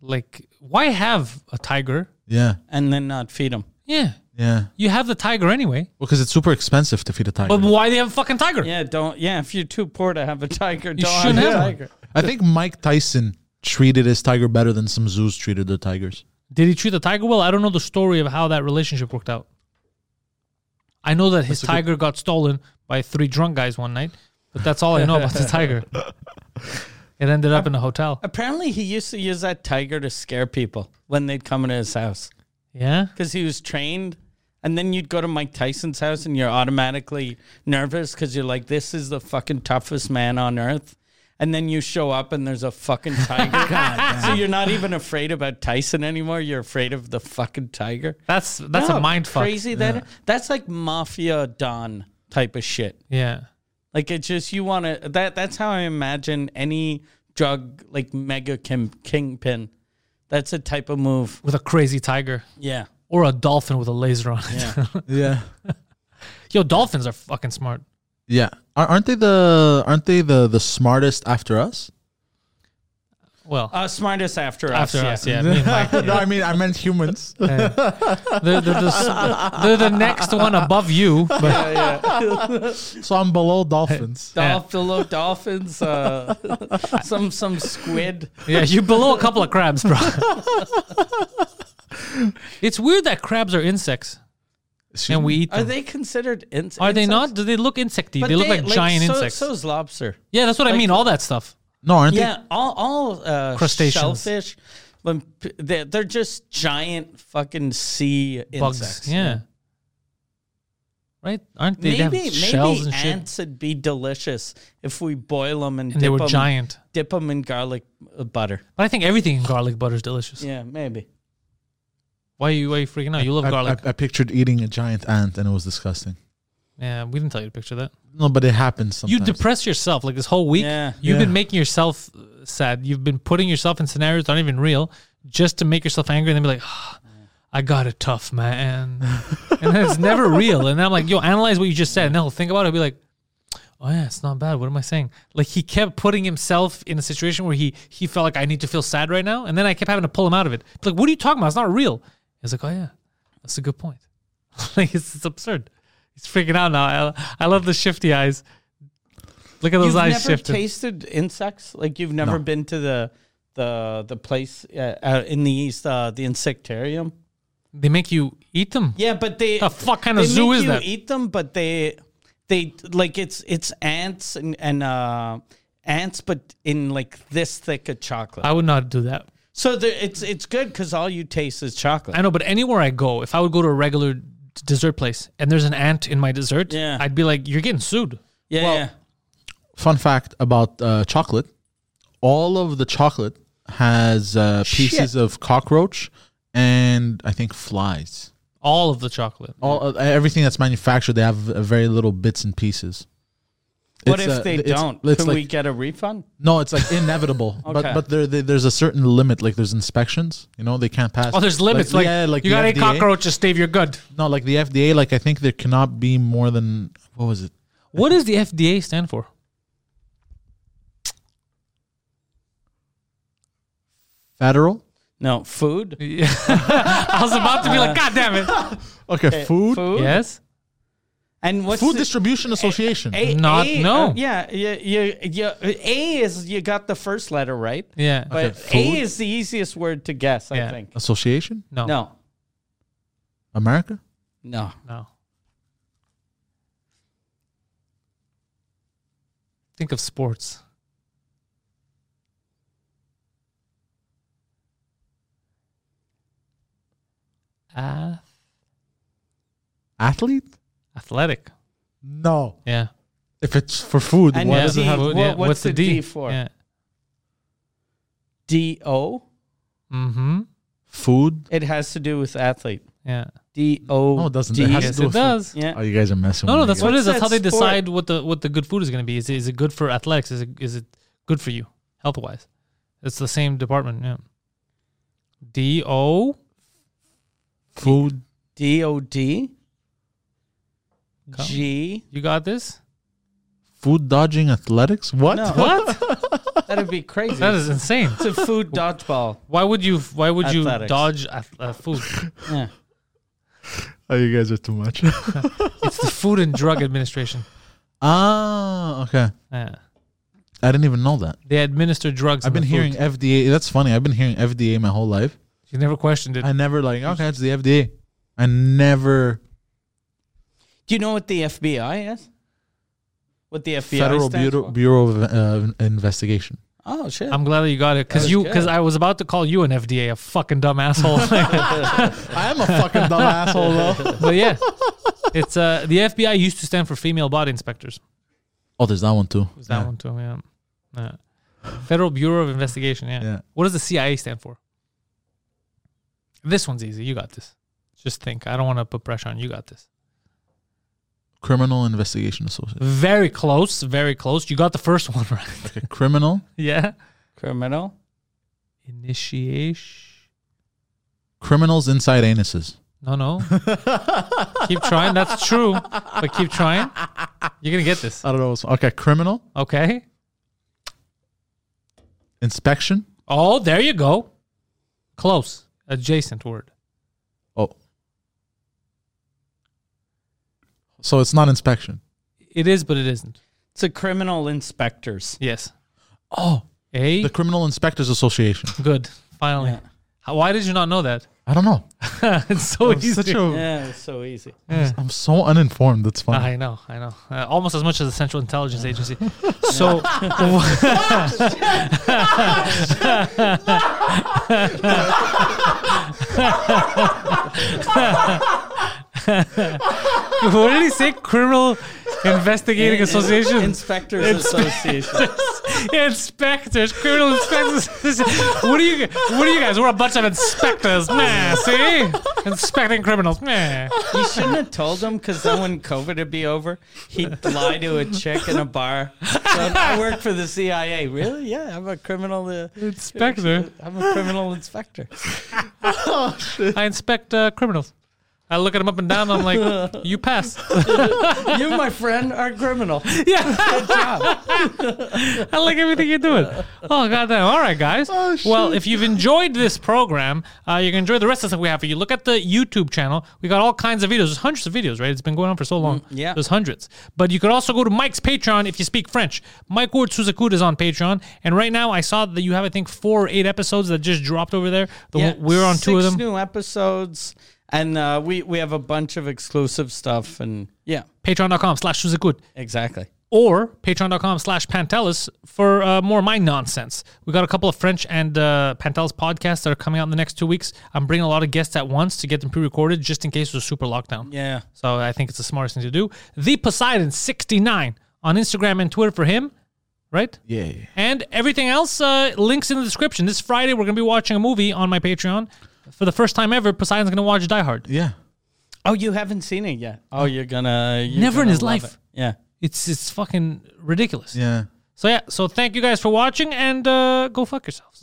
Speaker 1: Like, why have a tiger?
Speaker 3: Yeah,
Speaker 2: and then not feed them.
Speaker 1: Yeah,
Speaker 3: yeah.
Speaker 1: you have the tiger anyway.
Speaker 3: Well, because it's super expensive to feed a tiger.
Speaker 1: But why they have a fucking tiger?
Speaker 2: Yeah, don't. Yeah, if you're too poor to have a tiger,
Speaker 1: You
Speaker 2: don't
Speaker 1: shouldn't
Speaker 2: have a
Speaker 1: have one.
Speaker 2: tiger.
Speaker 3: I think Mike Tyson treated his tiger better than some zoos treated their tigers.
Speaker 1: Did he treat the tiger well? I don't know the story of how that relationship worked out. I know that his tiger got stolen by three drunk guys one night, but that's all I know about the tiger. It ended up in a hotel.
Speaker 2: Apparently, he used to use that tiger to scare people when they'd come into his house
Speaker 1: Yeah.
Speaker 2: because he was trained. And then you'd go to Mike Tyson's house and you're automatically nervous because you're like, this is the fucking toughest man on earth. And then you show up and there's a fucking tiger. so you're not even afraid about Tyson anymore. You're afraid of the fucking tiger.
Speaker 1: That's that's
Speaker 2: No,
Speaker 1: a mind fuck.
Speaker 2: Crazy that that's like mafia don type of shit.
Speaker 1: Yeah.
Speaker 2: Like it's just you want to that that's how I imagine any drug like mega kim, kingpin. That's a type of move.
Speaker 1: With a crazy tiger
Speaker 2: Yeah.
Speaker 1: or a dolphin with a laser on it.
Speaker 2: Yeah.
Speaker 3: Yeah,
Speaker 1: Yo, dolphins are fucking smart.
Speaker 3: yeah. Ar- Aren't they the Aren't they the the smartest after us?
Speaker 1: Well,
Speaker 2: uh, smartest after,
Speaker 1: after
Speaker 2: us.
Speaker 1: us, yeah. me and Mike,
Speaker 3: no,
Speaker 1: yeah.
Speaker 3: I mean I meant humans.
Speaker 1: They're, they're, the, s- they're the next one above you. But
Speaker 3: so I'm below dolphins.
Speaker 2: Dolph, the little dolphins, uh, some some squid.
Speaker 1: yeah, you're below a couple of crabs, bro. It's weird that crabs are insects
Speaker 3: Excuse
Speaker 1: and we
Speaker 3: me.
Speaker 1: eat them.
Speaker 2: Are they considered ins-
Speaker 1: Are they
Speaker 2: insects?
Speaker 1: not? Do they look insecty?
Speaker 2: But
Speaker 1: they look like, giant
Speaker 2: so,
Speaker 1: insects.
Speaker 2: So is lobster.
Speaker 1: yeah, that's what I
Speaker 2: like-
Speaker 1: mean. All that stuff.
Speaker 3: no, aren't
Speaker 2: Yeah, all all uh,
Speaker 1: Crustaceans.
Speaker 2: shellfish. When p- they're, they're just giant fucking sea
Speaker 1: Bugs.
Speaker 2: insects.
Speaker 1: yeah. Right? Aren't they?
Speaker 2: maybe
Speaker 1: they have
Speaker 2: maybe
Speaker 1: shells and shit.
Speaker 2: ants would be delicious if we boil them and,
Speaker 1: And they
Speaker 2: dip
Speaker 1: were
Speaker 2: 'em-
Speaker 1: giant.
Speaker 2: Dip them in garlic uh, butter.
Speaker 1: But I think everything in garlic butter is delicious.
Speaker 2: Yeah, maybe.
Speaker 1: Why, are you, why are you freaking out? You love
Speaker 3: they? I,
Speaker 1: garlic.
Speaker 3: I- I pictured eating a giant ant and it was disgusting.
Speaker 1: yeah, we didn't tell you to picture that.
Speaker 3: No, but it happens sometimes.
Speaker 1: You depress yourself like this whole week.
Speaker 2: Yeah.
Speaker 1: You've
Speaker 3: Yeah.
Speaker 1: been making yourself uh, sad. You've been putting yourself in scenarios that aren't even real just to make yourself angry and then be like, "Ah, I got it tough, man. and then it's never real. And then I'm like, yo, analyze what you just said. And then he'll think about it and be like, oh, yeah, it's not bad. What am I saying? Like, he kept putting himself in a situation where he, he felt like I need to feel sad right now. And then I kept having to pull him out of it. Like, what are you talking about? It's not real. He's like, oh, yeah, that's a good point. like, it's, it's absurd. He's freaking out now. I, I love the shifty eyes. Look at those
Speaker 2: You've
Speaker 1: eyes
Speaker 2: never
Speaker 1: shifted.
Speaker 2: tasted insects? Like you've never been to the the the place uh, out in the east, uh, the insectarium?
Speaker 1: They make you eat them.
Speaker 2: Yeah, but they
Speaker 1: The fuck kind of
Speaker 2: they
Speaker 1: zoo
Speaker 2: make
Speaker 1: is
Speaker 2: you
Speaker 1: that?
Speaker 2: Eat them, but they they like it's it's ants and and uh, ants, but in like this thick of chocolate.
Speaker 1: I would not do that.
Speaker 2: so the, it's it's good because all you taste is chocolate.
Speaker 1: I know, but anywhere I go, if I would go to a regular d- dessert place and there's an ant in my dessert,
Speaker 2: Yeah.
Speaker 1: I'd be like, "You're getting sued."
Speaker 2: yeah,
Speaker 1: well,
Speaker 2: yeah.
Speaker 3: Fun fact about uh, chocolate: all of the chocolate has uh, pieces of cockroach and I think flies.
Speaker 1: All of the chocolate.
Speaker 3: All uh, everything that's manufactured, they have uh, very little bits and pieces.
Speaker 2: What
Speaker 3: It's,
Speaker 2: if
Speaker 3: uh,
Speaker 2: they
Speaker 3: it's-
Speaker 2: don't?
Speaker 3: it's
Speaker 2: Can
Speaker 3: like-
Speaker 2: we get a refund?
Speaker 3: No, it's like inevitable.
Speaker 2: Okay.
Speaker 3: But but there, there there's a certain limit. Like there's inspections. You know they can't pass.
Speaker 1: Oh, there's limits. Like, you
Speaker 3: the
Speaker 1: gotta eat
Speaker 3: FDA.
Speaker 1: cockroaches, Steve. You're good.
Speaker 3: No, like the FDA. Like I think there cannot be more than what was it?
Speaker 1: What does the FDA stand for?
Speaker 3: Federal.
Speaker 2: No food.
Speaker 1: I was about to be like, "God damn it!"
Speaker 3: Okay, food.
Speaker 2: Food
Speaker 1: yes.
Speaker 2: and what's
Speaker 3: Food
Speaker 2: the-
Speaker 3: Distribution Association.
Speaker 2: A-
Speaker 1: Not-
Speaker 2: A-
Speaker 1: no.
Speaker 2: uh, yeah, yeah, yeah, yeah. A is you got the first letter right,
Speaker 1: Yeah.
Speaker 2: but
Speaker 3: food.
Speaker 2: A is the easiest word to guess. I
Speaker 1: Yeah.
Speaker 2: think.
Speaker 3: Association.
Speaker 1: no.
Speaker 2: No,
Speaker 3: America.
Speaker 2: no.
Speaker 1: No. Think of sports. Ath-
Speaker 3: Athlete.
Speaker 1: athletic.
Speaker 3: No.
Speaker 1: Yeah.
Speaker 3: If it's for food,
Speaker 2: And
Speaker 3: why
Speaker 2: yeah.
Speaker 3: does it
Speaker 2: D-
Speaker 3: have?
Speaker 2: what-
Speaker 1: yeah.
Speaker 2: what's the D for?
Speaker 1: Yeah.
Speaker 2: D O.
Speaker 1: Mm-hmm.
Speaker 3: Food.
Speaker 2: It has to do with athlete.
Speaker 1: Yeah.
Speaker 2: D O.
Speaker 3: No, it doesn't. It has
Speaker 1: Yes,
Speaker 3: to do
Speaker 1: it
Speaker 3: with food.
Speaker 1: does.
Speaker 3: Oh,
Speaker 2: Yeah.
Speaker 3: you guys are messing.
Speaker 1: No,
Speaker 3: with
Speaker 1: no,
Speaker 3: me
Speaker 1: that's what it
Speaker 3: again.
Speaker 1: is. That's
Speaker 2: that
Speaker 1: how they
Speaker 2: sport?
Speaker 1: decide what the what the good food is going to be. Is it, is it good for athletics? Is it is it good for you health wise? It's the same department. Yeah. D O
Speaker 3: Food.
Speaker 2: D O D. G.
Speaker 1: You got this?
Speaker 3: Food dodging athletics. What?
Speaker 2: No.
Speaker 1: What?
Speaker 2: That'd be crazy.
Speaker 1: that is insane.
Speaker 2: it's a food dodgeball.
Speaker 1: Why would you? Why would you
Speaker 2: Athletics.
Speaker 1: dodge ath- uh, food?
Speaker 2: Yeah.
Speaker 3: Oh, you guys are too much.
Speaker 1: it's the Food and Drug Administration.
Speaker 3: ah, okay.
Speaker 1: Yeah.
Speaker 3: I didn't even know that.
Speaker 1: They administer drugs.
Speaker 3: I've
Speaker 1: in
Speaker 3: been
Speaker 1: the food.
Speaker 3: hearing FDA. That's funny. I've been hearing FDA my whole life.
Speaker 1: You never questioned it.
Speaker 3: I never like okay, it's the FDA. I never
Speaker 2: Do you know what the FBI is? What the FBI
Speaker 3: Federal
Speaker 2: stands
Speaker 3: Bureau
Speaker 2: for?
Speaker 3: Bureau of uh, Investigation.
Speaker 2: Oh shit.
Speaker 1: I'm glad that you got it because
Speaker 2: was
Speaker 1: you
Speaker 2: good.
Speaker 1: because I was about to call you an FDA a fucking dumb asshole.
Speaker 3: I am a fucking dumb asshole though.
Speaker 1: but yeah, it's uh the FBI used to stand for female body inspectors.
Speaker 3: Oh, there's that one too.
Speaker 1: Was that
Speaker 3: Yeah.
Speaker 1: one too? Yeah. Yeah. Federal Bureau of Investigation. Yeah.
Speaker 3: Yeah.
Speaker 1: What does the CIA stand for? This one's easy. You got this. Just think. I don't want to put pressure on you. You Got this.
Speaker 3: Criminal Investigation Association.
Speaker 1: Very close. Very close. You got the first one right.
Speaker 3: Okay, criminal
Speaker 1: Yeah.
Speaker 2: Criminal.
Speaker 1: Initiation.
Speaker 3: criminals inside anuses.
Speaker 1: No, no. keep trying. That's true. But keep trying. You're going to get this.
Speaker 3: I don't know. what's- Okay, criminal
Speaker 1: Okay.
Speaker 3: inspection.
Speaker 1: Oh, there you go. Close. Adjacent word.
Speaker 3: Oh, so it's not inspection.
Speaker 1: It is, but it isn't.
Speaker 2: It's a criminal inspectors.
Speaker 1: Yes.
Speaker 3: Oh,
Speaker 1: A.
Speaker 3: the Criminal Inspectors Association.
Speaker 1: Good. Finally.
Speaker 2: Yeah.
Speaker 1: How, why did you not know that?
Speaker 3: I don't know.
Speaker 1: it's so
Speaker 3: I'm
Speaker 1: easy.
Speaker 3: such a,
Speaker 2: Yeah, it's so easy.
Speaker 3: I'm so uninformed. That's fine.
Speaker 1: I know, I know. Uh, almost as much as the Central Intelligence Agency. So, what did he say? Criminal Investigating Association.
Speaker 2: Inspectors Association.
Speaker 1: inspectors, criminal inspectors. what are you? What are you guys? We're a bunch of inspectors, man. See, inspecting criminals, man.
Speaker 2: You shouldn't have told him because then when COVID would be over, he'd lie to a chick in a bar. So I work for the CIA. Really? Yeah, I'm a criminal. Uh,
Speaker 1: Inspector.
Speaker 2: I'm a criminal inspector.
Speaker 1: I inspect uh, criminals. I look at them up and down. I'm like, you pass.
Speaker 2: You, my friend, are criminal.
Speaker 1: yeah,
Speaker 2: Good job.
Speaker 1: I like everything you're doing. Oh goddamn! All right, guys.
Speaker 2: Oh,
Speaker 1: well, if you've enjoyed this program, uh, you can enjoy the rest of the stuff we have for you. Look at the YouTube channel. We got all kinds of videos. There's hundreds of videos, right? It's been going on for so long.
Speaker 2: Mm, yeah.
Speaker 1: There's hundreds. But you could also go to Mike's Patreon if you speak French. Mike Ward Suzakud is on Patreon, and right now I saw that you have I think four or eight episodes that just dropped over there. The
Speaker 2: Yeah,
Speaker 1: one- we're on two of
Speaker 2: six
Speaker 1: them.
Speaker 2: new episodes, and uh, we we have a bunch of exclusive stuff. And yeah,
Speaker 1: Patreon.com slash Suzakud.
Speaker 2: exactly.
Speaker 1: or patreon.com slash pantelis for uh, more of my nonsense we got a couple of french and uh, pantelis podcasts that are coming out in the next two weeks i'm bringing a lot of guests at once to get them pre-recorded just in case there's a super lockdown
Speaker 2: Yeah.
Speaker 1: so i think it's the smartest thing to do the poseidon 69 on instagram and twitter for him right
Speaker 3: Yeah.
Speaker 1: and everything else uh, links in the description this friday we're going to be watching a movie on my patreon for the first time ever poseidon's going to watch die hard
Speaker 3: Yeah.
Speaker 2: Oh, you haven't seen it yet. Oh, you're gonna you're
Speaker 1: Never in
Speaker 2: gonna
Speaker 1: his
Speaker 2: love
Speaker 1: life.
Speaker 2: it. Yeah.
Speaker 1: it's it's fucking ridiculous
Speaker 3: Yeah.
Speaker 1: so yeah so thank you guys for watching and uh, go fuck yourselves